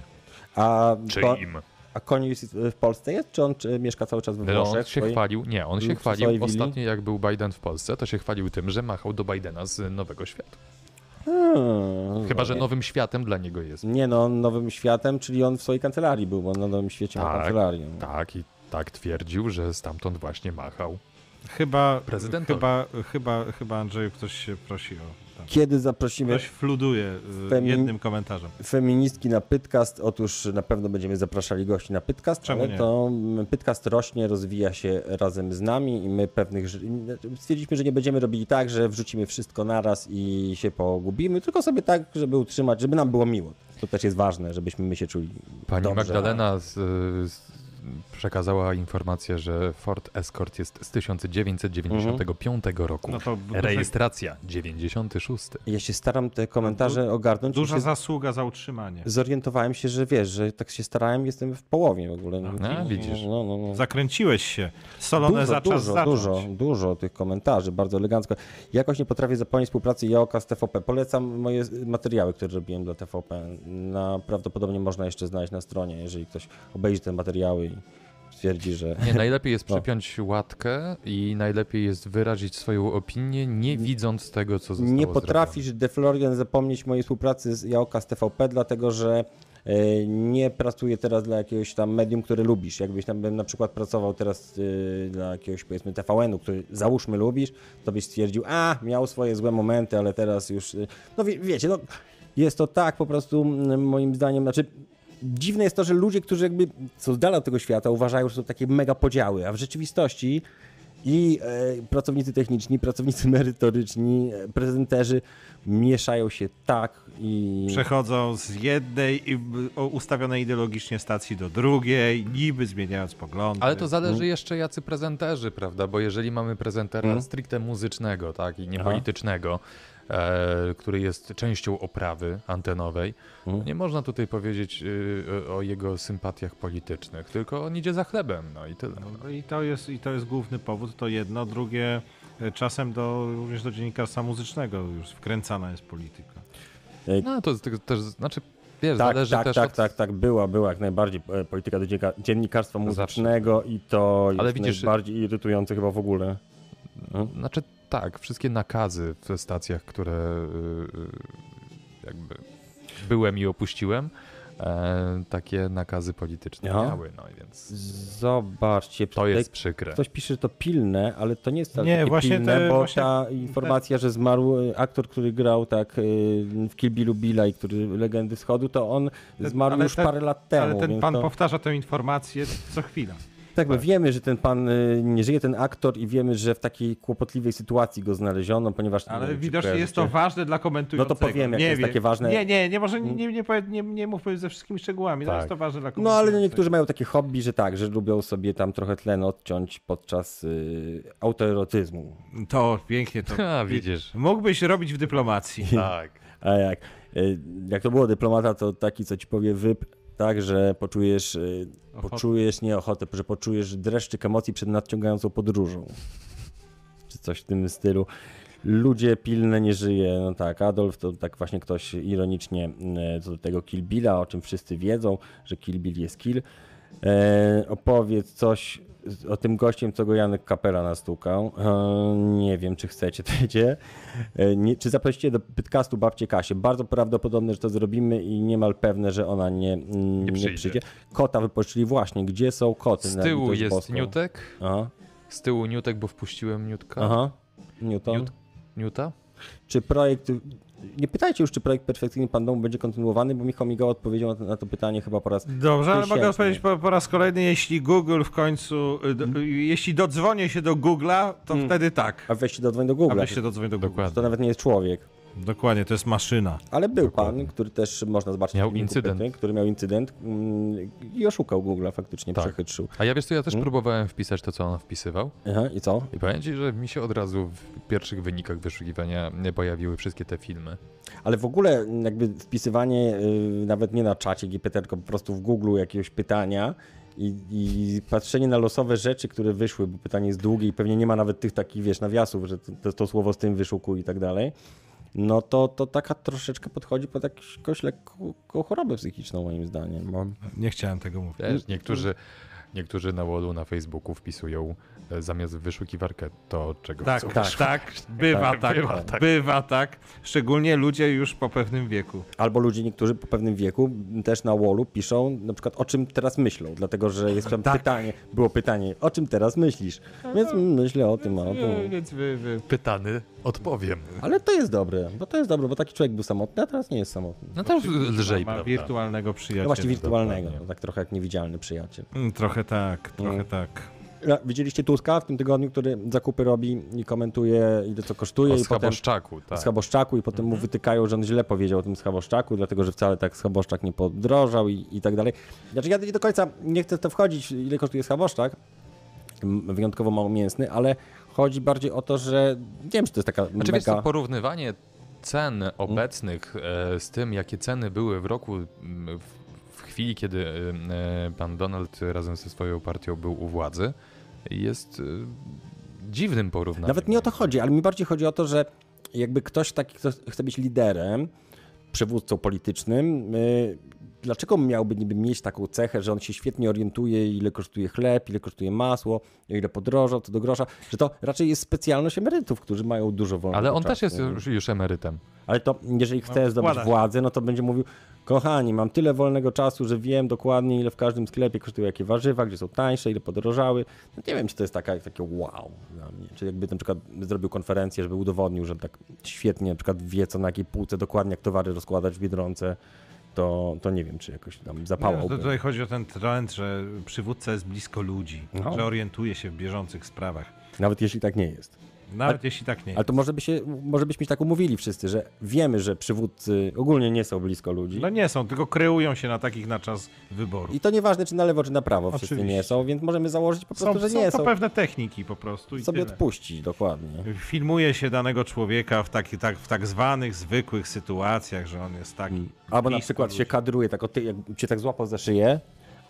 Speaker 1: A, ko-
Speaker 2: Czyim?
Speaker 1: a koń jest y, w Polsce jest, czy on czy mieszka cały czas we
Speaker 2: No, on
Speaker 1: Włoszech?
Speaker 2: się
Speaker 1: swojej-
Speaker 2: chwalił, nie, on się
Speaker 1: w swojej
Speaker 2: chwalił
Speaker 1: willi?
Speaker 2: ostatnio jak był Biden w Polsce, to się chwalił tym, że machał do Bidena z Nowego Światu.
Speaker 1: Hmm,
Speaker 2: Chyba, że nowym światem dla niego jest.
Speaker 1: Nie, no, on nowym światem, czyli on w swojej kancelarii był, bo on na nowym świecie ma
Speaker 2: Tak,
Speaker 1: kancelarię.
Speaker 2: Tak, i tak twierdził, że stamtąd właśnie machał.
Speaker 3: Chyba,
Speaker 2: Prezydentowi.
Speaker 3: chyba, chyba, chyba Andrzeju ktoś się prosi o... Tak.
Speaker 1: Kiedy zaprosimy
Speaker 3: Ktoś fluduje y,
Speaker 1: Femi-
Speaker 3: jednym komentarzem.
Speaker 1: feministki na Pytcast. Otóż na pewno będziemy zapraszali gości na Pytcast,
Speaker 3: Czemu
Speaker 1: ale
Speaker 3: nie?
Speaker 1: to mm, Pytcast rośnie, rozwija się razem z nami i my pewnych ży- stwierdziliśmy, że nie będziemy robili tak, że wrzucimy wszystko naraz i się pogubimy, tylko sobie tak, żeby utrzymać, żeby nam było miło. To też jest ważne, żebyśmy my się czuli
Speaker 2: Pani
Speaker 1: dobrze.
Speaker 2: Magdalena z, z, przekazała informację, że Ford Escort jest z 1995 roku.
Speaker 3: No to duża-
Speaker 2: Rejestracja 96.
Speaker 1: Ja się staram te komentarze ogarnąć. i
Speaker 3: Duża
Speaker 1: się
Speaker 3: zasługa za utrzymanie.
Speaker 1: Zorientowałem się, że wiesz, że tak się starałem, jestem w połowie w ogóle.
Speaker 2: A, widzisz.
Speaker 1: No, no, no.
Speaker 3: Zakręciłeś się. Solone za czas
Speaker 1: dużo,
Speaker 3: zacząć.
Speaker 1: dużo, dużo tych komentarzy, bardzo elegancko. Jakoś nie potrafię zapomnieć współpracy Jaoka z TVP. Polecam moje z- materiały, które robiłem dla TVP. Na, prawdopodobnie można jeszcze znaleźć na stronie, jeżeli ktoś obejrzy te materiały i stwierdzi, że...
Speaker 2: Nie, najlepiej jest
Speaker 1: No.
Speaker 2: przypiąć łatkę i najlepiej jest wyrazić swoją opinię, nie widząc tego, co zostało
Speaker 1: Nie potrafisz De Florian zapomnieć mojej współpracy z Jaoka z TVP, dlatego że e, nie pracuję teraz dla jakiegoś tam medium, które lubisz. Jakbyś tam bym na przykład pracował teraz e, dla jakiegoś powiedzmy TVN-u, który załóżmy lubisz, to byś stwierdził, a miał swoje złe momenty, ale teraz już. e, No wie, wiecie, no, jest to tak po prostu m, moim zdaniem, znaczy. Dziwne jest to, że ludzie, którzy jakby są z dala od tego świata, uważają, że są takie mega podziały, a w rzeczywistości i e, pracownicy techniczni, pracownicy [LAUGHS] merytoryczni, e, prezenterzy mieszają się tak i.
Speaker 3: Przechodzą z jednej i- y, o- ustawionej ideologicznie stacji do drugiej, niby zmieniając poglądy.
Speaker 2: Ale to
Speaker 1: no.
Speaker 2: zależy jeszcze jacy prezenterzy, prawda? Bo jeżeli mamy prezentera
Speaker 1: Mhm.
Speaker 2: stricte muzycznego, tak, i niepolitycznego, e, który jest częścią oprawy antenowej,
Speaker 1: Mhm.
Speaker 2: nie można tutaj powiedzieć y, y, o jego sympatiach politycznych, tylko on idzie za chlebem, no i tyle.
Speaker 3: No I to jest, i to jest główny powód, to jedno. Drugie, e, czasem do, również do dziennikarstwa muzycznego już wkręcana jest polityka.
Speaker 2: No to jest tylko też, znaczy, wiesz,
Speaker 1: Tak,
Speaker 2: zależy
Speaker 1: tak,
Speaker 2: też
Speaker 1: tak,
Speaker 2: od...
Speaker 1: tak, tak, była, była jak najbardziej e, polityka do dziennika- dziennikarstwa
Speaker 2: Zawsze.
Speaker 1: muzycznego i to jest
Speaker 2: Ale widzisz-
Speaker 1: najbardziej irytujące chyba w ogóle.
Speaker 2: Znaczy tak, wszystkie nakazy w stacjach, które y, y, jakby byłem i opuściłem, e, takie nakazy polityczne
Speaker 1: Aha.
Speaker 2: miały. No, więc
Speaker 1: Zobaczcie,
Speaker 2: to
Speaker 1: tutaj
Speaker 2: jest przykre.
Speaker 1: Ktoś pisze, że to pilne, ale to nie jest wcale
Speaker 3: Nie,
Speaker 1: takie
Speaker 3: właśnie
Speaker 1: pilne,
Speaker 3: te-
Speaker 1: bo
Speaker 3: właśnie
Speaker 1: ta informacja, że zmarł e, aktor, który grał tak e, w Kill Billu Billa i który Legendy Wschodu, to on zmarł
Speaker 3: ale
Speaker 1: już
Speaker 3: te-
Speaker 1: parę lat temu.
Speaker 3: Ale ten
Speaker 1: więc
Speaker 3: pan
Speaker 1: to...
Speaker 3: powtarza tę informację co chwila.
Speaker 1: Tak, my wiemy, że ten pan y, nie żyje, ten aktor, i wiemy, że w takiej kłopotliwej sytuacji go znaleziono, ponieważ.
Speaker 3: Ale
Speaker 1: nie wiem, czy
Speaker 3: widocznie jest to
Speaker 1: kojarzycie.
Speaker 3: ważne dla komentującego.
Speaker 1: No to powiem, jak to
Speaker 3: nie
Speaker 1: jest
Speaker 3: wiem.
Speaker 1: takie ważne.
Speaker 3: Nie, nie, nie, może nie, nie, nie, powie- nie, nie mówmy ze wszystkimi szczegółami,
Speaker 2: Tak.
Speaker 3: to jest to ważne dla
Speaker 1: No
Speaker 3: komentującego.
Speaker 1: ale niektórzy mają takie hobby, że tak, że lubią sobie tam trochę tlen odciąć podczas y, autoerotyzmu.
Speaker 3: To pięknie to. [LAUGHS]
Speaker 2: A, widzisz.
Speaker 3: Mógłbyś robić w dyplomacji.
Speaker 2: Tak.
Speaker 1: A jak, y, jak to było dyplomata, to taki, co ci powie wyp, tak, że poczujesz, y,
Speaker 3: Ochotę.
Speaker 1: poczujesz nieochotę, że poczujesz dreszczyk emocji przed nadciągającą podróżą. Czy coś w tym stylu. Ludzie pilne nie żyje, no tak, Adolf to tak właśnie ktoś ironicznie y, co do tego Kill Billa, o czym wszyscy wiedzą, że Kill Bill jest kill. E, opowiedz coś z- o tym gościem, co go Janek Kapela nastukał. E, nie wiem, czy chcecie, to wiecie. E, nie, czy zaprosicie do podcastu babcie Kasię? Bardzo prawdopodobne, że to zrobimy i niemal pewne, że ona nie, mm, nie, przyjdzie.
Speaker 2: przyjdzie.
Speaker 1: Kota wypożyczyli właśnie. Gdzie są koty?
Speaker 2: Z
Speaker 1: na
Speaker 2: tyłu
Speaker 1: litość
Speaker 2: jest
Speaker 1: boską?
Speaker 2: Newtek.
Speaker 1: Aha,
Speaker 2: Z tyłu Newtek, bo wpuściłem Newtka.
Speaker 1: aha. Newton.
Speaker 2: Newt- Newta?
Speaker 1: Czy projekt... Nie pytajcie już, czy projekt Perfekcyjny Pan Domu będzie kontynuowany, bo Michał Migał odpowiedział na- na to pytanie chyba po raz...
Speaker 3: Dobrze, ale mogę
Speaker 1: Tysięczny.
Speaker 3: odpowiedzieć po, po raz kolejny, jeśli Google w końcu, y, do, jeśli dodzwonię się do Google'a, to wtedy tak.
Speaker 1: Hmm? A weź się dodzwoń do
Speaker 3: A
Speaker 1: Google.
Speaker 3: weź się dodzwoń do Google.
Speaker 1: To
Speaker 2: Dokładnie.
Speaker 1: nawet nie jest człowiek.
Speaker 3: Dokładnie, to jest maszyna.
Speaker 1: Ale był pan, który też można zobaczyć.
Speaker 2: Miał
Speaker 1: w filmiku
Speaker 2: incydent.
Speaker 1: Pety, który miał incydent mm, i oszukał Google'a faktycznie,
Speaker 2: Tak.
Speaker 1: przechytrzył.
Speaker 2: A ja wiesz co, ja też
Speaker 1: Hmm?
Speaker 2: próbowałem wpisać to, co on wpisywał.
Speaker 1: Aha, I co?
Speaker 2: I powiem ci, że mi się od razu w pierwszych wynikach wyszukiwania nie pojawiły wszystkie te filmy.
Speaker 1: Ale w ogóle mm, jakby wpisywanie y, nawet nie na czacie GPT, tylko po prostu w Googleu jakiegoś pytania i, i patrzenie na losowe rzeczy, które wyszły, bo pytanie jest długie i pewnie nie ma nawet tych takich, wiesz, nawiasów, że to, to słowo z tym wyszukuj i tak dalej. No to, to taka troszeczkę podchodzi pod jakąś lekką chorobę psychiczną moim zdaniem. Bo...
Speaker 3: Nie chciałem tego mówić.
Speaker 1: Hmm.
Speaker 2: Wiesz, niektórzy, niektórzy na wallu na Facebooku wpisują e, zamiast w wyszukiwarkę to, czego
Speaker 3: Tak,
Speaker 2: chcą.
Speaker 3: tak, tak, bywa
Speaker 2: Tak,
Speaker 3: tak,
Speaker 2: bywa
Speaker 3: bywa
Speaker 2: tak.
Speaker 3: tak, Szczególnie ludzie już po pewnym wieku.
Speaker 1: Albo ludzie niektórzy po pewnym wieku m, też na wallu piszą na przykład o czym teraz myślą, dlatego że jest tam pytanie, było pytanie, o czym teraz myślisz? Więc mm, myślę o tym, o tym.
Speaker 3: No, Więc wy, wy.
Speaker 2: Pytany odpowiem.
Speaker 1: Ale to jest dobre, bo to jest dobre, bo taki człowiek był samotny, a teraz nie jest samotny.
Speaker 2: No to lżej,
Speaker 3: Ma
Speaker 2: prawda?
Speaker 3: wirtualnego przyjaciela.
Speaker 1: No właśnie wirtualnego, no, tak trochę jak niewidzialny przyjaciel.
Speaker 3: Mm, Trochę tak, trochę
Speaker 1: Mm.
Speaker 3: tak.
Speaker 1: A, Widzieliście Tuska w tym tygodniu, który zakupy robi i komentuje ile co kosztuje
Speaker 2: O
Speaker 1: i potem
Speaker 2: schaboszczaku, tak.
Speaker 1: schaboszczaku i potem mu wytykają, że on źle powiedział o tym schaboszczaku, dlatego że wcale tak schaboszczak nie podrożał i, i tak dalej. Znaczy ja nie do końca nie chcę w to wchodzić, ile kosztuje schaboszczak, m, wyjątkowo mało mięsny, ale chodzi bardziej o to, że nie wiem, czy to jest taka
Speaker 2: Znaczy, wiesz,
Speaker 1: mega... Mm.
Speaker 2: co, porównywanie cen obecnych e, z tym, jakie ceny były w roku, m, w, w chwili, kiedy e, e, pan Donald razem ze swoją partią był u władzy, jest e, dziwnym porównaniem.
Speaker 1: Nawet nie o to chodzi, ale mi bardziej chodzi o to, że jakby ktoś taki, kto chce być liderem, przywódcą politycznym, y, dlaczego miałby niby mieć taką cechę, że on się świetnie orientuje, ile kosztuje chleb, ile kosztuje masło, ile podroża, co do grosza, że to raczej jest specjalność emerytów, którzy mają dużo wolnego
Speaker 2: Ale on
Speaker 1: czasu.
Speaker 2: też jest już, już emerytem.
Speaker 1: Ale to
Speaker 3: No,
Speaker 1: jeżeli chce zdobyć
Speaker 3: wkłada.
Speaker 1: władzę, no to będzie mówił, kochani, mam tyle wolnego czasu, że wiem dokładnie, ile w każdym sklepie kosztują jakie warzywa, gdzie są tańsze, ile podrożały. No nie wiem, czy to jest taka, takie wow dla mnie. Czy jakby na przykład zrobił konferencję, żeby udowodnił, że tak świetnie na przykład wie, co na jakiej półce dokładnie jak towary rozkładać w Biedronce, to, to nie wiem, czy jakoś tam
Speaker 3: Nie, to
Speaker 1: zapałałby.
Speaker 3: tutaj chodzi o ten trend, że przywódca jest blisko ludzi,
Speaker 1: No.
Speaker 3: że orientuje się w bieżących sprawach.
Speaker 1: Nawet jeśli tak nie jest.
Speaker 3: Nawet jeśli tak nie.
Speaker 1: Ale to może, by się, może byśmy się tak umówili wszyscy, że wiemy, że przywódcy ogólnie nie są blisko ludzi.
Speaker 3: No nie są, tylko kreują się na takich na czas wyboru.
Speaker 1: I to nieważne, czy na lewo, czy na prawo wszyscy
Speaker 3: Oczywiście.
Speaker 1: nie są, więc możemy założyć po prostu,
Speaker 3: Są,
Speaker 1: że
Speaker 3: są
Speaker 1: nie
Speaker 3: to
Speaker 1: są.
Speaker 3: pewne techniki po prostu i
Speaker 1: Sobie
Speaker 3: tyle.
Speaker 1: odpuścić, dokładnie.
Speaker 3: Filmuje się danego człowieka w, taki, tak, w tak zwanych zwykłych sytuacjach, że on jest taki.
Speaker 1: Albo na
Speaker 3: blisko
Speaker 1: przykład
Speaker 3: ludzi.
Speaker 1: się kadruje, tak, o ty, jak cię tak złapał za szyję,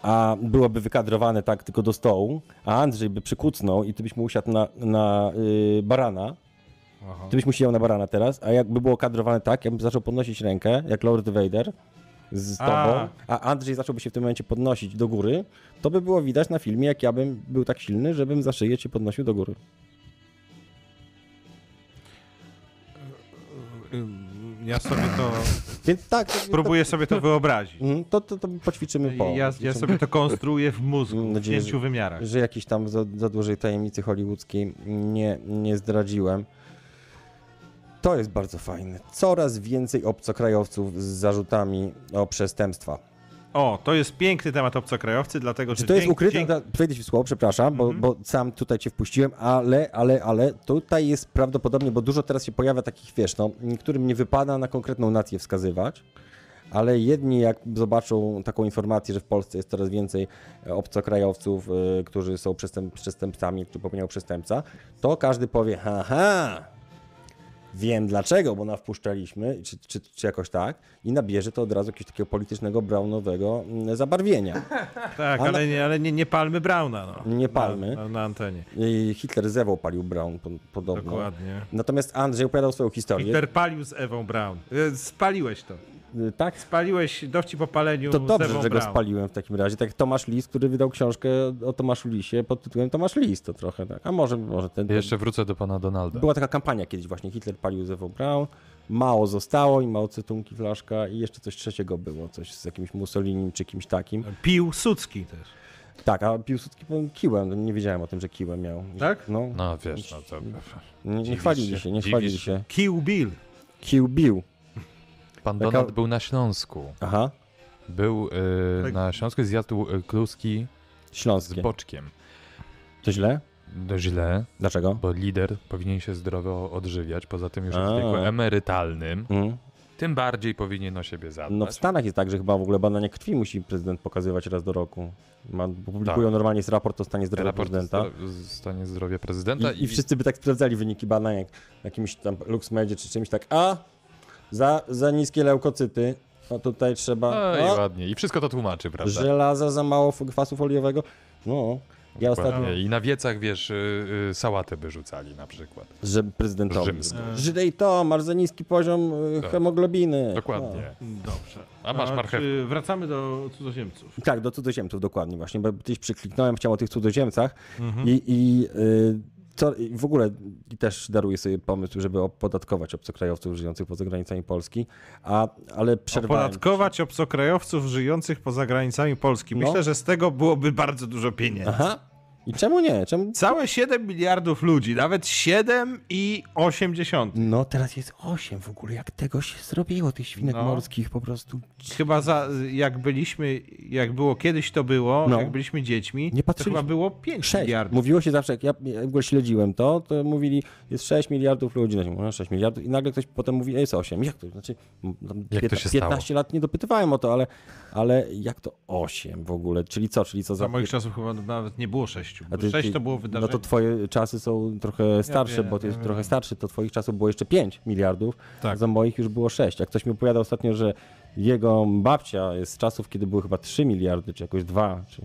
Speaker 1: a byłoby wykadrowane tak tylko do stołu, a Andrzej by przykucnął i ty byś mu usiadł na, na y, barana,
Speaker 3: Aha.
Speaker 1: ty byś mu siedział na barana teraz, a jakby było kadrowane tak, jakbym zaczął podnosić rękę, jak Lord Vader z
Speaker 3: A.
Speaker 1: tobą, a Andrzej zacząłby się w tym momencie podnosić do góry, to by było widać na filmie, jak ja bym był tak silny, żebym za szyję cię podnosił do góry.
Speaker 3: Ym, Ja sobie to.
Speaker 1: Więc tak.
Speaker 3: Spróbuję sobie to wyobrazić.
Speaker 1: Mhm, To, to, to poćwiczymy No po.
Speaker 3: No Ja, ja
Speaker 1: poćwiczymy-
Speaker 3: sobie to konstruuję w mózgu,
Speaker 1: Mam
Speaker 3: w
Speaker 1: nadzieję,
Speaker 3: pięciu wymiarach.
Speaker 1: że jakiejś tam za, za dużej tajemnicy hollywoodzkiej nie, nie zdradziłem. To jest bardzo fajne. Coraz więcej obcokrajowców z zarzutami o przestępstwa.
Speaker 3: O, to jest piękny temat obcokrajowcy, dlatego że.
Speaker 1: Czy to jest
Speaker 3: dzięki-
Speaker 1: ukryte?
Speaker 3: dzięki- Mhm.
Speaker 1: Dzięki... Wejdę ci w słowo, przepraszam, bo, bo sam tutaj cię wpuściłem, ale, ale, ale tutaj jest prawdopodobnie, bo dużo teraz się pojawia takich, wiesz, no, którym nie wypada na konkretną nację wskazywać, ale jedni jak zobaczą taką informację, że w Polsce jest coraz więcej e, obcokrajowców, e, którzy są przestęp, przestępcami, którzy popełniają przestępstwa, to każdy powie, haha, wiem dlaczego, bo nawpuszczaliśmy, czy, czy, czy jakoś tak, i nabierze to od razu jakiegoś takiego politycznego, braunowego mm, zabarwienia.
Speaker 3: Tak,
Speaker 1: Ale-
Speaker 3: ale, nie, ale nie, nie palmy Brauna. No.
Speaker 1: Nie palmy.
Speaker 3: Na, na, na antenie.
Speaker 1: I Hitler z Ewą palił Brown po- podobno.
Speaker 3: Dokładnie.
Speaker 1: Natomiast Andrzej opowiadał swoją historię.
Speaker 3: Peter palił z Ewą Brown. E, Spaliłeś to.
Speaker 1: Y, Tak?
Speaker 3: Spaliłeś dowcip o paleniu
Speaker 1: To
Speaker 3: z
Speaker 1: dobrze,
Speaker 3: Ewą
Speaker 1: że go
Speaker 3: Braun.
Speaker 1: spaliłem w takim razie. Tak jak Tomasz Lis, który wydał książkę o Tomaszu Lisie pod tytułem Tomasz Lis, to trochę tak. A może, może ten... ten...
Speaker 2: Jeszcze wrócę do pana Donalda.
Speaker 1: Była taka kampania kiedyś właśnie, Hitler palił z Ewą Braun, mało zostało i mało cytunki, flaszka i jeszcze coś trzeciego było, coś z jakimś Mussolinim czy kimś takim.
Speaker 3: Pił Sucki też.
Speaker 1: Tak, a Piłsudski był kiłem, nie wiedziałem o tym, że kiłem miał.
Speaker 3: Tak?
Speaker 1: No,
Speaker 2: No wiesz, no to...
Speaker 1: nie, nie
Speaker 2: dziwisz
Speaker 1: chwalili
Speaker 2: się,
Speaker 1: się, nie
Speaker 2: dziwisz
Speaker 1: chwalili
Speaker 2: się.
Speaker 1: się.
Speaker 3: Kill Bill.
Speaker 1: Kił bił.
Speaker 2: Pan
Speaker 1: Taka-
Speaker 2: Donald był na Śląsku.
Speaker 1: Aha,
Speaker 2: Był y,
Speaker 3: Tak.
Speaker 2: na Śląsku, zjadł y, kluski z
Speaker 1: śląskie.
Speaker 2: boczkiem.
Speaker 1: To źle?
Speaker 2: No źle,
Speaker 1: Dlaczego?
Speaker 2: bo lider powinien się zdrowo odżywiać, poza tym już jest
Speaker 1: A.
Speaker 2: w wieku emerytalnym,
Speaker 1: Mm.
Speaker 2: tym bardziej powinien o siebie zadbać.
Speaker 1: No w Stanach jest tak, że chyba w ogóle badanie krwi musi prezydent pokazywać raz do roku. Ma, publikują normalnie jest raport o stanie zdrowia
Speaker 2: Tak. Raport
Speaker 1: prezydenta.
Speaker 2: o sta- stanie zdrowia prezydenta
Speaker 1: I, I wszyscy by tak sprawdzali wyniki badań jak w jakimś tam LuxMedzie czy czymś tak. A, za, za niskie leukocyty, no tutaj trzeba...
Speaker 2: No i tak.
Speaker 1: a,
Speaker 2: ładnie. I wszystko to tłumaczy, prawda?
Speaker 1: żelaza za mało, f- kwasu foliowego. No, ja ostatnio,
Speaker 2: Dokładnie. I na wiecach, wiesz, y, y, sałatę by rzucali na przykład.
Speaker 1: że prezydentowi.
Speaker 2: Rzymskie.
Speaker 1: Żydej i to, masz za niski poziom y,
Speaker 2: Tak.
Speaker 1: hemoglobiny. No.
Speaker 2: Dokładnie.
Speaker 3: Dobrze.
Speaker 2: No, A masz marchewkę.
Speaker 3: czy Wracamy do cudzoziemców.
Speaker 1: Tak, do cudzoziemców dokładnie właśnie, bo gdzieś przykliknąłem, chciałem o tych cudzoziemcach i, i y, co, i w ogóle też daruję sobie pomysł, żeby opodatkować obcokrajowców żyjących poza granicami Polski, a, ale przerwałem.
Speaker 3: Opodatkować obcokrajowców żyjących poza granicami Polski.
Speaker 1: No.
Speaker 3: Myślę, że z tego byłoby bardzo dużo pieniędzy.
Speaker 1: Aha. I czemu nie? Czemu?
Speaker 3: Całe 7 miliardów ludzi, nawet 7 i 80.
Speaker 1: No teraz jest 8 w ogóle, jak tego się zrobiło, tych świnek
Speaker 3: No.
Speaker 1: morskich po prostu.
Speaker 3: Chyba za, jak byliśmy, jak było kiedyś to było,
Speaker 1: No.
Speaker 3: jak byliśmy dziećmi,
Speaker 1: Nie
Speaker 3: to chyba
Speaker 1: patrzyliśmy.
Speaker 3: było 5
Speaker 1: 6.
Speaker 3: miliardów.
Speaker 1: Mówiło się zawsze, jak ja, ja w ogóle śledziłem to, to mówili, jest 6 miliardów ludzi, no, się mówi, no, 6 miliardów i nagle ktoś potem mówi, jest 8. Jak to? Znaczy, m, tam
Speaker 2: Jak to się
Speaker 1: 15 lat nie dopytywałem o to, ale, ale jak to 8 w ogóle? Czyli co? Czyli co za...
Speaker 3: Za moich czasów chyba nawet nie było 6.
Speaker 1: A ty-
Speaker 3: 6
Speaker 1: ty-
Speaker 3: to było wydarzenie.
Speaker 1: No to twoje czasy są trochę starsze,
Speaker 3: wiem,
Speaker 1: bo ty
Speaker 3: ja
Speaker 1: jest trochę starszy, to twoich czasów było jeszcze 5 miliardów,
Speaker 3: Tak.
Speaker 1: za moich już było 6. Jak ktoś mi opowiadał ostatnio, że jego babcia jest z czasów, kiedy były chyba 3 miliardy, czy jakoś 2, czy...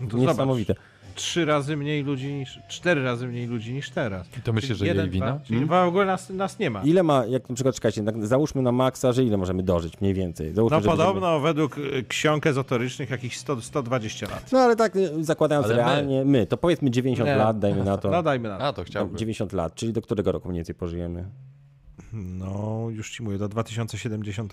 Speaker 3: No to
Speaker 1: Niesamowite.
Speaker 3: trzy razy mniej ludzi niż, cztery razy mniej ludzi niż teraz.
Speaker 2: I to myślisz, że
Speaker 3: Czyli
Speaker 2: jej
Speaker 3: jeden,
Speaker 2: wina?
Speaker 3: Dwa, czyli dwa w ogóle nas, nas nie ma.
Speaker 1: Hmm? Ile ma, jak na przykład, czekajcie, tak, załóżmy na maksa, że ile możemy dożyć mniej więcej? Załóżmy,
Speaker 3: No
Speaker 1: że będziemy-
Speaker 3: podobno według e, ksiąg ezotorycznych jakieś 100, 120 lat.
Speaker 1: No ale tak y, zakładając
Speaker 2: Ale my.
Speaker 1: realnie, my. to powiedzmy 90
Speaker 3: Nie.
Speaker 1: lat, dajmy na to.
Speaker 3: No dajmy na to.
Speaker 2: A, to chciałbym.
Speaker 1: 90 lat, czyli do którego roku mniej więcej pożyjemy?
Speaker 3: No już ci mówię, do 2070.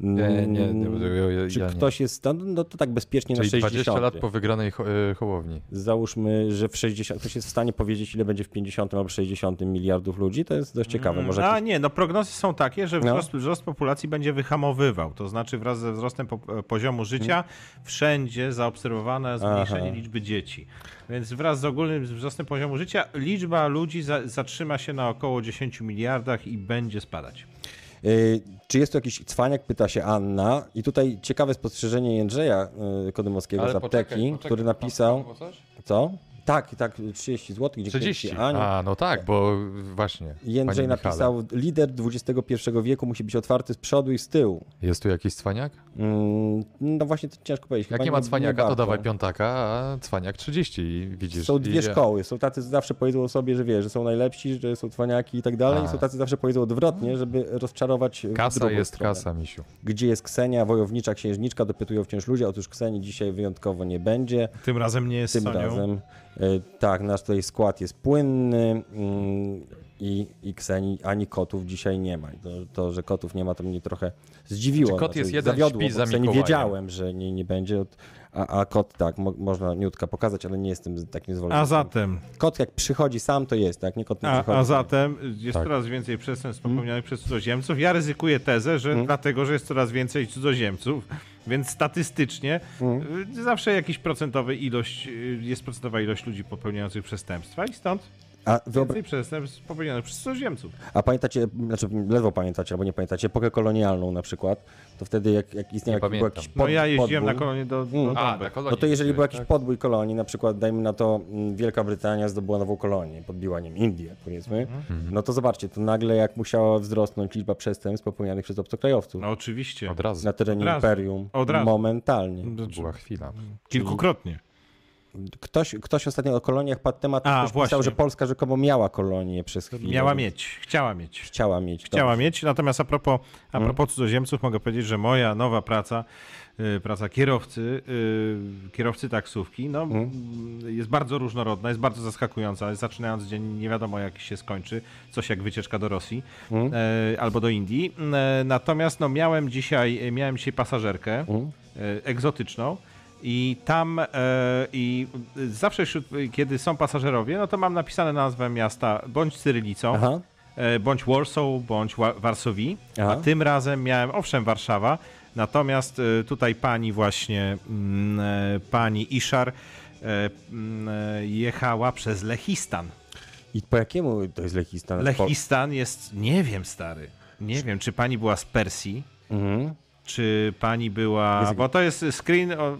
Speaker 2: Nie, nie, nie, bo ja- ja-
Speaker 1: Mm, Czy
Speaker 2: ja nie.
Speaker 1: ktoś jest, no, no to tak bezpiecznie
Speaker 2: Czyli
Speaker 1: na 60.
Speaker 2: 20 lat po wygranej ho- y, Hołowni.
Speaker 1: Załóżmy, że w 60, ktoś jest w stanie powiedzieć, ile będzie w 50 albo 60 miliardów ludzi, to jest dość ciekawe. Może
Speaker 3: A
Speaker 1: jakiś...
Speaker 3: nie, no prognozy są takie, że
Speaker 1: No.
Speaker 3: wzrost, wzrost populacji będzie wyhamowywał. To znaczy wraz ze wzrostem po, poziomu życia wszędzie zaobserwowane zmniejszenie
Speaker 1: Mm. Aha.
Speaker 3: liczby dzieci. Więc wraz z ogólnym wzrostem poziomu życia liczba ludzi za, zatrzyma się na około 10 miliardach i będzie spadać.
Speaker 1: Y, czy jest to jakiś cwaniak, pyta się Anna. I tutaj ciekawe spostrzeżenie Jędrzeja y, Kodymowskiego z apteki, który napisał... Co? Tak, tak, 30 zł, gdzie
Speaker 2: 30.
Speaker 1: Ania.
Speaker 2: A, no tak, bo właśnie.
Speaker 1: Jędrzej
Speaker 2: panie Michale.
Speaker 1: napisał, lider XXI wieku musi być otwarty z przodu i z tyłu.
Speaker 2: Jest tu jakiś cwaniak?
Speaker 1: Mm, no właśnie to ciężko powiedzieć.
Speaker 2: Jak
Speaker 1: Chyba
Speaker 2: nie ma cwaniaka, to
Speaker 1: warto.
Speaker 2: dawaj piątaka, a cwaniak 30 i widzisz.
Speaker 1: Są dwie
Speaker 2: i-
Speaker 1: szkoły. Są tacy, co zawsze powiedzą o sobie, że wie, że są najlepsi, że są cwaniaki i tak dalej.
Speaker 2: A.
Speaker 1: I są tacy, co zawsze powiedzą odwrotnie, żeby rozczarować w
Speaker 2: Kasa
Speaker 1: drugą
Speaker 2: jest
Speaker 1: stronę.
Speaker 2: kasa, misiu.
Speaker 1: Gdzie jest Ksenia, wojownicza księżniczka, dopytują wciąż ludzie. Otóż Kseni dzisiaj wyjątkowo nie będzie.
Speaker 3: Tym razem nie jest
Speaker 1: Tym
Speaker 3: Sonią.
Speaker 1: razem. e, Tak, nasz tutaj skład jest płynny. Mm, i, i Kseni, ani kotów dzisiaj nie ma. I To, to, że kotów nie ma, to mnie trochę zdziwiło.
Speaker 2: Czy kot
Speaker 1: znaczy,
Speaker 2: jest jeden,
Speaker 1: zawiodło,
Speaker 2: śpi
Speaker 1: bo
Speaker 2: za
Speaker 1: Kseni
Speaker 2: Mikołajem?
Speaker 1: wiedziałem, że nie, nie będzie, od- a, a kot tak, mo, można niutka pokazać, ale nie jestem takim zwolennikiem.
Speaker 3: A zatem,
Speaker 1: Kot jak przychodzi sam, to jest, tak? Nie kot nie
Speaker 3: a,
Speaker 1: przychodzi.
Speaker 3: a zatem y, jest
Speaker 1: Tak.
Speaker 3: coraz więcej przestępstw popełnianych przez cudzoziemców. Ja ryzykuję tezę, że dlatego, że jest coraz więcej cudzoziemców, więc statystycznie y, zawsze jakiś procentowy ilość, y, jest procentowa ilość ludzi popełniających przestępstwa i stąd
Speaker 1: A, wyobra-
Speaker 3: więcej przestępstw popełnionych przez cudzoziemców.
Speaker 1: A pamiętacie, znaczy ledwo pamiętacie, albo nie pamiętacie, epokę kolonialną na przykład, to wtedy jak, jak istniał
Speaker 2: Nie
Speaker 1: jak był
Speaker 2: pamiętam.
Speaker 1: jakiś pod,
Speaker 3: No ja jeździłem
Speaker 1: podbój,
Speaker 3: na kolonie do, do
Speaker 1: Mm.
Speaker 2: A, tak.
Speaker 3: Dąbek.
Speaker 2: na kolonie
Speaker 1: No to jeżeli
Speaker 2: jeździłeś,
Speaker 1: był jakiś
Speaker 2: tak?
Speaker 1: podbój kolonii, na przykład dajmy na to mm, Wielka Brytania zdobyła nową kolonię, podbiła nim Indię powiedzmy,
Speaker 3: Mhm.
Speaker 1: no to zobaczcie, to nagle jak musiała wzrosnąć liczba przestępstw popełnianych przez obcokrajowców
Speaker 3: No oczywiście.
Speaker 2: Od razu
Speaker 1: na terenie
Speaker 3: Od razu.
Speaker 1: imperium
Speaker 3: Od razu.
Speaker 1: momentalnie.
Speaker 2: była chwila.
Speaker 3: Kilkukrotnie.
Speaker 1: Ktoś, ktoś ostatnio o koloniach padł temat,
Speaker 3: A,
Speaker 1: ktoś pisał,
Speaker 3: właśnie.
Speaker 1: że Polska rzekomo miała kolonię przez chwilę.
Speaker 3: Miała
Speaker 1: że
Speaker 3: mieć, chciała mieć.
Speaker 1: Chciała mieć. Mhm.
Speaker 3: Chciała mieć, natomiast a propos, a propos cudzoziemców mogę powiedzieć, że moja nowa praca, y, praca kierowcy, y, kierowcy taksówki, no,
Speaker 1: Mhm.
Speaker 3: y, jest bardzo różnorodna, jest bardzo zaskakująca. Zaczynając dzień nie wiadomo jak się skończy, coś jak wycieczka do Rosji
Speaker 1: Mhm.
Speaker 3: y, albo do Indii. Y, Natomiast no, miałem, dzisiaj, e, miałem dzisiaj pasażerkę
Speaker 1: Mhm.
Speaker 3: y, egzotyczną. I tam e, i zawsze, wśród, kiedy są pasażerowie, no to mam napisane nazwę miasta bądź cyrylicą,
Speaker 1: Aha.
Speaker 3: E, bądź Warsaw, bądź Wa- Warsowi.
Speaker 1: Aha.
Speaker 3: A tym razem miałem, owszem, Warszawa, natomiast e, tutaj pani właśnie, mm, e, pani Iszar, e, mm, e, jechała przez Lechistan.
Speaker 1: Tak, I po jakiemu to jest Lechistan?
Speaker 3: Lechistan jest, nie wiem stary, nie wiem, czy pani była z Persji,
Speaker 1: Mhm.
Speaker 3: czy pani była,
Speaker 1: Jest-
Speaker 3: bo to jest screen o,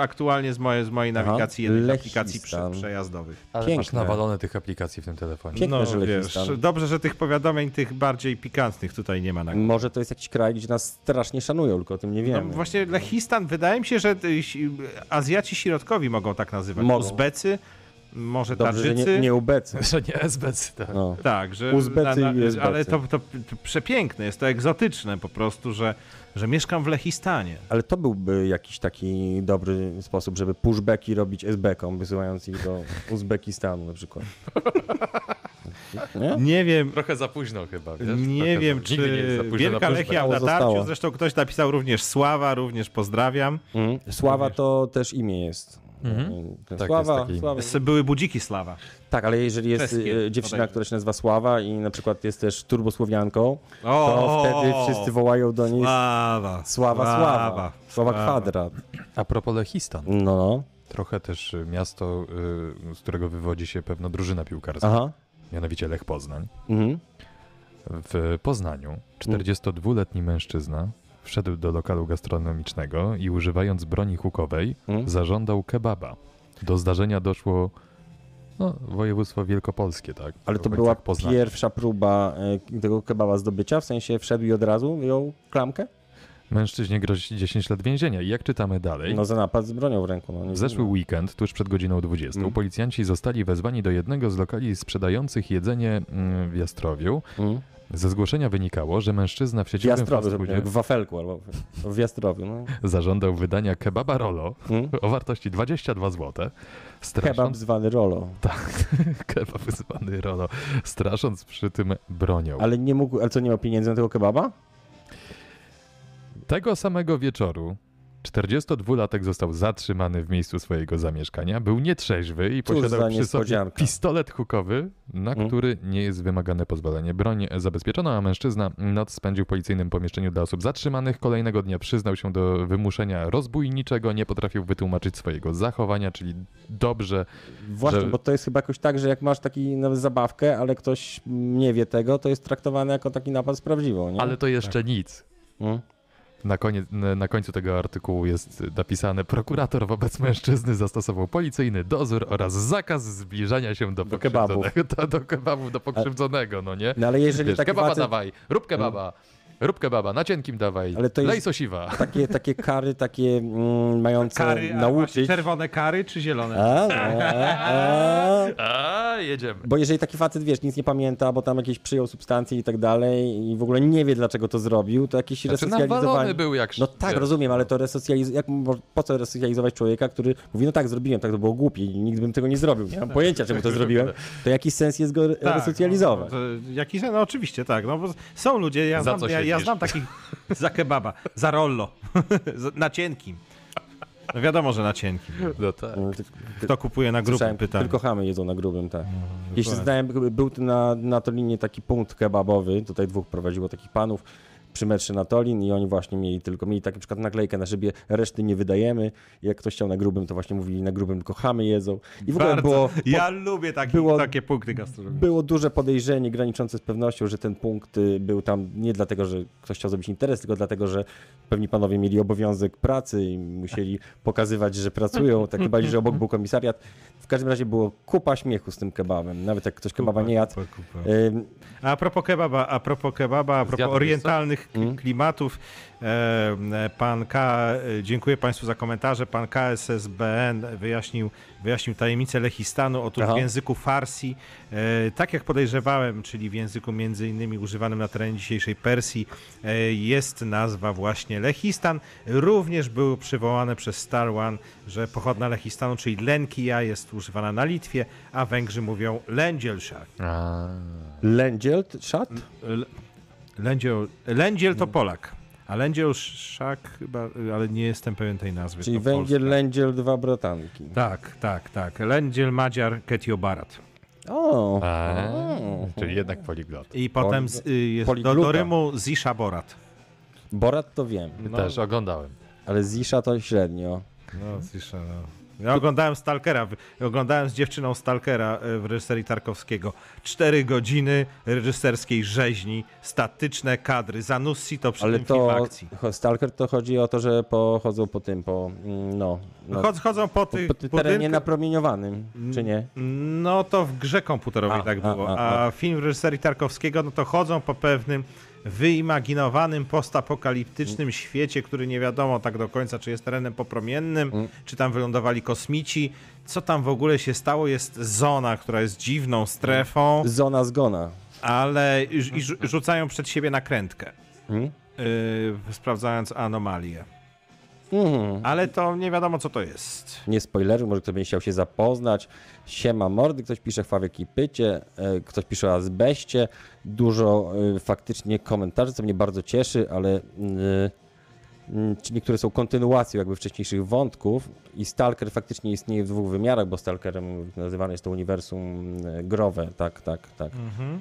Speaker 3: aktualnie z mojej, z mojej
Speaker 1: Aha.
Speaker 3: nawigacji, jednej z aplikacji prze,
Speaker 1: Lechistan.
Speaker 3: przejazdowych. No,
Speaker 2: Ale masz
Speaker 1: Piękne.
Speaker 2: nawalone tych aplikacji w tym telefonie.
Speaker 1: Piękne, że
Speaker 3: wiesz,
Speaker 1: Lechistan.
Speaker 3: dobrze, że tych powiadomień, tych bardziej pikantnych tutaj nie ma na
Speaker 1: Może to jest jakiś kraj, gdzie nas strasznie szanują, tylko o tym nie
Speaker 3: Tak. No
Speaker 1: wiemy.
Speaker 3: właśnie Lechistan, wydaje mi się, że y, si- Azjaci środkowi mogą tak nazywać.
Speaker 1: Mogą.
Speaker 3: Uzbecy, może
Speaker 1: Dobrze, że
Speaker 3: Tadżycy.
Speaker 1: nie, nie ubecy.
Speaker 2: [LAUGHS] Że nie SBC, tak.
Speaker 1: No.
Speaker 3: Tak, że
Speaker 1: Uzbecy i Uzbecy.
Speaker 3: ale to, to, to przepiękne, jest to egzotyczne po prostu, że, że mieszkam w Lechistanie.
Speaker 1: Ale to byłby jakiś taki dobry sposób, żeby pushbacki robić SB-kom, wysyłając ich
Speaker 3: [LAUGHS]
Speaker 1: do Uzbekistanu na przykład. Nie?
Speaker 3: Nie wiem,
Speaker 2: Trochę za późno chyba, wiesz?
Speaker 3: nie
Speaker 2: Trochę
Speaker 3: wiem,
Speaker 2: za- nigdy nie jest za
Speaker 3: czy
Speaker 2: późno
Speaker 3: Wielka
Speaker 2: na
Speaker 3: Lechia w
Speaker 1: Zostało.
Speaker 3: natarciu, zresztą ktoś napisał również Sława, również pozdrawiam.
Speaker 1: Mm. Sława to też imię jest.
Speaker 3: Mhm.
Speaker 1: Mm.
Speaker 2: Mhm. Tak,
Speaker 1: Sława,
Speaker 2: jest takie imię.
Speaker 1: Sława.
Speaker 3: Były budziki Sława.
Speaker 1: Tak, ale jeżeli jest
Speaker 3: Czeskie
Speaker 1: e, dziewczyna,
Speaker 3: bodajże.
Speaker 1: która się nazywa Sława i na przykład jest też turbosłowianką, to
Speaker 3: O!
Speaker 1: wtedy wszyscy wołają do niej
Speaker 3: Sława.
Speaker 1: Sława, Sława. Sława kwadrat.
Speaker 2: A propos Lechistan,
Speaker 1: No, no.
Speaker 2: trochę też y, miasto, y, z którego wywodzi się pewna drużyna piłkarska,
Speaker 1: Aha.
Speaker 2: mianowicie Lech Poznań.
Speaker 1: Mhm.
Speaker 2: W Poznaniu 42-letni mężczyzna wszedł do lokalu gastronomicznego i używając broni hukowej
Speaker 1: Mm.
Speaker 2: zażądał kebaba. Do zdarzenia doszło no, województwo wielkopolskie, tak?
Speaker 1: Ale to
Speaker 2: W
Speaker 1: była
Speaker 2: okolicach Poznania.
Speaker 1: pierwsza próba e, tego kebaba zdobycia, w sensie wszedł i od razu ją klamkę?
Speaker 2: Mężczyźnie grozi 10 lat więzienia. I jak czytamy dalej,
Speaker 1: No za napad z bronią w ręku. No, nie
Speaker 2: W zeszły
Speaker 1: wiem.
Speaker 2: weekend, tuż przed godziną 20,
Speaker 1: Mm.
Speaker 2: policjanci zostali wezwani do jednego z lokali sprzedających jedzenie mm, w Jastrowiu.
Speaker 1: Mm.
Speaker 2: Ze zgłoszenia wynikało, że mężczyzna w
Speaker 1: W
Speaker 2: sieciowym fast
Speaker 1: Jastrowiu, to
Speaker 2: foodzie
Speaker 1: jak w wafelku albo w- w Jastrowiu.
Speaker 2: [LAUGHS]
Speaker 1: No.
Speaker 2: zażądał wydania kebaba Rolo
Speaker 1: Mm.
Speaker 2: o wartości 22 zł.
Speaker 1: Kebab
Speaker 2: Strasząc, [LAUGHS]
Speaker 1: zwany Rolo.
Speaker 2: kebab zwany Rolo, strasząc przy tym bronią.
Speaker 1: Ale nie mógł, ale co, nie miał pieniędzy na tego kebaba?
Speaker 2: Tego samego wieczoru 42-latek został zatrzymany w miejscu swojego zamieszkania. Był nietrzeźwy i
Speaker 1: Cóż za
Speaker 2: posiadał przy sobie
Speaker 1: niespodzianka.
Speaker 2: pistolet hukowy, na
Speaker 1: Mm.
Speaker 2: który nie jest wymagane pozwolenie. Broń zabezpieczono, a mężczyzna noc spędził w policyjnym pomieszczeniu dla osób zatrzymanych. Kolejnego dnia przyznał się do wymuszenia rozbójniczego. Nie potrafił wytłumaczyć swojego zachowania, czyli dobrze
Speaker 1: Właśnie,
Speaker 2: Że-
Speaker 1: bo to jest chyba jakoś tak, że jak masz taki nawet zabawkę, ale ktoś nie wie tego, to jest traktowane jako taki napad z prawdziwą, nie?
Speaker 2: Ale to jeszcze nic.
Speaker 1: Mm.
Speaker 2: Na, koniec, na końcu tego artykułu jest napisane: prokurator wobec mężczyzny zastosował policyjny dozór oraz zakaz zbliżania się [LAUGHS] do,
Speaker 1: Do
Speaker 2: pokrzywdzonego. Do, do kebabów, do pokrzywdzonego, no nie?
Speaker 1: No ale jeżeli
Speaker 2: Wiesz,
Speaker 1: taki
Speaker 2: kebaba
Speaker 1: facet,
Speaker 2: dawaj, rób kebaba. Rób kebaba, na cienkim dawaj,
Speaker 1: Ale to jest-
Speaker 2: lej sosiwa.
Speaker 1: Takie, takie kary, takie mm, mające
Speaker 3: Kary, a właśnie
Speaker 1: nauczyć.
Speaker 3: czerwone kary czy zielone?
Speaker 1: A, a,
Speaker 3: [LAUGHS]
Speaker 1: a, a.
Speaker 2: A, jedziemy.
Speaker 1: Bo jeżeli taki facet, wiesz, nic nie pamięta, bo tam jakieś przyjął substancje i tak dalej i w ogóle nie wie, dlaczego to zrobił, to jakiś
Speaker 2: Znaczy
Speaker 1: resocjalizowanie...
Speaker 2: nawalony był jak
Speaker 1: No tak,
Speaker 2: wiesz.
Speaker 1: rozumiem, ale to resocjaliz... jak... mo- po co resocjalizować człowieka, który mówi, no tak, zrobiłem, tak, to było głupie i nigdy bym tego nie zrobił, nie mam pojęcia, czemu to zrobiłem, to jaki sens jest go re- resocjalizować?
Speaker 3: Tak, No, to jaki, no oczywiście, tak. No, bo są ludzie, ja,
Speaker 2: Za
Speaker 3: znam,
Speaker 2: co
Speaker 3: ja, ja
Speaker 2: siedzisz?
Speaker 3: znam takich [LAUGHS] za kebaba, za rollo, [LAUGHS] za- na cienkim. No wiadomo, że na cienkim.
Speaker 2: No tak.
Speaker 1: No, ty- ty-
Speaker 3: Kto kupuje na No, grupę,
Speaker 1: Słyszałem,
Speaker 3: pytam.
Speaker 1: Tylko chamy jedzą na grubym, tak. Jeśli znałem, był tu na, na Tolinie taki punkt kebabowy, tutaj dwóch prowadziło takich panów przy metrze na Tolin i oni właśnie mieli tylko, mieli tak na przykład naklejkę na szybie, reszty nie wydajemy. Jak ktoś chciał na grubym, to właśnie mówili na grubym, tylko chamy jedzą. I w ogóle
Speaker 3: Bardzo.
Speaker 1: było,
Speaker 3: ja lubię taki,
Speaker 1: było-
Speaker 3: takie punkty gastronomiczne.
Speaker 1: było duże podejrzenie graniczące z pewnością, że ten punkt y, był tam nie dlatego, że ktoś chciał zrobić interes, tylko dlatego, że pewni panowie mieli obowiązek pracy i musieli pokazywać, że pracują. Tak chyba, że obok był komisariat. W każdym razie było kupa śmiechu z tym kebabem. Nawet jak ktoś kebaba nie jadł. y,
Speaker 3: Kupa, kupa.
Speaker 1: Ym,
Speaker 3: A propos kebaba, a propos kebaba, a propos
Speaker 2: Zjadłeś
Speaker 3: orientalnych kli- klimatów, e, pan K, e, dziękuję Państwu za komentarze, pan KSSBN wyjaśnił, wyjaśnił tajemnicę Lechistanu, otóż
Speaker 1: Aha.
Speaker 3: w języku farsi, e, tak jak podejrzewałem, czyli w języku między innymi używanym na terenie dzisiejszej Persji, e, jest nazwa właśnie Lechistan, również był przywołane przez Star One, że pochodna Lechistanu, czyli Lenkija jest używana na Litwie, a Węgrzy mówią Lendzielszak.
Speaker 2: A,
Speaker 1: Lędziel, szat?
Speaker 3: Mm, L- Lędziel, Lędziel
Speaker 1: No.
Speaker 3: to Polak, a Lędziel Szak chyba, ale nie jestem pewien tej nazwy.
Speaker 1: Czyli
Speaker 3: to
Speaker 1: węgiel,
Speaker 3: no, Polska.
Speaker 1: lędziel, dwa bratanki.
Speaker 3: Tak, tak, tak. Lędziel, Madziar, Ketio Barat.
Speaker 1: O!
Speaker 2: a, czyli jednak poliglot.
Speaker 3: I potem z, y, jest do,
Speaker 1: poligluta.
Speaker 3: do Rymu Zisza Borat.
Speaker 1: Borat to wiem,
Speaker 3: No.
Speaker 2: Też oglądałem.
Speaker 1: ale Zisza to średnio.
Speaker 3: No, Zisza, no. Ja oglądałem Stalkera, w- oglądałem z dziewczyną Stalkera y, w reżyserii Tarkowskiego. Cztery godziny reżyserskiej rzeźni, statyczne kadry, Zanussi to przy
Speaker 1: Ale
Speaker 3: tym film
Speaker 1: to
Speaker 3: akcji.
Speaker 1: cho- Stalker to chodzi o to, że po, chodzą po tym, po mm, no, no
Speaker 3: Chod- Chodzą po tych
Speaker 1: po, po terenie
Speaker 3: budynkach.
Speaker 1: napromieniowanym, czy nie?
Speaker 3: No to w grze komputerowej
Speaker 1: A,
Speaker 3: tak
Speaker 1: a,
Speaker 3: było. A,
Speaker 1: a,
Speaker 3: film reżyserii Tarkowskiego, no to chodzą po pewnym wyimaginowanym
Speaker 1: Mm.
Speaker 3: postapokaliptycznym świecie, który nie wiadomo tak do końca, czy jest terenem popromiennym,
Speaker 1: Mm.
Speaker 3: czy tam wylądowali kosmici. Co tam w ogóle się stało? Jest zona, która jest dziwną strefą,
Speaker 1: Zona zgona.
Speaker 3: ale i, i rzu- rzucają przed siebie nakrętkę,
Speaker 1: Mhm.
Speaker 3: yy, sprawdzając anomalię.
Speaker 1: Mhm.
Speaker 3: Ale to nie wiadomo, co to jest.
Speaker 1: Nie spoileruj, może ktoś będzie chciał się zapoznać. Siema mordy, ktoś pisze chławiek i pycie, e, ktoś pisze o azbeście. Dużo e, faktycznie komentarzy, co mnie bardzo cieszy, ale mm, mm, czy niektóre są kontynuacją jakby wcześniejszych wątków i Stalker faktycznie istnieje w dwóch wymiarach, bo Stalkerem nazywane jest to uniwersum e, growe, tak, tak, tak.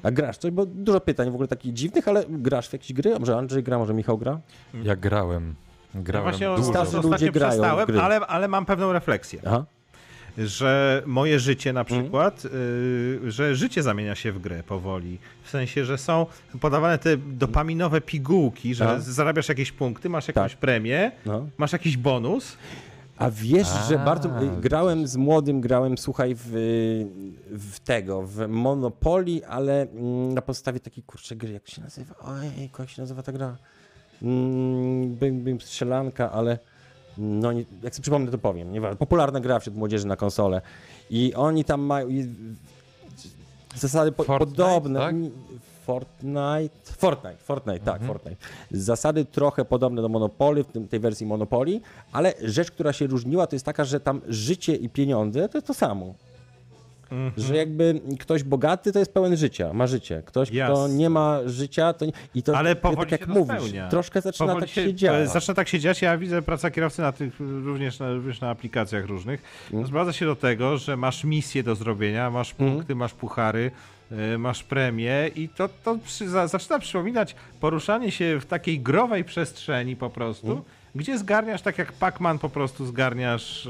Speaker 1: A grasz coś? Bo dużo pytań w ogóle takich dziwnych, ale grasz w jakieś gry? Może Andrzej gra, może Michał gra?
Speaker 2: Ja grałem. Grałem
Speaker 3: Właśnie
Speaker 2: dużo.
Speaker 1: Starzy
Speaker 3: ostatnio
Speaker 1: ludzie grają w
Speaker 3: przestałem,
Speaker 1: gry.
Speaker 3: ale, ale mam pewną refleksję.
Speaker 1: Aha.
Speaker 3: że moje życie na
Speaker 1: Mhm.
Speaker 3: przykład, y, że życie zamienia się w grę powoli. W sensie, że są podawane te dopaminowe pigułki, że
Speaker 1: Tak.
Speaker 3: zarabiasz jakieś punkty, masz jakąś
Speaker 1: Tak.
Speaker 3: premię,
Speaker 1: No.
Speaker 3: masz jakiś bonus.
Speaker 1: A wiesz, że
Speaker 2: A,
Speaker 1: bardzo. y, Grałem z młodym, grałem, słuchaj, w, w tego, w Monopoli, ale mm, na podstawie takiej kurczę gry, jak się nazywa? Oj, jak się nazywa ta gra? Mm, Bym, bym strzelanka, ale. No, nie, jak sobie przypomnę, to powiem. Nieważne. Popularna gra wśród młodzieży na konsolę. I oni tam mają. i- Zasady po,
Speaker 2: Fortnite,
Speaker 1: podobne.
Speaker 2: tak?
Speaker 1: Fortnite. Fortnite, Fortnite, tak,
Speaker 3: Mhm.
Speaker 1: Fortnite. Zasady trochę podobne do Monopoly, w tym, tej wersji Monopoly, ale rzecz, która się różniła, to jest taka, że tam życie i pieniądze to jest to samo.
Speaker 3: Mhm.
Speaker 1: Że jakby ktoś bogaty to jest pełen życia, ma życie. Ktoś, kto
Speaker 3: Jasne.
Speaker 1: nie ma życia, to nie... I to
Speaker 3: Ale powoli
Speaker 1: tak jak
Speaker 3: się to
Speaker 1: mówisz,
Speaker 3: spełnia.
Speaker 1: troszkę zaczyna
Speaker 3: Powoli
Speaker 1: tak się,
Speaker 3: to
Speaker 1: dziać.
Speaker 3: jest- Zaczyna tak się dziać, ja widzę praca kierowcy na tych, również, na, również na aplikacjach różnych.
Speaker 1: Mm.
Speaker 3: Zbradza się do tego, że masz misję do zrobienia, masz punkty, masz puchary, y, masz premię i to,
Speaker 1: Mm.
Speaker 3: to przy, za, zaczyna przypominać poruszanie się w takiej growej przestrzeni po prostu, gdzie zgarniasz tak jak Pac-Man po prostu zgarniaż,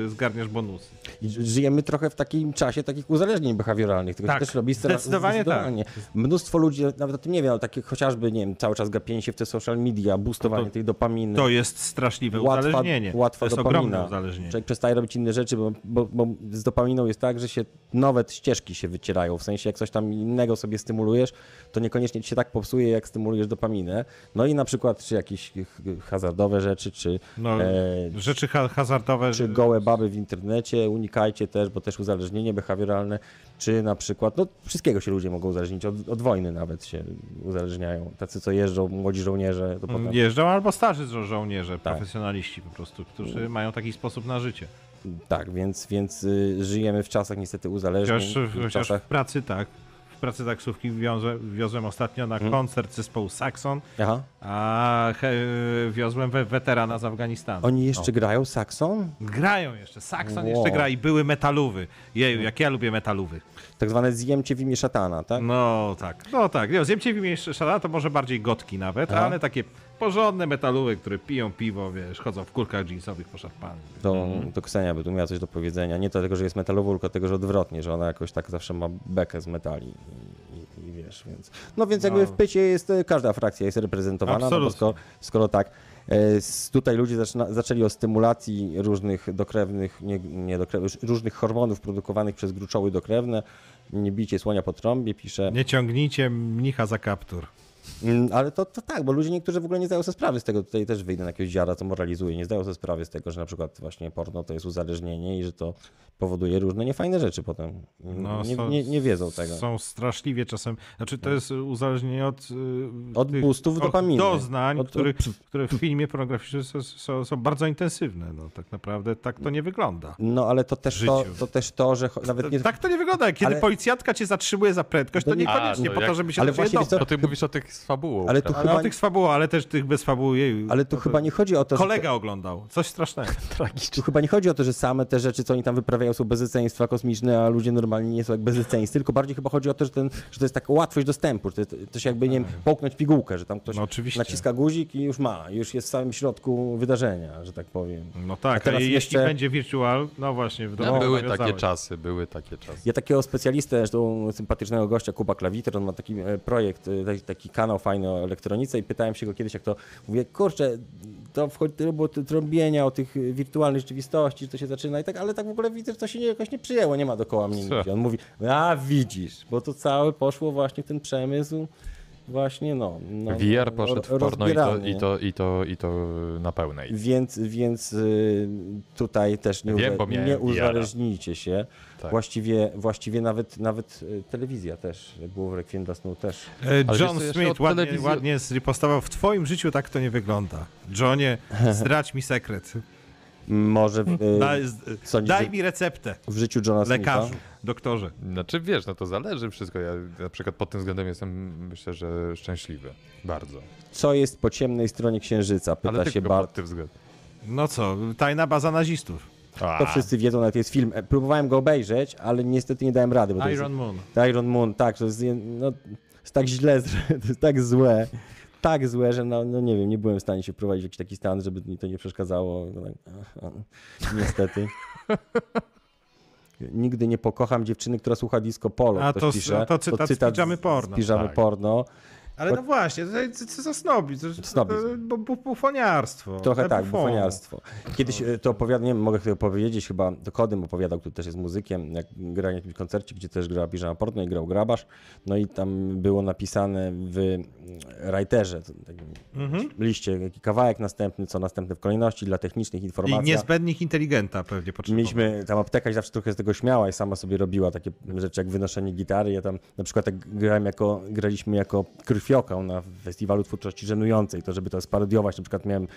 Speaker 3: yy, zgarniasz bonusy.
Speaker 1: I żyjemy trochę w takim czasie takich uzależnień behawioralnych, tego
Speaker 3: Tak,
Speaker 1: się też robi coraz-
Speaker 3: zdecydowanie tak.
Speaker 1: Mnóstwo ludzi nawet o tym nie wie, ale takie chociażby, nie wiem, cały czas gapienie się w te social media, boostowanie tej dopaminy.
Speaker 3: To jest straszliwe
Speaker 1: No. Łatwa,
Speaker 3: uzależnienie.
Speaker 1: łatwa
Speaker 3: to jest ogromne
Speaker 1: dopamina.
Speaker 3: uzależnienie.
Speaker 1: Człowiek przestaje robić inne rzeczy, bo, bo, bo z dopaminą jest tak, że się nowe ścieżki się wycierają. W sensie, jak coś tam innego sobie stymulujesz, to niekoniecznie ci się tak popsuje, jak stymulujesz dopaminę. No i na przykład czy jakieś ch- hazardowe rzeczy, czy,
Speaker 3: No,
Speaker 1: e,
Speaker 3: Rzeczy ha- hazardowe.
Speaker 1: czy gołe baby w internecie, unikajcie też, bo też uzależnienie behawioralne, czy na przykład, no wszystkiego się ludzie mogą uzależnić, od, od wojny nawet się uzależniają. Tacy, co jeżdżą, młodzi żołnierze, to potem
Speaker 3: Mm, Jeżdżą albo starzy żo- żołnierze, profesjonaliści po prostu,
Speaker 1: Mm.
Speaker 3: którzy mają taki sposób na życie.
Speaker 1: Tak, więc, więc y, żyjemy w czasach niestety uzależnień.
Speaker 3: Chociaż,
Speaker 1: i w
Speaker 3: chociaż w
Speaker 1: czasach...
Speaker 3: pracy tak. W pracy taksówki wiozłem, wiozłem ostatnio na
Speaker 1: Mm.
Speaker 3: koncert zespołu Saxon,
Speaker 1: Aha.
Speaker 3: a he, wiozłem we, weterana z Afganistanu.
Speaker 1: Oni jeszcze grają sakson?
Speaker 3: Grają jeszcze, Saxon
Speaker 1: Wow. Mm.
Speaker 3: jeszcze gra i były metalówy. Jeju, jak ja lubię metalowy.
Speaker 1: Tak zwane zjemcie w imię szatana, tak?
Speaker 3: No tak, no tak. Nie, Zjem ciebie jeszcze szala, to może bardziej gotki nawet,
Speaker 1: Aha.
Speaker 3: ale takie porządne metalowe, które piją piwo, wiesz, chodzą w kurkach jeansowych poszarpanych.
Speaker 1: To, to Ksenia by tu miała coś do powiedzenia. Nie dlatego, że jest metalową, tylko tego, że odwrotnie, że ona jakoś tak zawsze ma bekę z metali. I, i, i wiesz, więc. No więc jakby w pycie jest e, każda frakcja jest reprezentowana, no bo
Speaker 3: Absolutnie.
Speaker 1: skoro, skoro tak. e, s- Tutaj ludzie zaczyna, zaczęli o stymulacji różnych dokrewnych, nie, nie dokrewnych, różnych hormonów produkowanych przez gruczoły dokrewne. Nie bijcie słonia po trąbie, pisze
Speaker 3: Nie ciągnijcie mnicha za kaptur.
Speaker 1: Mm, Ale to, to tak, bo ludzie niektórzy w ogóle nie zdają sobie sprawy z tego, tutaj też wyjdę na jakiegoś dziada, co moralizuje, nie zdają sobie sprawy z tego, że na przykład właśnie porno to jest uzależnienie i że to powoduje różne niefajne rzeczy potem. Mm,
Speaker 3: No,
Speaker 1: nie,
Speaker 3: są-
Speaker 1: nie, nie wiedzą tego. No.
Speaker 3: Są straszliwie czasem. Znaczy, to jest uzależnienie od. y,
Speaker 1: Od
Speaker 3: tych-
Speaker 1: boostów
Speaker 3: od
Speaker 1: dopaminy.
Speaker 3: Doznań,
Speaker 1: Od- od-
Speaker 3: których- które w filmie pornograficznym są, są, są bardzo intensywne. No, tak naprawdę tak to nie wygląda.
Speaker 1: No ale to też to,
Speaker 3: życiu.
Speaker 1: to, też to że cho- nawet nie...
Speaker 3: Tak to nie wygląda. Kiedy
Speaker 1: Ale-
Speaker 3: policjantka cię zatrzymuje za prędkość, to
Speaker 1: To nie-
Speaker 3: niekoniecznie
Speaker 2: A, to
Speaker 3: po to,
Speaker 2: jak-
Speaker 3: żeby się
Speaker 1: Ale
Speaker 3: do ciebie
Speaker 1: właśnie, wiesz co,
Speaker 3: dobrać.
Speaker 2: To ty mówisz o tych z fabułą.
Speaker 1: Ale tu
Speaker 2: prawda?
Speaker 3: Ale
Speaker 1: chyba,
Speaker 3: o tych z fabuły, ale też tych bez fabuły. Jeju,
Speaker 1: ale tu
Speaker 3: to-
Speaker 1: chyba nie chodzi o to, że...
Speaker 3: Kolega oglądał. Coś strasznego.
Speaker 1: Tu chyba nie chodzi o to, że same te rzeczy, co oni tam wyprawiają, są bezeceństwa kosmiczne, a ludzie normalnie nie są jak bezeceńscy, tylko bardziej chyba chodzi o to, że, ten, że to jest taka łatwość dostępu, że to, jest- to się jakby, nie wiem, połknąć pigułkę, że tam ktoś
Speaker 3: No oczywiście.
Speaker 1: naciska guzik i już ma, już jest w samym środku wydarzenia, że tak powiem.
Speaker 3: No
Speaker 1: A
Speaker 3: tak, a
Speaker 1: teraz
Speaker 3: jeśli
Speaker 1: jeszcze-
Speaker 3: będzie virtual, no właśnie, w domu.
Speaker 2: No, były takie
Speaker 3: nawiązałeś.
Speaker 2: czasy, były takie czasy.
Speaker 1: Ja takiego specjalistę, zresztą sympatycznego gościa, Kuba Klawiter, on ma taki e, projekt, e, taki- taki kanał fajny o elektronice i pytałem się go kiedyś, jak to, mówię, kurczę, to wchodzi tyle było te trąbienia o tych e, wirtualnych rzeczywistości, że to się zaczyna i tak, ale tak w ogóle widzę, że to się nie, jakoś nie przyjęło, nie ma dookoła mnie nic. On mówi, "No, a widzisz, bo to całe poszło właśnie w ten przemysł, właśnie no. no
Speaker 2: VR
Speaker 1: no,
Speaker 2: poszedł w
Speaker 1: ro-
Speaker 2: porno i to,
Speaker 1: rozbieralnie.
Speaker 2: i to, i to, i to na pełnej.
Speaker 1: Więc, więc y, tutaj też nie,
Speaker 2: Wiem,
Speaker 1: uza-
Speaker 2: bo miałem
Speaker 1: nie
Speaker 2: VR-a.
Speaker 1: uzależnijcie się.
Speaker 2: Tak.
Speaker 1: Właściwie, właściwie nawet, nawet y, telewizja też, jak było w Requiem dla snu też.
Speaker 3: E,
Speaker 2: Ale wiesz
Speaker 3: John
Speaker 2: co, jeszcze
Speaker 3: Smith
Speaker 2: od
Speaker 3: ładnie,
Speaker 2: telewizji-
Speaker 3: ładnie zripostował. W twoim życiu tak to nie wygląda.
Speaker 1: [LAUGHS]
Speaker 3: Johnie, zdradź mi sekret.
Speaker 1: Może w, y,
Speaker 3: Da, z,
Speaker 1: sądzisz,
Speaker 3: daj
Speaker 1: że-
Speaker 3: mi receptę,
Speaker 1: w życiu Johna Smitha.
Speaker 3: Mm, lekarzu, doktorze.
Speaker 2: Znaczy wiesz, no to zależy wszystko. Ja na przykład pod tym względem jestem myślę, że szczęśliwy. Bardzo.
Speaker 1: Co jest po ciemnej stronie księżyca? Pyta
Speaker 2: Ale
Speaker 1: się
Speaker 2: tylko
Speaker 1: Bart.
Speaker 2: pod tym względem.
Speaker 3: No co, tajna baza nazistów.
Speaker 1: To wszyscy wiedzą, nawet jest film. E, Próbowałem go obejrzeć, ale niestety nie dałem rady. Bo to
Speaker 3: Iron Moon.
Speaker 1: jest, Iron Moon, tak, to jest, je- no, to jest tak źle, [LAUGHS] że- to jest tak złe. Tak złe, że no, no nie wiem, nie byłem w stanie się wprowadzić w jakiś taki stan, żeby mi to nie przeszkadzało. No tak, aha, Niestety. [LAUGHS] Nigdy nie pokocham dziewczyny, która słucha disco polo.
Speaker 3: A
Speaker 1: ktoś
Speaker 3: to s-
Speaker 1: pisze.
Speaker 3: to cytat z Piżamy
Speaker 1: Z
Speaker 3: Porno.
Speaker 1: piżamy
Speaker 2: Tak.
Speaker 1: porno.
Speaker 3: Ale no właśnie, tutaj co, co za snobi? To,
Speaker 1: Snobizm.
Speaker 3: to- bo bu, bufoniarstwo.
Speaker 1: Trochę
Speaker 3: Te
Speaker 1: tak,
Speaker 3: bufony.
Speaker 1: bufoniarstwo. Kiedyś e, to opowiadam, nie wiem, mogę tego powiedzieć, chyba to Kodym opowiadał, który też jest muzykiem, jak grał na jakimś koncercie, gdzie też grała Piżama Portno i grał Grabasz, no i tam było napisane w mm, writerze, to takim liście, jaki kawałek następny, co następny w kolejności, dla technicznych
Speaker 3: I
Speaker 1: informacji.
Speaker 3: niezbędnych inteligenta pewnie potrzebował.
Speaker 1: Mieliśmy tam apteka i zawsze trochę z tego śmiała i sama sobie robiła takie rzeczy jak wynoszenie gitary. Ja tam na przykład tak grałem jako, graliśmy jako krwiokał na festiwalu twórczości żenującej. To, żeby to sparodiować, na przykład miałem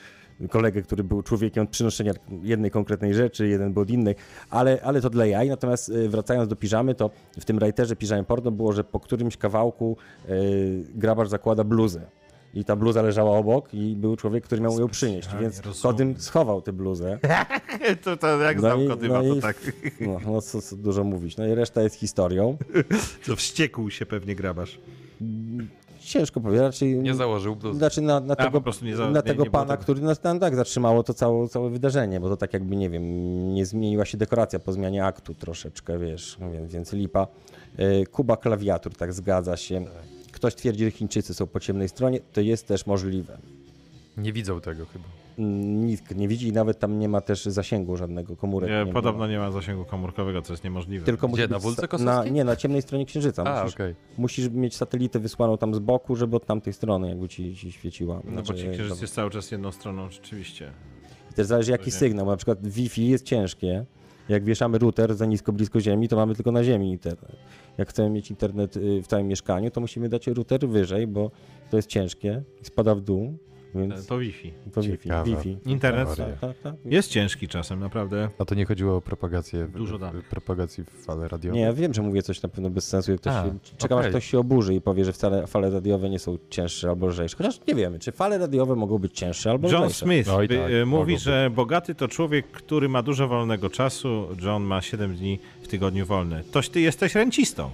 Speaker 1: kolegę, który był człowiekiem od przynoszenia jednej konkretnej rzeczy, jeden był od innej, ale, ale to dla jaj. Natomiast y, wracając do piżamy, to w tym rajterze piżamy porno było, że po którymś kawałku y, grabarz zakłada bluzę. I ta bluza leżała obok i był człowiek, który miał ją przynieść, więc
Speaker 3: rozumiem.
Speaker 1: Kodym schował tę bluzę.
Speaker 3: [LAUGHS] To, to jak
Speaker 1: No
Speaker 3: znam
Speaker 1: i-
Speaker 3: Kodyma,
Speaker 1: no
Speaker 3: to
Speaker 1: i-
Speaker 3: tak.
Speaker 1: No, no co, co dużo mówić. No i reszta jest historią.
Speaker 3: To wściekł się pewnie grabasz.
Speaker 1: Ciężko powiedzieć. Raczej,
Speaker 2: Nie założył bluzy.
Speaker 1: znaczy na, na
Speaker 3: A,
Speaker 1: tego,
Speaker 3: po prostu nie
Speaker 1: na
Speaker 3: za- nie-
Speaker 1: tego
Speaker 3: nie było
Speaker 1: pana,
Speaker 3: tego.
Speaker 1: który nas tam tak zatrzymało to całe, całe wydarzenie, bo to tak jakby, nie wiem, nie zmieniła się dekoracja po zmianie aktu troszeczkę, wiesz, więc, więc lipa. Y, Kuba klawiatur, tak zgadza się. Ktoś twierdzi, że Chińczycy są po ciemnej stronie, to jest też możliwe.
Speaker 2: Nie widzą tego chyba.
Speaker 1: Mm, Nikt nie widzi i nawet tam nie ma też zasięgu żadnego komórek.
Speaker 3: Nie,
Speaker 1: ma.
Speaker 3: podobno nie ma zasięgu komórkowego, co jest niemożliwe.
Speaker 1: Tak, Tylko
Speaker 2: Gdzie,
Speaker 1: musi
Speaker 2: na
Speaker 1: być
Speaker 2: Wólce
Speaker 1: sa- na,
Speaker 2: Kosowskiej?
Speaker 1: Nie, na ciemnej stronie Księżyca.
Speaker 2: A,
Speaker 1: musisz,
Speaker 2: okej.
Speaker 1: musisz mieć satelitę wysłaną tam z boku, żeby od tamtej strony jakby ci, ci świeciła.
Speaker 3: No bo
Speaker 1: Znaczy,
Speaker 3: ci księżyc
Speaker 1: to-
Speaker 3: jest cały czas jedną stroną, rzeczywiście.
Speaker 1: Też zależy jaki sygnał, na przykład Wi-Fi jest ciężkie. Jak wieszamy router za nisko blisko ziemi, to mamy tylko na ziemi internet. Jak chcemy mieć internet y, w całym mieszkaniu, to musimy dać router wyżej, bo to jest ciężkie i spada w dół, więc
Speaker 3: To Wi-Fi.
Speaker 1: to Wi-Fi.
Speaker 2: ciekawe.
Speaker 1: Wi-Fi.
Speaker 3: Internet
Speaker 2: Teoria.
Speaker 1: Tak, tak, tak.
Speaker 3: jest ciężki czasem, naprawdę.
Speaker 2: A to nie chodziło o propagację, w-
Speaker 3: Dużo danych.
Speaker 2: w, propagacji w fale radiowej.
Speaker 1: Nie, ja wiem, że mówię coś na pewno bez sensu. Jak ktoś
Speaker 2: A,
Speaker 1: się, czekam, aż
Speaker 2: okej.
Speaker 1: ktoś się oburzy i powie, że wcale fale radiowe nie są cięższe albo lżejsze. Chociaż nie wiemy, czy fale radiowe mogą być cięższe albo
Speaker 3: John
Speaker 1: lżejsze.
Speaker 3: Smith
Speaker 2: Oj,
Speaker 3: by-
Speaker 2: tak,
Speaker 3: e, mówi,
Speaker 2: mogą
Speaker 3: że bogaty to człowiek, który ma dużo wolnego czasu. John ma 7 dni w tygodniu wolny. Toś ty jesteś rencistą.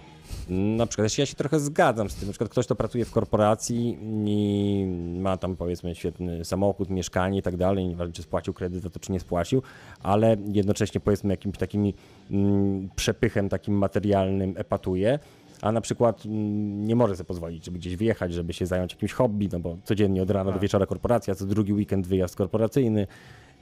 Speaker 1: Na przykład, jeśli ja się trochę zgadzam z tym, na przykład ktoś, kto pracuje w korporacji i ma tam powiedzmy świetny samochód, mieszkanie i tak dalej, nieważne czy spłacił kredyt, za to czy nie spłacił, ale jednocześnie powiedzmy jakimś takim mm, przepychem takim materialnym epatuje, a na przykład mm, nie może sobie pozwolić, żeby gdzieś wyjechać, żeby się zająć jakimś hobby, no bo codziennie od rana do wieczora korporacja, co drugi weekend wyjazd korporacyjny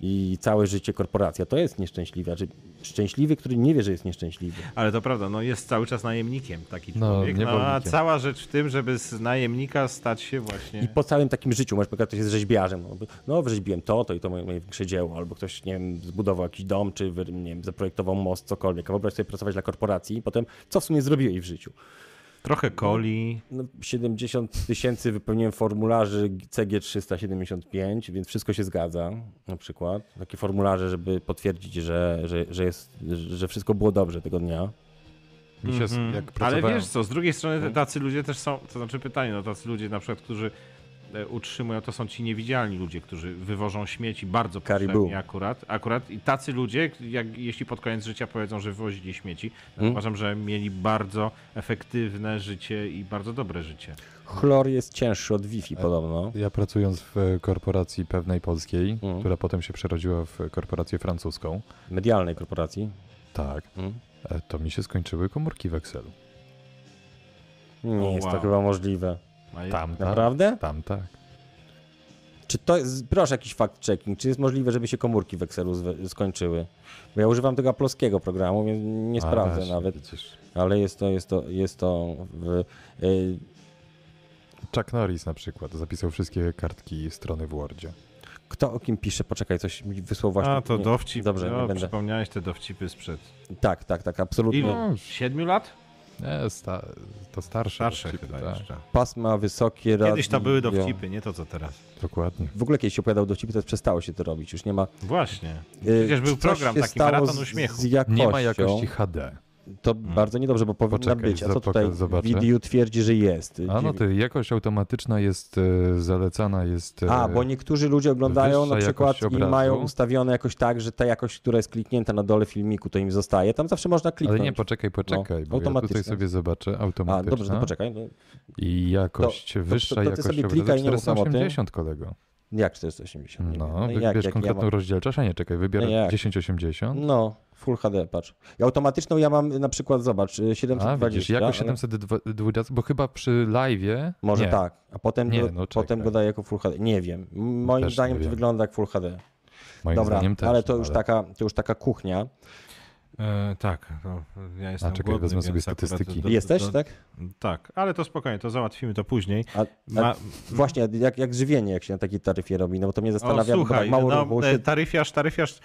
Speaker 1: i całe życie korporacja. To jest nieszczęśliwy, znaczy szczęśliwy, który nie wie, że jest nieszczęśliwy.
Speaker 3: Ale to prawda, no jest cały czas najemnikiem taki
Speaker 2: No,
Speaker 3: człowiek. No, a
Speaker 2: niewolnikiem.
Speaker 3: cała rzecz w tym, żeby z najemnika stać się
Speaker 1: I
Speaker 3: właśnie...
Speaker 1: po całym takim życiu, masz przykład ktoś jest rzeźbiarzem, no, by- no wrzeźbiłem to, to i to moje moje większe dzieło, albo ktoś, nie wiem, zbudował jakiś dom, czy wy- nie wiem, zaprojektował most, cokolwiek, a wyobraź sobie pracować dla korporacji i potem, co w sumie zrobiłeś w życiu?
Speaker 3: Trochę coli.
Speaker 1: No, 70 tysięcy wypełniłem formularzy CG375, więc wszystko się zgadza, na przykład. Takie formularze, żeby potwierdzić, że, że, że, jest, że wszystko było dobrze tego dnia.
Speaker 2: Mi się, z-
Speaker 3: Mhm.
Speaker 2: jak
Speaker 3: Ale
Speaker 2: pracowałem,
Speaker 3: wiesz co, z drugiej strony te- tacy ludzie też są, to znaczy pytanie, no tacy ludzie na przykład, którzy e, utrzymują, to są ci niewidzialni ludzie, którzy wywożą śmieci bardzo
Speaker 1: Caribou.
Speaker 3: potrzebnie akurat, akurat i tacy ludzie, jak, jeśli pod koniec życia powiedzą, że wywozili śmieci, uważam, że mieli bardzo efektywne życie i bardzo dobre życie.
Speaker 1: Chlor jest cięższy od Wi-Fi podobno.
Speaker 2: ja pracując w e, korporacji pewnej polskiej,
Speaker 1: Mhm.
Speaker 2: która potem się przerodziła w korporację francuską,
Speaker 1: Medialnej korporacji.
Speaker 2: tak,
Speaker 1: Mhm.
Speaker 2: e, to mi się skończyły komórki w Excelu.
Speaker 1: Nie
Speaker 3: O,
Speaker 1: jest to
Speaker 3: wow.
Speaker 1: chyba możliwe.
Speaker 3: No A
Speaker 2: Tam, tak.
Speaker 1: Naprawdę?
Speaker 2: Tam, tak.
Speaker 1: Czy to jest, proszę jakiś fact checking, czy jest możliwe, żeby się komórki w Excelu zwe- skończyły? Bo ja używam tego aploskiego programu, więc nie
Speaker 2: A,
Speaker 1: sprawdzę
Speaker 2: właśnie,
Speaker 1: nawet,
Speaker 2: Widzisz.
Speaker 1: ale jest to, jest to, jest to w, y,
Speaker 2: Chuck Norris na przykład zapisał wszystkie kartki i strony w Wordzie.
Speaker 1: kto o kim pisze, poczekaj, coś mi wysłał właśnie.
Speaker 3: A, to
Speaker 1: nie,
Speaker 3: dowcip.
Speaker 1: Dobrze,
Speaker 3: o,
Speaker 1: nie będę.
Speaker 3: Przypomniałeś te dowcipy sprzed
Speaker 1: Tak, tak, tak, absolutnie.
Speaker 3: ilu? Siedmiu lat?
Speaker 2: Nie, sta, to starsze.
Speaker 3: Starsze
Speaker 2: dowcipy,
Speaker 3: chyba
Speaker 2: tak.
Speaker 3: jeszcze.
Speaker 1: Pasma wysokie
Speaker 3: Kiedyś to
Speaker 1: radio.
Speaker 3: były dowcipy, nie to co teraz.
Speaker 2: Dokładnie.
Speaker 1: W ogóle kiedyś się opowiadał dowcipy, to przestało się to robić, już nie ma.
Speaker 3: Właśnie.
Speaker 1: y,
Speaker 3: Przecież był
Speaker 1: coś
Speaker 3: program
Speaker 1: się
Speaker 3: taki,
Speaker 1: stało
Speaker 3: maraton
Speaker 1: z-
Speaker 3: uśmiechu. Hmm.
Speaker 1: Z jakością,
Speaker 2: Nie ma jakości HD.
Speaker 1: To bardzo niedobrze, bo powinna
Speaker 2: Poczekaj,
Speaker 1: być. A co
Speaker 2: zapoka-
Speaker 1: tutaj
Speaker 2: zobaczę.
Speaker 1: Widiu twierdzi, że jest.
Speaker 2: A no
Speaker 1: Dziewię-
Speaker 2: to jakość automatyczna jest e, zalecana, jest. e,
Speaker 1: A, bo niektórzy ludzie oglądają na
Speaker 2: wyższa
Speaker 1: przykład
Speaker 2: jakość
Speaker 1: i
Speaker 2: obrazu.
Speaker 1: mają ustawione jakoś tak, że ta jakość, która jest kliknięta na dole filmiku, to im zostaje. Tam zawsze można
Speaker 2: Ale
Speaker 1: kliknąć.
Speaker 2: nie, poczekaj, poczekaj, bo ja
Speaker 1: automatyczne.
Speaker 2: tutaj sobie zobaczę
Speaker 1: A,
Speaker 2: automatyczna
Speaker 1: dobrze, no poczekaj. No,
Speaker 2: i jakość,
Speaker 1: to-
Speaker 2: wyższa
Speaker 1: to ty
Speaker 2: jakość
Speaker 1: sobie
Speaker 2: obrazu
Speaker 1: klikaj, nie mów tam o tym.
Speaker 2: 480 kolego.
Speaker 1: jak 480? Nie
Speaker 2: No,
Speaker 1: wiem.
Speaker 2: wybierz konkretną
Speaker 1: ja
Speaker 2: rozdzielczość, a nie, czekaj,
Speaker 1: No
Speaker 2: wybieram
Speaker 1: jak?
Speaker 2: 1080.
Speaker 1: mam... No, Full HD, patrz. I automatyczną ja mam na przykład, zobacz, y,
Speaker 2: A,
Speaker 1: 720.
Speaker 2: widzisz, jako
Speaker 1: ale
Speaker 2: 720, bo chyba przy live'ie...
Speaker 1: Może
Speaker 2: nie,
Speaker 1: tak, a potem,
Speaker 2: Nie,
Speaker 1: go,
Speaker 2: no czekaj.
Speaker 1: potem go daje jako Full HD. Nie wiem. M- Moim
Speaker 2: Też nie
Speaker 1: zdaniem to
Speaker 2: wiem.
Speaker 1: wygląda jak Full HD.
Speaker 2: Moim
Speaker 1: Dobra,
Speaker 2: zdaniem też, no,
Speaker 1: ale to już tak. taka, to już taka kuchnia.
Speaker 3: E, tak, no, ja jestem
Speaker 2: czekaj,
Speaker 3: głodny,
Speaker 2: wezmę sobie
Speaker 3: więc akurat
Speaker 2: statystyki.
Speaker 3: do- do-
Speaker 1: Jesteś,
Speaker 3: do-
Speaker 1: tak?
Speaker 3: Tak, ale to spokojnie, to załatwimy to później.
Speaker 1: A, a
Speaker 3: Ma-
Speaker 1: Właśnie, jak, jak żywienie, jak się na takiej taryfie robi, no bo to mnie
Speaker 3: O,
Speaker 1: zastanawia, bo tak
Speaker 3: słuchaj,
Speaker 1: mało
Speaker 3: no,
Speaker 1: ruchu,
Speaker 3: e,
Speaker 1: się...
Speaker 3: taryfiarz, taryfiarz.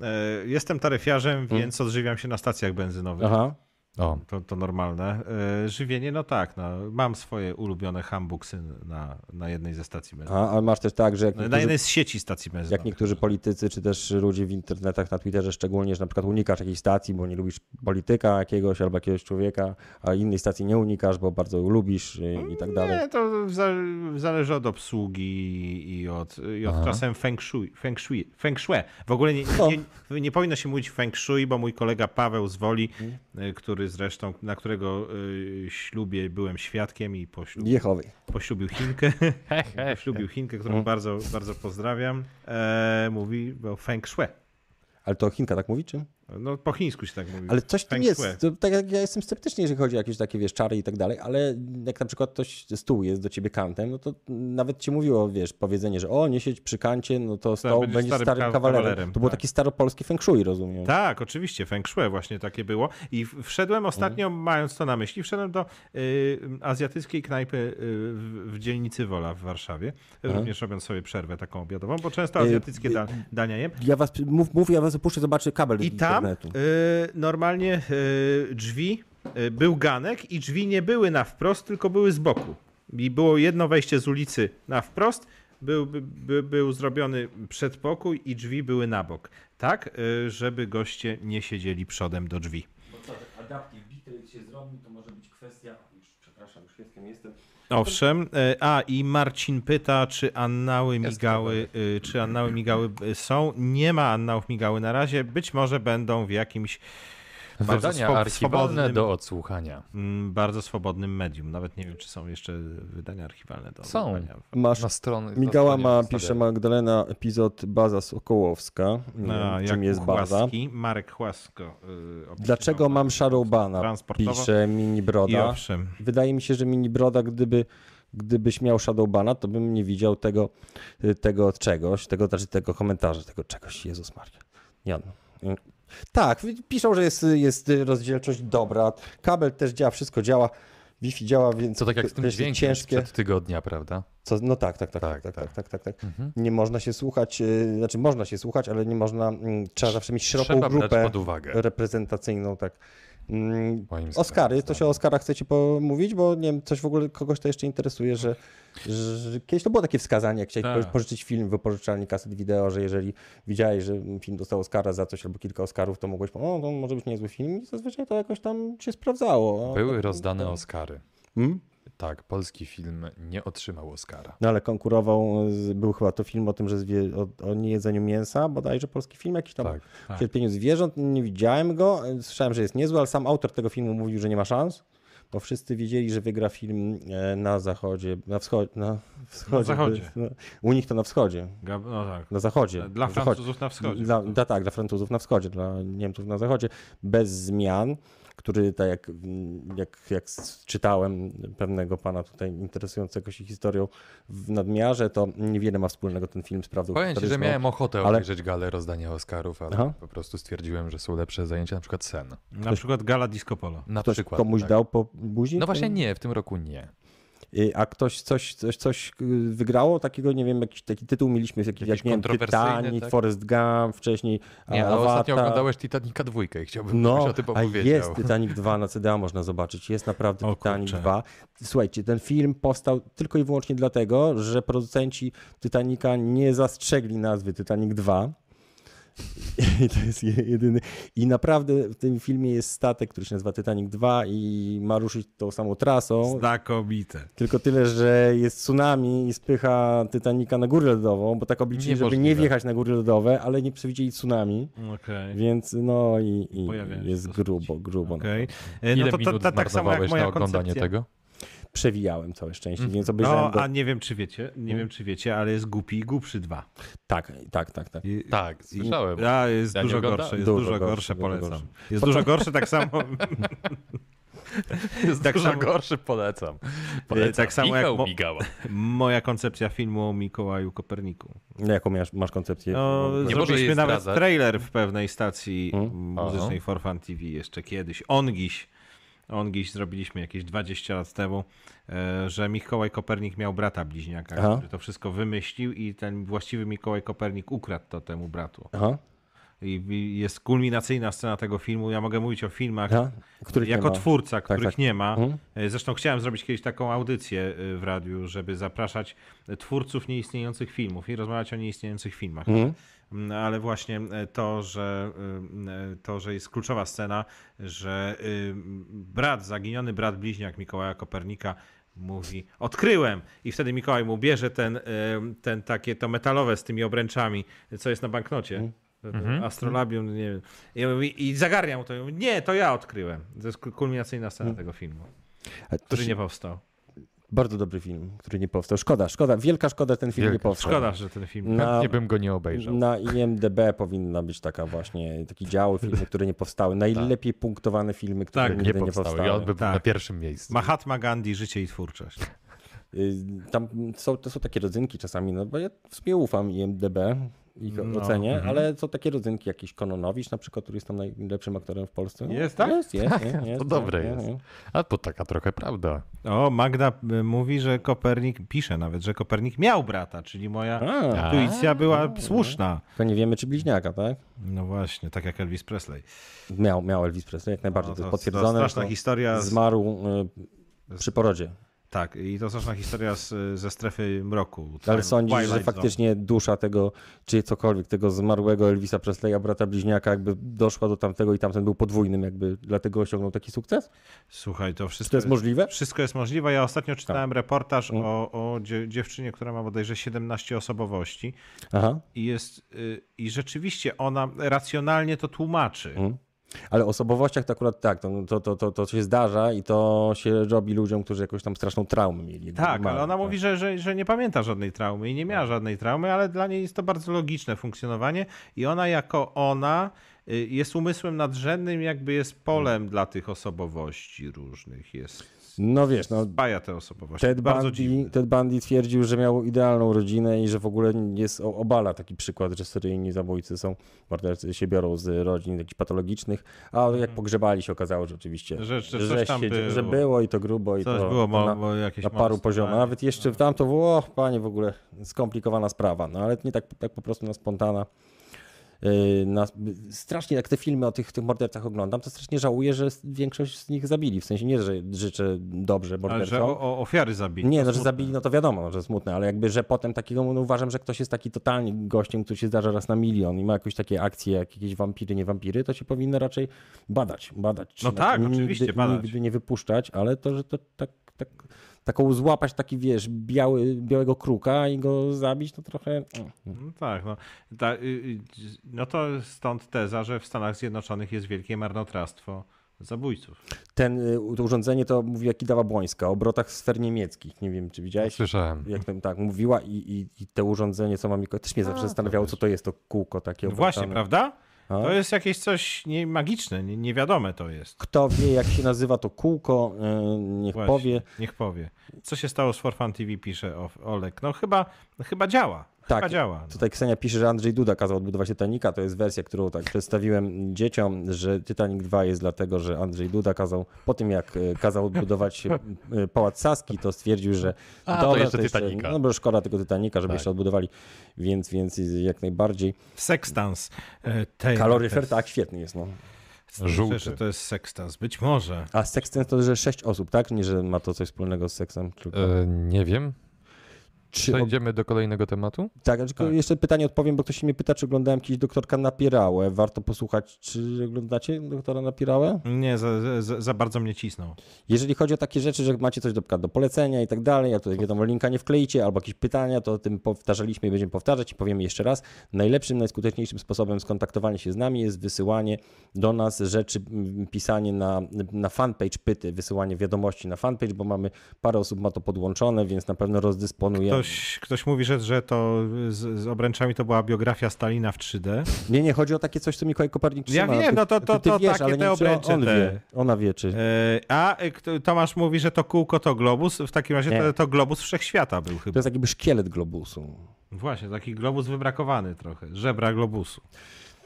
Speaker 3: E, jestem taryfiarzem, więc odżywiam się na stacjach benzynowych.
Speaker 1: Hmm. Aha.
Speaker 2: O,
Speaker 3: To, to normalne. E, żywienie, no tak, no, mam swoje ulubione hambuksy na, na jednej ze stacji benzynowych.
Speaker 1: A, ale masz też tak, że jak
Speaker 3: No, Na
Speaker 1: niektórzy,
Speaker 3: jednej z sieci stacji benzynowych.
Speaker 1: jak niektórzy politycy, czy też ludzie w internetach, na Twitterze szczególnie, że na przykład unikasz jakiejś stacji, bo nie lubisz polityka jakiegoś albo jakiegoś człowieka, a innej stacji nie unikasz, bo bardzo ją lubisz i, i tak dalej.
Speaker 3: Nie, to w za- zależy od obsługi i od, i od
Speaker 2: Aha.
Speaker 3: czasem feng shui. Feng shui, feng
Speaker 1: Mhm.
Speaker 3: shui. W ogóle nie, nie, nie powinno się mówić feng shui, bo mój kolega Paweł z Woli, y, który który zresztą, na którego y, ślubie byłem świadkiem i poślubił,
Speaker 1: Jechowej.
Speaker 3: poślubił
Speaker 1: [LAUGHS]
Speaker 3: Chinkę. poślubił Chinkę, którą
Speaker 1: Mhm.
Speaker 3: bardzo, bardzo pozdrawiam. E, mówi o feng shui.
Speaker 1: Ale to Chinka tak mówi, czy?
Speaker 3: No po chińsku się tak mówi.
Speaker 1: Ale coś tam
Speaker 3: Feng
Speaker 1: jest.
Speaker 3: shui.
Speaker 1: To, tak jak ja jestem sceptyczny, jeżeli chodzi o jakieś takie, wiesz, czary i tak dalej, ale jak na przykład ktoś stół jest do ciebie kantem, no to nawet ci mówiło, wiesz, powiedzenie, że o, nie siedź przy kancie, no to stoł
Speaker 3: będziesz
Speaker 1: będzie starym,
Speaker 3: starym ka-
Speaker 1: kawalerem.
Speaker 3: kawalerem,
Speaker 1: To było
Speaker 3: tak.
Speaker 1: taki staropolski feng shui, rozumiem.
Speaker 3: Tak, oczywiście, Feng Shui właśnie takie było. I w- wszedłem ostatnio,
Speaker 1: Mhm.
Speaker 3: mając to na myśli, wszedłem do y, azjatyckiej knajpy y, w, w dzielnicy Wola w Warszawie, również robiąc sobie przerwę taką obiadową, bo często
Speaker 1: Tak. Y,
Speaker 3: azjatyckie
Speaker 1: y,
Speaker 3: da, dania jem.
Speaker 1: Ja was, mów, mów, ja was opuszczę, zobaczę kabel
Speaker 3: I
Speaker 1: z
Speaker 3: tam y,
Speaker 1: internetu.
Speaker 3: normalnie y, drzwi, y, był ganek i drzwi nie były na wprost, tylko były z boku. I było jedno wejście z ulicy na wprost, był, by, by, był zrobiony przedpokój i drzwi były na bok. Tak, y, żeby goście nie siedzieli przodem do drzwi.
Speaker 1: Bo co, adaptive bitrate się zrobi, to może być kwestia... Już, przepraszam, już jestem, jestem.
Speaker 3: Owszem. E, A i Marcin pyta, czy annały migały, e, czy annały migały e, są? Nie ma annałów migały na razie. Być może będą w jakimś bardzo
Speaker 2: Wydania
Speaker 3: swo-
Speaker 2: archiwalne
Speaker 3: swobodnym-
Speaker 2: do odsłuchania.
Speaker 3: mm, bardzo swobodnym medium. Nawet nie wiem, czy są jeszcze wydania archiwalne do
Speaker 2: Są.
Speaker 3: oglądania.
Speaker 1: Masz
Speaker 2: Na stronę.
Speaker 1: Migała ma, pisze Magdalena, epizod Baza Sokołowska. Nie
Speaker 3: A,
Speaker 1: wiem,
Speaker 3: Jakub
Speaker 1: czym jest baza.
Speaker 3: Chłaski, Marek Chłasko. y, opisywał
Speaker 1: Dlaczego mam szarą bana?
Speaker 3: transportowo?
Speaker 1: Pisze Mini
Speaker 3: I
Speaker 1: Broda.
Speaker 3: owszem.
Speaker 1: Wydaje mi się, że Mini Broda, gdyby, gdybyś miał Shadowbana, to bym nie widział tego, y, tego czegoś, tego, znaczy tego komentarza, tego czegoś. Jezus Maria. Jan. Tak, piszą, że jest, jest rozdzielczość dobra. Kabel też działa, wszystko działa. Wi-Fi działa, więc
Speaker 2: Co tak jak z
Speaker 1: to
Speaker 2: tym
Speaker 1: jest
Speaker 2: dźwiękiem
Speaker 1: ciężkie.
Speaker 2: sprzed tygodnia, prawda?
Speaker 1: Co, no tak, tak, tak, tak, tak, tak, tak, tak, tak.
Speaker 2: Mhm.
Speaker 1: Nie można się słuchać, y, znaczy można się słuchać, ale nie można, mm, trzeba zawsze mieć szeroką
Speaker 2: Trzeba brać
Speaker 1: grupę
Speaker 2: pod uwagę.
Speaker 1: reprezentacyjną, tak. Mm,
Speaker 2: Moim
Speaker 1: Oscary,
Speaker 2: zdaniem. tak.
Speaker 1: to się o Oscarach chcecie pomówić, bo nie wiem, coś w ogóle kogoś to jeszcze interesuje, że, że kiedyś to było takie wskazanie, jak chciałeś
Speaker 2: Tak.
Speaker 1: po- pożyczyć film w wypożyczalni kaset wideo, że jeżeli widziałeś, że film dostał Oscara za coś albo kilka Oscarów, to mogłeś, po- o, to może być niezły film i zazwyczaj to jakoś tam się sprawdzało. A- tak-
Speaker 2: Były rozdane Oscary.
Speaker 1: Mm?
Speaker 2: Tak, polski film nie otrzymał Oscara.
Speaker 1: No ale konkurował, z- był chyba to film o tym, że zwie, o, o niejedzeniu mięsa, bodajże polski film jakiś tam
Speaker 2: Tak,
Speaker 1: o cierpieniu zwierząt, nie widziałem go, słyszałem, że jest niezły, ale sam autor tego filmu mówił, że nie ma szans, bo wszyscy wiedzieli, że wygra film e, na zachodzie, na wschodzie, na wschodzie,
Speaker 3: zachodzie.
Speaker 1: no, u nich to na wschodzie,
Speaker 3: Gab- No tak.
Speaker 1: na zachodzie.
Speaker 3: Dla
Speaker 1: na zachodzie.
Speaker 3: Francuzów na wschodzie.
Speaker 1: Dla, dla, tak, dla Francuzów na wschodzie, dla Niemców na zachodzie, bez zmian, który tak jak, mm, jak, jak s- czytałem pewnego pana tutaj interesującego się historią w nadmiarze, to niewiele ma wspólnego ten film z prawdą
Speaker 2: Powiem ci, że
Speaker 1: historyczną.
Speaker 2: miałem ochotę
Speaker 1: ale-
Speaker 2: obejrzeć galę rozdania Oscarów, ale
Speaker 1: Aha.
Speaker 2: po prostu stwierdziłem, że są lepsze zajęcia, na przykład sen.
Speaker 3: Na przykład Gala Disco Polo.
Speaker 2: Na
Speaker 1: Ktoś
Speaker 2: przykład.
Speaker 1: komuś
Speaker 2: tak.
Speaker 1: dał po buzi?
Speaker 2: No właśnie nie, w tym roku nie.
Speaker 1: Y, A ktoś coś, coś, coś y, wygrało takiego, nie wiem, jakiś taki tytuł mieliśmy, jakiś,
Speaker 2: Jakiś
Speaker 1: jak, nie wiem,
Speaker 2: kontrowersyjny,
Speaker 1: Titanic,
Speaker 2: tak?
Speaker 1: Forrest Gump, wcześniej
Speaker 2: Nie, ale
Speaker 1: Avatar.
Speaker 2: ostatnio oglądałeś Titanica dwójkę i chciałbym,
Speaker 1: No,
Speaker 2: żebyś o tym
Speaker 1: a
Speaker 2: opowiedział.
Speaker 1: jest Titanic 2 na CDA, można zobaczyć. Jest naprawdę
Speaker 3: O
Speaker 1: Titanic
Speaker 3: kurczę.
Speaker 1: 2. Słuchajcie, ten film powstał tylko i wyłącznie dlatego, że producenci Titanica nie zastrzegli nazwy Titanic 2. [LAUGHS] I to jest je- jedyny. I naprawdę w tym filmie jest statek, który się nazywa Titanic 2 i ma ruszyć tą samą
Speaker 3: No.
Speaker 1: trasą.
Speaker 3: Znakomite.
Speaker 1: Tylko tyle, że jest tsunami i spycha Titanica na górę lodową, bo tak obliczyli, żeby nie
Speaker 2: Niemożliwe.
Speaker 1: wjechać na góry lodowe, ale nie przewidzieli tsunami,
Speaker 3: Okej.
Speaker 1: więc no i, i
Speaker 3: Pojawiają się
Speaker 1: jest
Speaker 3: dosyć.
Speaker 1: grubo, grubo.
Speaker 3: Okej. E,
Speaker 2: Ile
Speaker 3: No to, to,
Speaker 2: minut
Speaker 3: to tak samo jak
Speaker 2: zmarnowałeś
Speaker 3: moja
Speaker 2: na oglądanie
Speaker 3: koncepcja.
Speaker 2: tego?
Speaker 1: Przewijałem całe szczęście, więc obejrzałem
Speaker 3: No,
Speaker 1: go.
Speaker 3: a nie wiem, czy wiecie, nie wiem, czy wiecie, ale jest głupi i głupszy dwa.
Speaker 1: Tak, tak, tak, tak.
Speaker 3: I-
Speaker 2: Tak, słyszałem.
Speaker 3: A, jest
Speaker 2: Ja nie
Speaker 3: dużo
Speaker 2: oglądałem.
Speaker 3: gorsze, jest
Speaker 1: Dużo
Speaker 3: dużo
Speaker 1: gorsze,
Speaker 3: gorsze,
Speaker 1: dużo
Speaker 3: polecam.
Speaker 1: gorsze.
Speaker 3: Jest dużo gorsze, tak samo, [LAUGHS]
Speaker 2: Jest
Speaker 3: tak
Speaker 2: dużo
Speaker 3: samo-
Speaker 2: gorszy, polecam. polecam.
Speaker 3: tak samo jak
Speaker 2: Michał
Speaker 3: mo- [LAUGHS]
Speaker 2: Migała.
Speaker 3: moja koncepcja filmu o Mikołaju Koperniku.
Speaker 1: No, Jaką masz, masz koncepcję?
Speaker 3: No,
Speaker 1: No,
Speaker 2: Nie może
Speaker 3: zrobiliśmy
Speaker 2: jej
Speaker 3: nawet
Speaker 2: zdradzać. Hmm?
Speaker 3: trailer w pewnej stacji muzycznej
Speaker 2: Aha.
Speaker 3: For Fun TV jeszcze kiedyś. Ongiś. Ongiś zrobiliśmy jakieś 20 lat temu, e, że Mikołaj Kopernik miał brata bliźniaka,
Speaker 1: Aha.
Speaker 3: który to wszystko wymyślił i ten właściwy Mikołaj Kopernik ukradł to temu bratu.
Speaker 1: Aha,
Speaker 3: I i jest kulminacyjna scena tego filmu. Ja mogę mówić o filmach
Speaker 1: aha, których nie
Speaker 3: jako
Speaker 1: ma.
Speaker 3: twórca, których
Speaker 1: tak.
Speaker 3: nie ma. E, Zresztą chciałem zrobić kiedyś taką audycję e, w radiu, żeby zapraszać twórców nieistniejących filmów i rozmawiać o nieistniejących filmach.
Speaker 1: Mhm.
Speaker 3: Mm, Ale właśnie e, to że, ym, e, to, że jest kluczowa scena, że ym, brat, zaginiony brat bliźniak Mikołaja Kopernika mówi, odkryłem! I wtedy Mikołaj mu bierze ten, ym, ten takie to metalowe z tymi obręczami, co jest na banknocie. Mhm. Astrolabium, nie wiem. I, on mówi- I zagarnia mu to. I mówi, nie, to ja odkryłem. To jest ku- kulminacyjna scena tego filmu,
Speaker 1: A to
Speaker 3: który
Speaker 1: się-
Speaker 3: nie powstał.
Speaker 1: Bardzo dobry film, który nie powstał. Szkoda, szkoda, wielka szkoda ten film
Speaker 2: Wielka.
Speaker 1: nie powstał.
Speaker 3: Szkoda, że ten film.
Speaker 1: Na,
Speaker 2: Nie bym go nie obejrzał.
Speaker 1: No, na IMDB powinna być taka właśnie, taki dział filmy, które nie powstały. Najlepiej punktowane filmy, które
Speaker 3: Tak,
Speaker 1: nigdy
Speaker 2: nie powstały. I on by był
Speaker 3: Tak.
Speaker 2: na pierwszym miejscu.
Speaker 3: Mahatma Gandhi, życie i twórczość.
Speaker 1: Y, Tam są, to są takie rodzynki czasami, no bo ja w sumie ufam IMDB ich
Speaker 3: No,
Speaker 1: ocenie, ale są takie rodzynki, jakiś Kononowicz na przykład, który jest tam najlepszym aktorem w Polsce. No,
Speaker 3: Jest, tak?
Speaker 1: Jest,
Speaker 3: [LAUGHS]
Speaker 1: jest, jest, jest
Speaker 2: To dobre jest. A to taka trochę prawda.
Speaker 3: O, Magda y, mówi, że Kopernik, pisze nawet, że Kopernik miał brata, czyli moja
Speaker 1: A,
Speaker 3: intuicja była słuszna.
Speaker 1: tylko nie wiemy, czy bliźniaka, tak?
Speaker 3: No właśnie, tak jak Elvis Presley.
Speaker 1: Miał, miał Elvis Presley, jak najbardziej,
Speaker 3: No,
Speaker 1: to jest
Speaker 3: To
Speaker 1: potwierdzone.
Speaker 3: straszna
Speaker 1: że
Speaker 3: historia. Z...
Speaker 1: Zmarł y, przy porodzie.
Speaker 3: Tak, i to straszna historia z, ze strefy mroku.
Speaker 1: Ale
Speaker 3: Time-
Speaker 1: sądzisz, że
Speaker 3: Twilight Zone.
Speaker 1: faktycznie dusza tego, czy cokolwiek, tego zmarłego Elvisa Presleya, brata bliźniaka, jakby doszła do tamtego i tamten był podwójnym, jakby dlatego osiągnął taki sukces?
Speaker 3: Słuchaj, to
Speaker 1: Czy
Speaker 3: wszystko
Speaker 1: to jest możliwe? Tak. Mhm.
Speaker 3: Wszystko jest możliwe. Ja ostatnio czytałem reportaż o, o dzie- dziewczynie, która ma bodajże 17 osobowości
Speaker 1: Aha.
Speaker 3: i jest y, i rzeczywiście ona racjonalnie to tłumaczy.
Speaker 1: Mhm. Ale osobowościach to akurat tak, to, to, to, to, to się zdarza i to się robi ludziom, którzy jakąś tam straszną traumę mieli.
Speaker 3: Tak,
Speaker 1: Mają,
Speaker 3: ale ona mówi, że, że, że nie pamięta żadnej traumy i nie
Speaker 1: Tak.
Speaker 3: miała żadnej traumy, ale dla niej jest to bardzo logiczne funkcjonowanie i ona jako ona y, jest umysłem nadrzędnym, jakby jest polem
Speaker 1: Mhm.
Speaker 3: dla tych osobowości różnych. Jest
Speaker 1: No wiesz, no
Speaker 3: baja te osobowości.
Speaker 1: Ted
Speaker 3: bardzo
Speaker 1: Bundy,
Speaker 3: dziwne.
Speaker 1: Ted Bundy twierdził, że miał idealną rodzinę i że w ogóle jest o- obala taki przykład, że seryjni zabójcy są, mordercy się biorą z rodzin jakichś patologicznych, a jak pogrzebali się okazało, że oczywiście,
Speaker 3: Mhm. Że- że coś tam było.
Speaker 1: że było i to grubo i
Speaker 3: Coś
Speaker 1: to,
Speaker 3: było,
Speaker 1: to
Speaker 3: bo,
Speaker 1: na,
Speaker 3: bo jakieś
Speaker 1: na
Speaker 3: No.
Speaker 1: paru
Speaker 3: molestowanie.
Speaker 1: poziomach, nawet jeszcze w tamto, o panie w ogóle skomplikowana sprawa, no ale nie tak, tak po prostu na spontana. Yy, Na, strasznie jak te filmy o tych, tych mordercach oglądam, to strasznie żałuję, że większość z nich zabili. W sensie nie, że życzę dobrze
Speaker 3: Ale
Speaker 1: mordercom,
Speaker 3: że o, o ofiary zabili.
Speaker 1: nie, no, że zabili, no to wiadomo, że smutne, ale jakby, że potem takiego, no uważam, że ktoś jest taki totalnie gościem, który się zdarza raz na milion i ma jakieś takie akcje, jak jakieś wampiry, nie wampiry, to się powinno raczej badać, badać.
Speaker 3: No
Speaker 1: Czy
Speaker 3: tak,
Speaker 1: nigdy-
Speaker 3: oczywiście, badać.
Speaker 1: Nigdy nie wypuszczać, ale to, że to tak, tak taką złapać taki, wiesz, biały, białego kruka i go zabić, to trochę... mm.
Speaker 3: No tak, no. Ta, y, y, no to stąd teza, że w Stanach Zjednoczonych jest wielkie marnotrawstwo zabójców.
Speaker 1: Ten, y, to urządzenie to mówi Akidawa Błońska o obrotach sfer niemieckich, nie wiem, czy widziałeś?
Speaker 3: No,
Speaker 2: Słyszałem.
Speaker 1: Jak tam tak mówiła i, i, i te urządzenie, co mam, też mnie zawsze zastanawiało, co to jest to kółko takie
Speaker 3: No właśnie,
Speaker 1: obracane.
Speaker 3: prawda?
Speaker 1: A?
Speaker 3: To jest jakieś coś nie, magiczne, nie, niewiadome to jest.
Speaker 1: Kto wie, jak się nazywa to kółko, yy, niech
Speaker 3: Właśnie,
Speaker 1: powie.
Speaker 3: Niech powie. Co się stało z Forfan TV, pisze o, Olek. No chyba, chyba działa. Chyba
Speaker 1: Tak.
Speaker 3: działa. No.
Speaker 1: Tutaj Ksenia pisze, że Andrzej Duda kazał odbudować Titanica. To jest wersja, którą tak przedstawiłem dzieciom, że Titanic 2 jest dlatego, że Andrzej Duda kazał, po tym jak e, kazał odbudować e, Pałac Saski, to stwierdził, że
Speaker 2: A, to jeszcze Titanica.
Speaker 1: no bo szkoda tego Titanica, żeby
Speaker 2: Tak.
Speaker 1: jeszcze odbudowali, więc, więc jak najbardziej.
Speaker 3: Sextans. E, tej-
Speaker 1: Kaloryfer
Speaker 3: te-
Speaker 1: tak, świetny jest. No.
Speaker 2: Żółty.
Speaker 3: Że to jest sextans. Być może.
Speaker 1: A sextant to, że sześć osób, tak? Nie, że ma to coś wspólnego z seksem. Tylko...
Speaker 2: E, nie wiem.
Speaker 1: Czy
Speaker 2: Przejdziemy do kolejnego tematu?
Speaker 1: Tak, tylko
Speaker 3: Tak.
Speaker 1: jeszcze pytanie odpowiem, bo ktoś się mnie pyta, czy oglądałem kiedyś doktorka Napierałę. Warto posłuchać, czy oglądacie doktora Napierałę?
Speaker 3: Nie, za, za, za bardzo mnie cisnął.
Speaker 1: Jeżeli chodzi o takie rzeczy, że macie coś do, do polecenia i tak dalej, a tutaj wiadomo, linka nie wkleicie, albo jakieś pytania, to o tym powtarzaliśmy i będziemy powtarzać i powiemy jeszcze raz. Najlepszym, najskuteczniejszym sposobem skontaktowania się z nami jest wysyłanie do nas rzeczy, m, pisanie na, na fanpage pyty, wysyłanie wiadomości na fanpage, bo mamy parę osób ma to podłączone, więc na pewno rozdysponujemy.
Speaker 3: Ktoś, ktoś mówi, że, że to z, z obręczami to była biografia Stalina w 3D.
Speaker 1: Nie, nie, chodzi o takie coś, co Mikołaj Kopernik
Speaker 3: Ja
Speaker 1: trzyma.
Speaker 3: wiem,
Speaker 1: Ty-
Speaker 3: no to-
Speaker 1: ty-
Speaker 3: to-
Speaker 1: ty
Speaker 3: to
Speaker 1: wiesz,
Speaker 3: takie
Speaker 1: ale nie
Speaker 3: te
Speaker 1: wiem, czy on-
Speaker 3: obręcze
Speaker 1: on
Speaker 3: te.
Speaker 1: wie, ona wie, czy...
Speaker 3: E, A e, kto- Tomasz mówi, że to kółko to globus. W takim razie
Speaker 1: Nie.
Speaker 3: to, to globus wszechświata był chyba.
Speaker 1: To jest jakby szkielet globusu.
Speaker 3: Właśnie, taki globus wybrakowany trochę. Żebra globusu.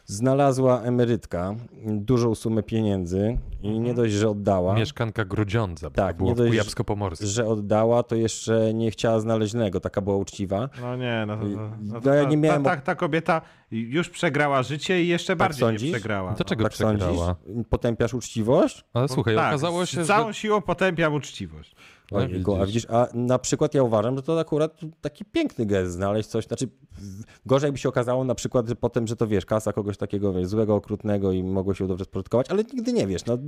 Speaker 1: Znalazła emerytka dużą sumę pieniędzy i
Speaker 3: Mhm.
Speaker 1: nie dość, że oddała,
Speaker 2: Mieszkanka Grudziądza, bo
Speaker 1: Tak,
Speaker 2: tak, było
Speaker 1: nie
Speaker 2: w
Speaker 1: dość,
Speaker 2: Kujawsko-Pomorskim.
Speaker 1: że oddała, to jeszcze nie chciała znaleźnego, taka była uczciwa.
Speaker 3: No nie, no, to- to-
Speaker 1: No
Speaker 3: to-
Speaker 1: ja
Speaker 3: ta-
Speaker 1: nie miałem-
Speaker 3: Ta, ta, ta kobieta już przegrała życie i jeszcze bardziej
Speaker 1: sądzisz?
Speaker 3: nie przegrała. no.
Speaker 2: To czego
Speaker 1: tak
Speaker 2: przegrała?
Speaker 1: sądzisz? Potępiasz uczciwość?
Speaker 2: Ale słuchaj,
Speaker 3: tak,
Speaker 2: okazało się,
Speaker 3: z
Speaker 2: że
Speaker 3: całą siłą potępiam uczciwość.
Speaker 1: O,
Speaker 2: No,
Speaker 1: jego, a
Speaker 2: widzisz.
Speaker 1: widzisz, a na przykład ja uważam, że to akurat taki piękny gest, znaleźć coś, znaczy w- gorzej by się okazało na przykład że potem, że to wiesz, kasa kogoś takiego wiesz, złego, okrutnego i mogło się dobrze spożytkować, ale nigdy nie wiesz, no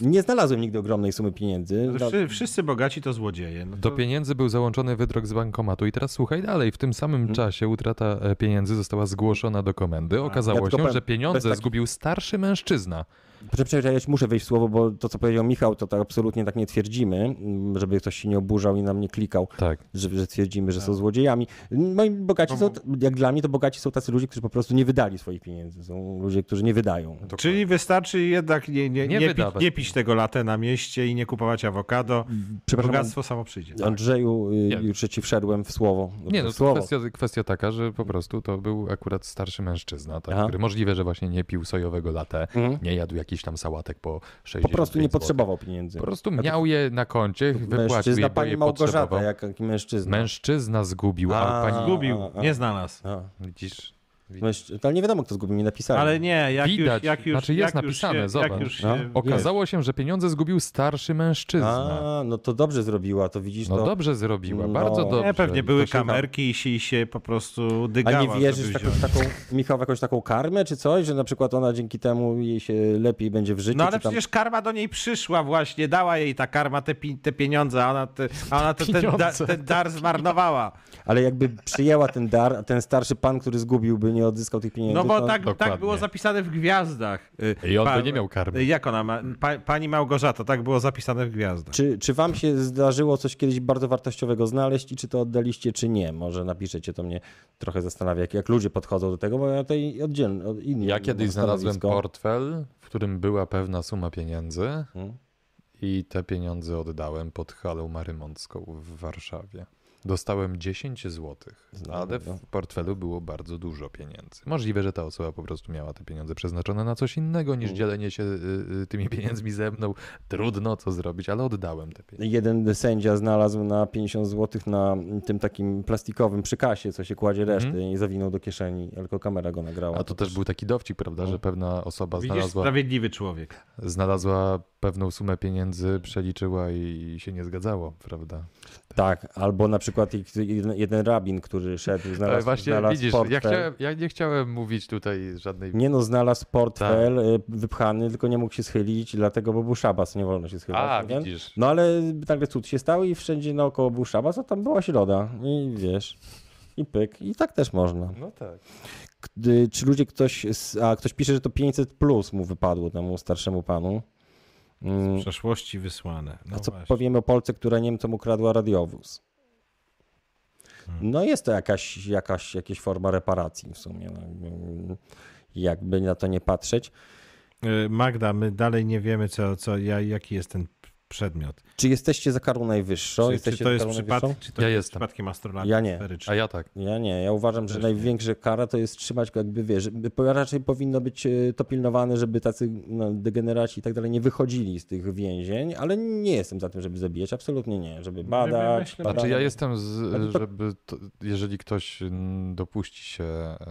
Speaker 1: nie znalazłem nigdy ogromnej sumy pieniędzy.
Speaker 3: Ale
Speaker 1: No,
Speaker 3: wszy- Wszyscy bogaci to złodzieje. No
Speaker 2: Do
Speaker 1: Mm.
Speaker 3: to...
Speaker 2: pieniędzy był załączony wydruk z bankomatu i teraz słuchaj dalej, w tym samym
Speaker 1: Mm.
Speaker 2: czasie utrata e, pieniędzy została zgłoszona do komendy.
Speaker 1: Tak. Ja
Speaker 2: Okazało
Speaker 1: tylko
Speaker 2: się,
Speaker 1: powiem,
Speaker 2: że
Speaker 1: bez
Speaker 2: pieniądze
Speaker 1: takich-
Speaker 2: zgubił starszy mężczyzna.
Speaker 1: Proszę przecież ja ci muszę wejść w słowo, bo to co powiedział Michał, to tak absolutnie tak nie twierdzimy, m, żeby ktoś się nie oburzał i na mnie klikał.
Speaker 2: Tak.
Speaker 1: że, że twierdzimy, że są złodziejami. No i bogaci są, jak dla mnie, to bogaci są tacy ludzie, którzy po prostu nie wydali swoich pieniędzy. Są ludzie, którzy nie wydają.
Speaker 3: Czyli wystarczy jednak nie,
Speaker 2: Nie
Speaker 3: nie, nie, pi,
Speaker 2: wydawać.
Speaker 3: nie pić tego latę na mieście i nie kupować awokado.
Speaker 1: Przepraszam,
Speaker 3: Bogactwo samo przyjdzie.
Speaker 1: Andrzeju, y,
Speaker 2: Tak. Nie.
Speaker 1: już że ci wszedłem w słowo.
Speaker 2: Nie, no
Speaker 1: w
Speaker 2: to
Speaker 1: słowo. Mm.
Speaker 2: kwestia, kwestia taka, że po prostu to był akurat starszy mężczyzna, tak,
Speaker 1: Aha. Mhm.
Speaker 2: który możliwe, że właśnie nie pił sojowego latte, nie jadł jakichś tam sałatek po 60
Speaker 1: Po prostu nie
Speaker 2: złotych.
Speaker 1: potrzebował pieniędzy.
Speaker 2: Po prostu miał je na koncie, wypłacił
Speaker 1: Mężczyzna,
Speaker 2: je, bo
Speaker 1: pani
Speaker 2: je
Speaker 1: Małgorzata,
Speaker 2: potrzebował.
Speaker 1: jak, jaki mężczyzna.
Speaker 2: Mężczyzna zgubił,
Speaker 1: A.
Speaker 2: a pani...
Speaker 3: Zgubił,
Speaker 1: a, a.
Speaker 3: nie znalazł.
Speaker 1: A,
Speaker 2: Widzisz?
Speaker 1: No, mężczy... Ale nie wiadomo, kto zgubił, nie napisali.
Speaker 3: Ale nie, jak
Speaker 2: Widać.
Speaker 3: już, jak już,
Speaker 2: Znaczy jest
Speaker 3: jak
Speaker 2: napisane,
Speaker 3: już się,
Speaker 2: zobacz.
Speaker 3: Jak już się,
Speaker 1: Tak. No.
Speaker 2: Okazało się, że pieniądze zgubił starszy mężczyzna.
Speaker 1: A, no to dobrze zrobiła, to widzisz,
Speaker 2: No
Speaker 1: to...
Speaker 2: dobrze zrobiła,
Speaker 1: No.
Speaker 2: bardzo
Speaker 1: Nie,
Speaker 2: dobrze.
Speaker 3: nie, pewnie
Speaker 2: To
Speaker 3: były
Speaker 2: się tam-
Speaker 3: kamerki i się, i się po prostu
Speaker 1: A
Speaker 3: dygała.
Speaker 1: nie wierzysz tak w
Speaker 3: żeby
Speaker 1: jakąś
Speaker 3: wziąć.
Speaker 1: taką, Michał, w jakąś taką karmę czy coś, że na przykład ona dzięki temu jej się lepiej będzie w życiu?
Speaker 3: No ale
Speaker 1: czy tam...
Speaker 3: przecież karma do niej przyszła właśnie, dała jej ta karma te, pi, te pieniądze, a ona, te, a ona te, ten, da,
Speaker 2: Pieniądze.
Speaker 3: ten dar zmarnowała.
Speaker 1: Ale jakby przyjęła ten dar, a ten starszy pan, który zgubiłby, nie odzyskał tych pieniędzy.
Speaker 3: No bo
Speaker 1: to-
Speaker 3: tak, tak
Speaker 2: Dokładnie.
Speaker 3: było zapisane w gwiazdach. Y,
Speaker 2: I on by nie miał karmy.
Speaker 3: Jak ona ma? Pa, pani Małgorzata, tak było zapisane w gwiazdach.
Speaker 1: Czy, czy wam się zdarzyło coś kiedyś bardzo wartościowego znaleźć i czy to oddaliście, czy nie? Może napiszecie, to mnie trochę zastanawia, jak, jak ludzie podchodzą do tego, bo ja tutaj oddzielny, od inny
Speaker 2: Ja kiedyś
Speaker 1: stanowisko.
Speaker 2: znalazłem portfel, w którym była pewna suma pieniędzy
Speaker 1: Hmm?
Speaker 2: i te pieniądze oddałem pod halą marymącką w Warszawie. Dostałem 10 złotych, ale w portfelu było bardzo dużo pieniędzy. Możliwe, że ta osoba po prostu miała te pieniądze przeznaczone na coś innego niż dzielenie się y, y, tymi pieniędzmi ze mną. Trudno to zrobić, ale oddałem te pieniądze.
Speaker 1: Jeden sędzia znalazł na 50 zł na tym takim plastikowym przykasie, co się kładzie reszty i zawinął do kieszeni, tylko kamera go nagrała.
Speaker 2: Mhm. A to też No. był taki dowcip, prawda, że pewna osoba
Speaker 3: Widzisz,
Speaker 2: znalazła
Speaker 3: sprawiedliwy człowiek.
Speaker 2: znalazła pewną sumę pieniędzy, przeliczyła i się nie zgadzało, prawda?
Speaker 1: Tak, albo na przykład jeden, jeden rabin, który szedł, znalazł,
Speaker 2: Ale E, właśnie
Speaker 1: znalazł
Speaker 2: widzisz,
Speaker 1: portfel.
Speaker 2: ja, chciałem, ja nie chciałem mówić tutaj żadnej...
Speaker 1: Nie no, znalazł portfel
Speaker 2: Tak.
Speaker 1: y, wypchany, tylko nie mógł się schylić, dlatego, bo był szabas, nie wolno się schylać.
Speaker 2: A,
Speaker 1: nie wiem?
Speaker 2: widzisz.
Speaker 1: No ale nagle cud się stał i wszędzie naokoło był szabas, a tam była środa i wiesz... I pyk. I tak też można.
Speaker 2: No tak.
Speaker 1: Gdy- Czy ludzie ktoś... s- A ktoś pisze, że to 500 plus mu wypadło temu starszemu panu. Mm,
Speaker 3: W przeszłości wysłane. No
Speaker 1: a co
Speaker 3: właśnie.
Speaker 1: powiemy o Polce, która Niemcom ukradła radiowóz?
Speaker 3: Hmm.
Speaker 1: No jest to jakaś, jakaś, jakaś forma reparacji w sumie. no, mm, Jakby na to nie patrzeć.
Speaker 3: Y, Magda, my dalej nie wiemy, co, co, ja, jaki jest ten p- przedmiot.
Speaker 1: Czy jesteście za karą najwyższą?
Speaker 3: Czy,
Speaker 1: jesteście
Speaker 3: czy to
Speaker 1: za
Speaker 3: jest
Speaker 1: karą
Speaker 3: przypadek,
Speaker 1: najwyższą?
Speaker 3: czy to
Speaker 2: Ja
Speaker 3: jest
Speaker 2: jestem.
Speaker 3: przypadkiem astrologii
Speaker 1: Ja nie.
Speaker 2: A ja tak.
Speaker 1: Ja nie, ja uważam, że największa kara to jest trzymać go jakby, wiesz, by- bo raczej powinno być e, to pilnowane, żeby tacy no, degeneraci i tak dalej nie wychodzili z tych więzień, ale nie jestem za tym, żeby zabijać, absolutnie nie, żeby badać.
Speaker 3: myślę-
Speaker 1: badać.
Speaker 2: Znaczy ja jestem,
Speaker 1: Ale
Speaker 2: z,
Speaker 1: to-
Speaker 2: żeby to, jeżeli ktoś mm, dopuści się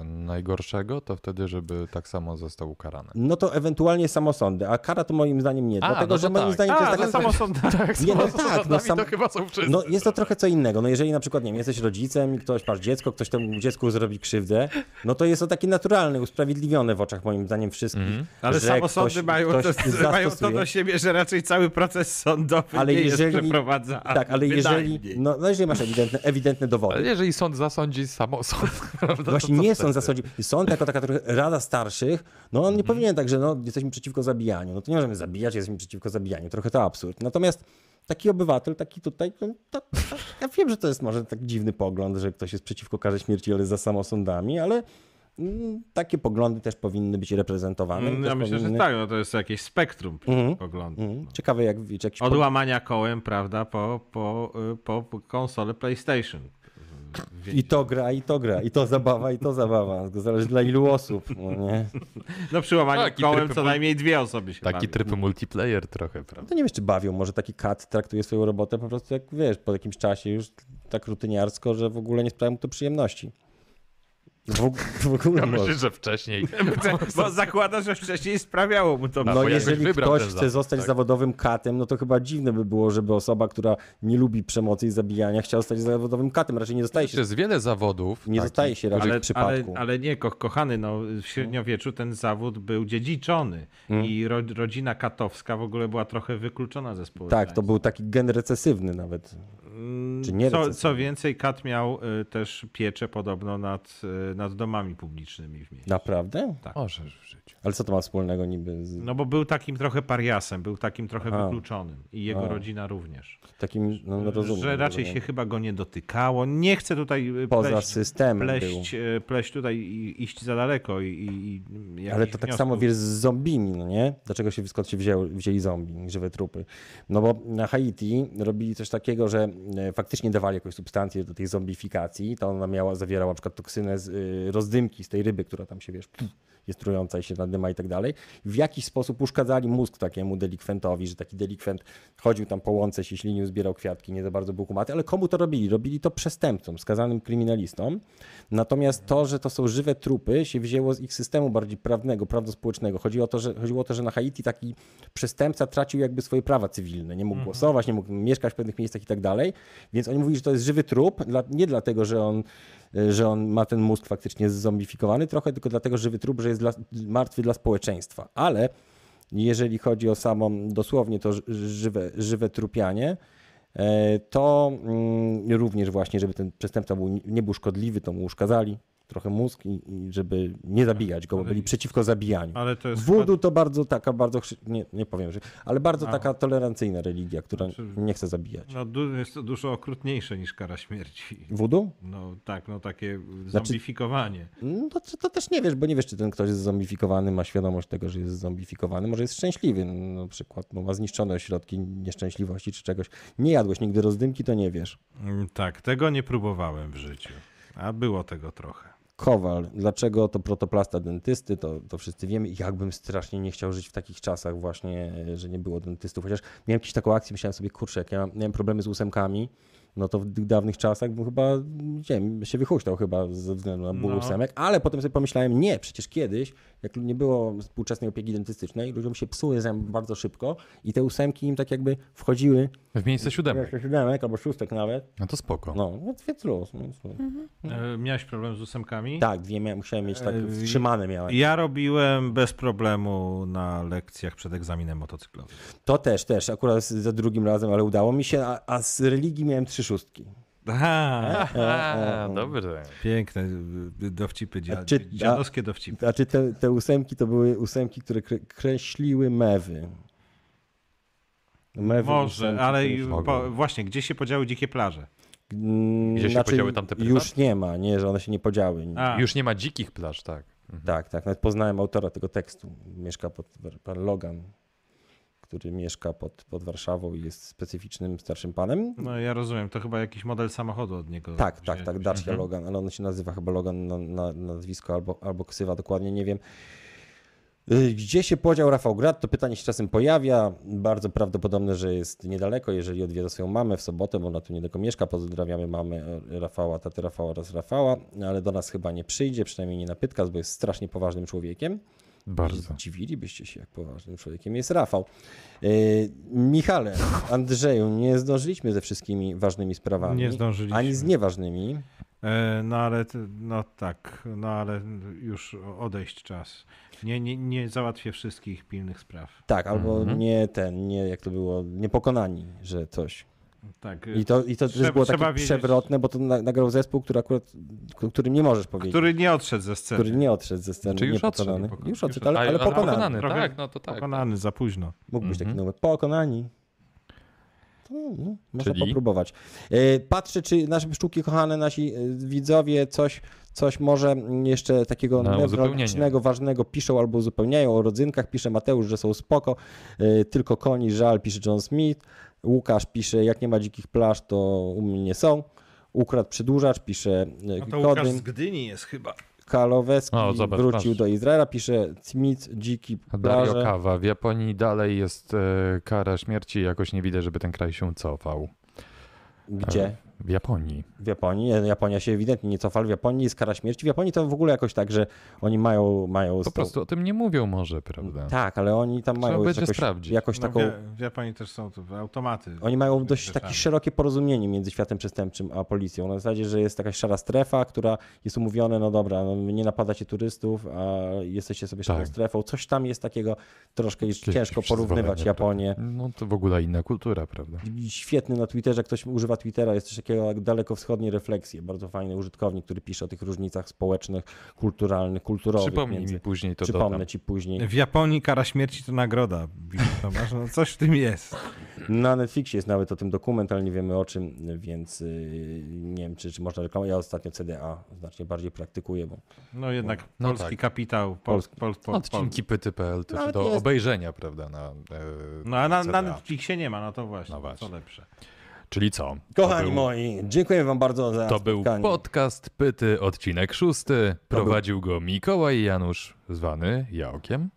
Speaker 2: najgorszego, to wtedy, żeby tak samo został ukarany.
Speaker 1: No to ewentualnie samosądy, a kara to moim zdaniem nie,
Speaker 2: A,
Speaker 1: dlatego
Speaker 2: no to
Speaker 1: że moim
Speaker 2: tak.
Speaker 1: zdaniem to
Speaker 3: A,
Speaker 1: jest taka...
Speaker 3: to samo
Speaker 1: [LAUGHS]
Speaker 2: [LAUGHS]
Speaker 3: są tak.
Speaker 1: Nie, no tak, no, sam...
Speaker 2: chyba są wszyscy.
Speaker 1: no jest to trochę co innego. No jeżeli na przykład, nie wiem, jesteś rodzicem i ktoś, masz dziecko, ktoś temu dziecku zrobi krzywdę, no to jest to takie naturalne, usprawiedliwione w oczach moim zdaniem wszystkich.
Speaker 2: Mhm.
Speaker 3: Ale
Speaker 1: że
Speaker 3: samosądy
Speaker 1: ktoś-
Speaker 3: mają,
Speaker 1: ktoś
Speaker 3: to, mają to
Speaker 1: zastosuje.
Speaker 3: do siebie, że raczej cały proces sądowy
Speaker 1: Ale
Speaker 3: nie
Speaker 1: jeżeli-
Speaker 3: jest Mm, przeprowadzany.
Speaker 1: Tak, ale jeżeli,
Speaker 3: wydajnie.
Speaker 1: no, no jeżeli masz ewidentne, ewidentne
Speaker 2: Ale
Speaker 1: dowody.
Speaker 2: jeżeli sąd zasądzi samosąd, [LAUGHS] prawda? to
Speaker 1: Właśnie
Speaker 2: co
Speaker 1: nie
Speaker 2: wtedy?
Speaker 1: sąd zasądził. Sąd jako taka trochę rada starszych, no
Speaker 3: Mhm.
Speaker 1: on nie powinien tak, że no, jesteśmy przeciwko zabijaniu. No to nie możemy zabijać, jesteśmy przeciwko zabijaniu. Trochę to absurd. Natomiast taki obywatel, taki tutaj, no, to, to, ja wiem, że to jest może tak dziwny pogląd, że ktoś jest przeciwko karze śmierci, ale za samosądami, ale mm, takie poglądy też powinny być reprezentowane. i
Speaker 3: Ja
Speaker 1: też
Speaker 3: myślę, że
Speaker 1: powinny...
Speaker 3: tak, no to jest jakieś spektrum poglądu.
Speaker 1: Mhm. Ciekawe, jak, czy jakiś
Speaker 3: Od łamania kołem, prawda, po, po, y, po konsolę PlayStation.
Speaker 1: I to gra, i to gra, i to zabawa, i to zabawa. To zależy dla ilu osób, no nie?
Speaker 3: No przy łamaniu
Speaker 2: Taki
Speaker 3: kołem
Speaker 2: tryb-
Speaker 3: co najmniej dwie osoby się
Speaker 2: Taki
Speaker 3: bawią.
Speaker 2: tryb multiplayer trochę, prawda?
Speaker 1: To No nie wiesz, czy bawią, może taki kat traktuje swoją robotę po prostu jak, wiesz, po jakimś czasie już tak rutyniarsko, że w ogóle nie sprawia mu to przyjemności. W, [LAUGHS] w ogóle
Speaker 2: Ja
Speaker 1: może.
Speaker 2: myślę, że wcześniej.
Speaker 3: [LAUGHS] Bo zakłada, że wcześniej sprawiało mu to.
Speaker 2: No,
Speaker 1: No
Speaker 2: bo jakoś
Speaker 1: jeżeli
Speaker 2: wybrał
Speaker 1: ktoś
Speaker 2: ten
Speaker 1: chce
Speaker 2: zawód,
Speaker 1: zostać
Speaker 2: tak.
Speaker 1: zawodowym katem, no to chyba dziwne by było, żeby osoba, która nie lubi przemocy i zabijania, chciała zostać zawodowym katem. Raczej nie zostaje się,
Speaker 2: Przez wiele zawodów.
Speaker 1: nie
Speaker 2: takich,
Speaker 1: zostaje się raczej
Speaker 3: ale,
Speaker 1: w przypadku.
Speaker 3: Ale, ale nie, ko kochany, no, w średniowieczu ten zawód był dziedziczony
Speaker 1: Mm.
Speaker 3: i ro rodzina katowska w ogóle była trochę wykluczona ze społeczeństwa. Mm,
Speaker 1: Tak, to był taki gen recesywny nawet. Czy nie
Speaker 3: co,
Speaker 1: recesywny.
Speaker 3: co więcej, Kat miał y, też pieczę podobno nad, y, nad domami publicznymi w
Speaker 1: No.
Speaker 3: mieście.
Speaker 1: Naprawdę?
Speaker 3: Tak.
Speaker 2: Możesz w życiu.
Speaker 1: Ale co to ma wspólnego niby z
Speaker 3: No bo był takim trochę pariasem, był takim trochę
Speaker 1: Aha.
Speaker 3: wykluczonym i jego
Speaker 1: A.
Speaker 3: rodzina również.
Speaker 1: takim, no rozumiem.
Speaker 3: że raczej
Speaker 1: rozumiem.
Speaker 3: się chyba go nie dotykało. Nie chcę tutaj y,
Speaker 1: Poza
Speaker 3: pleść,
Speaker 1: systemem
Speaker 3: pleść, y, pleść tutaj i iść za daleko. I, i, i
Speaker 1: Ale
Speaker 3: jakichś
Speaker 1: to tak
Speaker 3: wniosków.
Speaker 1: samo wiesz z zombimi, no nie? Dlaczego się skąd się wzięły, wzięli zombie, żywe trupy? No bo na Haiti robili coś takiego, że e, faktycznie dawali jakąś substancję do tej zombifikacji. To ona miała, zawierała na przykład toksynę z y, rozdymki, z tej ryby, która tam się wiesz, puf, jest trująca i się nadyma i tak dalej. W jakiś sposób uszkadzali mózg takiemu delikwentowi, że taki delikwent chodził tam po łące, się ślinił, zbierał kwiatki, nie za bardzo był kumaty. Ale komu to robili? Robili to przestępcom, skazanym kryminalistom. Natomiast to, że to są żywe trupy, się wzięło z ich systemu bardziej prawnego, prawdospołecznego. Chodziło o to, że, chodziło o to, że na Haiti taki przestępca tracił jakby swoje prawa cywilne. Nie mógł głosować, nie mógł mieszkać w pewnych miejscach i tak dalej. Więc oni mówili, że to jest żywy trup, dla, nie dlatego, że on, y, że on ma ten mózg faktycznie zombifikowany trochę, tylko dlatego, że żywy trup, że jest dla, martwy dla społeczeństwa. Ale jeżeli chodzi o samą dosłownie to ży- żywe, żywe trupianie, e, to mm, również właśnie, żeby ten przestępca był, nie był szkodliwy, to mu uszkadzali trochę mózg i, i Tak, żeby nie zabijać go, bo byli przeciwko zabijaniu.
Speaker 3: Ale to jest
Speaker 1: Wudu to bardzo taka, bardzo, chrze- nie, nie powiem, że, ale bardzo
Speaker 3: No.
Speaker 1: taka tolerancyjna religia, która
Speaker 3: Znaczy,
Speaker 1: nie chce zabijać.
Speaker 3: chyba, no, du jest to dużo okrutniejsze niż kara śmierci.
Speaker 1: Wudu?
Speaker 3: No tak, no takie
Speaker 1: Znaczy-
Speaker 3: zombifikowanie.
Speaker 1: No to, to też nie wiesz, bo nie wiesz, czy ten ktoś jest zombifikowany, ma świadomość tego, że jest zombifikowany. Może jest szczęśliwy no, na przykład, bo ma zniszczone ośrodki nieszczęśliwości czy czegoś. Nie jadłeś nigdy rozdymki, to nie wiesz.
Speaker 3: Mm, Tak, tego nie próbowałem w życiu, a było tego trochę.
Speaker 1: Kowal, dlaczego to protoplasta dentysty, to, to wszyscy wiemy. Jakbym strasznie nie chciał żyć w takich czasach właśnie, e, że nie było dentystów. Chociaż miałem jakąś taką akcję, myślałem sobie, kurczę, jak ja mam- miałem problemy z ósemkami, no to w tych dawnych czasach bym chyba, nie wiem, się wychuśtał chyba ze względu na ból
Speaker 3: No.
Speaker 1: ósemek, ale potem sobie pomyślałem, nie, przecież kiedyś, jak nie było współczesnej opieki dentystycznej, ludziom się psuły zęby bardzo szybko i te ósemki im tak jakby wchodziły,
Speaker 2: W miejsce siódemek.
Speaker 1: jeszcze siódemek albo szóstek nawet,
Speaker 2: No to spoko. [LAUGHS]
Speaker 1: no, no więc luz. No,
Speaker 3: E, Miałeś problem z ósemkami?
Speaker 1: Tak, dwie miałem, musiałem mieć tak wstrzymane miałem.
Speaker 3: Ja robiłem bez problemu na lekcjach przed egzaminem motocyklowym.
Speaker 1: To też, też, akurat z- za drugim razem, ale udało mi się, a, a z religii miałem trzy szóstki. E,
Speaker 3: Aha,
Speaker 2: A, dobrze.
Speaker 3: [LAUGHS] piękne y, y, dowcipy,
Speaker 1: A
Speaker 3: dzia-
Speaker 1: czy- a-
Speaker 3: dziadowskie dowcipy.
Speaker 1: Znaczy te, te ósemki to były ósemki, które kre, kreśliły mewy. No mewy
Speaker 3: Może,
Speaker 1: ósemki,
Speaker 3: ale
Speaker 1: które-
Speaker 3: ju-
Speaker 2: mogą.
Speaker 3: po, właśnie, gdzie się podziały dzikie plaże?
Speaker 1: Mm,
Speaker 2: Gdzie się podziały tamte prywatne?
Speaker 1: Już nie ma, nie, że one się nie podziały. Mhm.
Speaker 3: A,
Speaker 2: Już nie ma dzikich plaż, tak.
Speaker 1: Tak, tak, nawet poznałem autora tego tekstu. Mieszka pod, pan Logan, który mieszka pod, pod Warszawą i jest specyficznym starszym panem.
Speaker 3: No ja rozumiem, to chyba jakiś model samochodu od niego.
Speaker 1: Tak,
Speaker 3: wzię-
Speaker 1: tak, tak,
Speaker 3: Mhm.
Speaker 1: Dacia Logan, ale on się nazywa chyba Logan na, na na nazwisko albo, albo ksywa, dokładnie nie wiem. Y, Gdzie się podział Rafał Grad? To pytanie się czasem pojawia. Bardzo prawdopodobne, że jest niedaleko, jeżeli odwiedza swoją mamę w sobotę, bo ona tu niedaleko mieszka. Pozdrawiamy mamy Rafała, tatę Rafała oraz Rafała, ale do nas chyba nie przyjdzie, przynajmniej nie na Pytkas, bo jest strasznie poważnym człowiekiem.
Speaker 2: Bardzo.
Speaker 1: Dziwilibyście się, jak poważnym człowiekiem jest Rafał. Yy, Michale, Andrzeju, nie zdążyliśmy ze wszystkimi ważnymi sprawami.
Speaker 3: Nie zdążyliśmy.
Speaker 1: Ani z nieważnymi.
Speaker 3: E, No ale, t- no tak, no ale już odejść czas. Nie, nie, nie załatwię wszystkich pilnych spraw.
Speaker 1: Tak, albo nie ten, nie jak to było, niepokonani, że coś.
Speaker 3: Tak,
Speaker 1: I to, i to
Speaker 3: Trzeba-
Speaker 1: też było
Speaker 3: trzeba
Speaker 1: takie
Speaker 3: wiedzieć-
Speaker 1: przewrotne, bo to na- nagrał zespół, który akurat, k- którym nie możesz powiedzieć. Który,
Speaker 3: który nie odszedł ze sceny.
Speaker 1: nie odszedł ze sceny.
Speaker 2: Czy Znaczy, już
Speaker 1: niepokonany.
Speaker 2: odszedł,
Speaker 1: Już
Speaker 3: poko- już
Speaker 1: odszedł, ale, ale
Speaker 2: A, a
Speaker 1: pokonany.
Speaker 3: Trochę
Speaker 2: tak, no to tak.
Speaker 3: Pokonany za późno.
Speaker 1: Mógł być
Speaker 2: Mhm.
Speaker 1: taki numer. Pokonani. To, no, można
Speaker 2: Czyli?
Speaker 1: popróbować. E, Patrzę, czy nasze pszczółki kochane, nasi e, widzowie coś, coś może mm, jeszcze takiego
Speaker 2: Na
Speaker 1: newralgicznego,
Speaker 2: uzupełnienie.
Speaker 1: ważnego piszą albo uzupełniają. O rodzynkach pisze Mateusz, że są spoko. E, Tylko koni, żal, pisze John Smith. Łukasz pisze, jak nie ma dzikich plaż, to u mnie nie są. Ukradł przedłużacz, pisze e,
Speaker 3: No to Łukasz
Speaker 1: Kodym.
Speaker 3: z Gdyni jest chyba.
Speaker 1: Kalowski
Speaker 2: O, zobacz,
Speaker 1: wrócił
Speaker 2: patrz.
Speaker 1: do Izraela, pisze Cmic, dziki
Speaker 2: Dario
Speaker 1: plaże.
Speaker 2: Kawa. W Japonii dalej jest e, kara śmierci. Jakoś nie widzę, żeby ten kraj się cofał.
Speaker 1: Gdzie?
Speaker 2: W W Japonii.
Speaker 1: W Japonii. Japonia się ewidentnie nie cofa, ale w Japonii jest kara śmierci. W Japonii to w ogóle jakoś tak, że oni mają... mają
Speaker 2: Po prostu o tym nie mówią może, prawda?
Speaker 1: Tak, ale oni tam
Speaker 2: Trzeba
Speaker 1: mają
Speaker 2: będzie
Speaker 1: jakoś,
Speaker 2: sprawdzić.
Speaker 1: jakoś
Speaker 3: No,
Speaker 1: taką...
Speaker 3: w, w Japonii też są tu automaty.
Speaker 1: Oni mają dość
Speaker 3: Rzeczami.
Speaker 1: takie szerokie porozumienie między światem przestępczym a policją. Na zasadzie, że jest jakaś szara strefa, która jest umówiona, no dobra, no nie napadacie turystów, a jesteście sobie szarą
Speaker 2: Tak.
Speaker 1: strefą. Coś tam jest takiego, troszkę jest
Speaker 2: Jakieś
Speaker 1: ciężko porównywać
Speaker 2: przyzwolenie,
Speaker 1: Japonię.
Speaker 2: prawda? No to w ogóle inna kultura, prawda?
Speaker 1: Świetny na Twitterze, ktoś używa Twittera, jest coś takiego jak dalekowschodnie refleksje. Bardzo fajny użytkownik, który pisze o tych różnicach społecznych, kulturalnych, kulturowych.
Speaker 2: Przypomnij
Speaker 1: między...
Speaker 2: mi później to
Speaker 1: Przypomnę
Speaker 2: dodam.
Speaker 1: ci później.
Speaker 3: W Japonii kara śmierci to nagroda, Filip Tomasz. No, coś w tym jest.
Speaker 1: Na Netflixie jest nawet o tym dokument, ale nie wiemy o czym, więc yy, nie wiem, czy, czy można reklamować. Ja ostatnio CDA znacznie bardziej praktykuję, bo
Speaker 3: No jednak
Speaker 2: No
Speaker 3: polski
Speaker 2: tak.
Speaker 3: kapitał, pol, pol, pol, pol,
Speaker 2: Odcinki pyty.pl też
Speaker 1: Nawet
Speaker 2: do
Speaker 1: jest-
Speaker 2: obejrzenia, prawda? Na, e,
Speaker 3: No a na, na
Speaker 2: CDA.
Speaker 3: Netflixie nie ma, no to właśnie,
Speaker 2: No właśnie.
Speaker 3: co lepsze.
Speaker 2: Czyli co?
Speaker 1: Kochani
Speaker 2: to był,
Speaker 1: moi, dziękuję wam bardzo za
Speaker 2: to był
Speaker 1: spotkanie.
Speaker 2: podcast Pyty, odcinek szósty. Prowadził go Mikołaj Janusz, zwany Jaokiem.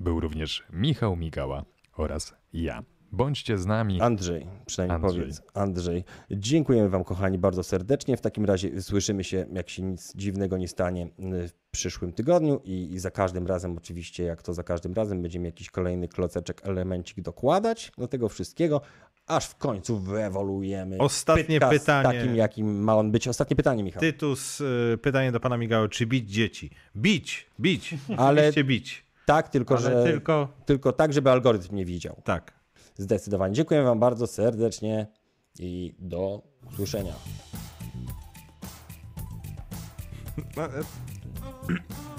Speaker 2: Był również Michał Migała oraz ja. Bądźcie z nami.
Speaker 1: Andrzej, przynajmniej
Speaker 2: Andrzej.
Speaker 1: powiedz. Andrzej. Dziękujemy wam kochani bardzo serdecznie. W takim razie słyszymy się, jak się nic dziwnego nie stanie y, w przyszłym tygodniu i, i za każdym razem oczywiście, jak to za każdym razem, będziemy jakiś kolejny kloceczek, elemencik dokładać do tego wszystkiego, aż w końcu wyewoluujemy.
Speaker 3: Ostatnie
Speaker 1: Podcast
Speaker 3: pytanie.
Speaker 1: Takim, jakim ma on być. Ostatnie pytanie, Michał.
Speaker 3: Tytus, y, pytanie do pana Migały, czy bić dzieci? Bić, bić,
Speaker 1: Ale-
Speaker 3: oczywiście bić,
Speaker 1: Tak, tylko
Speaker 3: ale
Speaker 1: że... Tylko...
Speaker 3: tylko
Speaker 1: tylko tak, żeby algorytm nie widział.
Speaker 3: tak.
Speaker 1: Zdecydowanie. Dziękuję Wam bardzo serdecznie i do usłyszenia.
Speaker 3: No, e,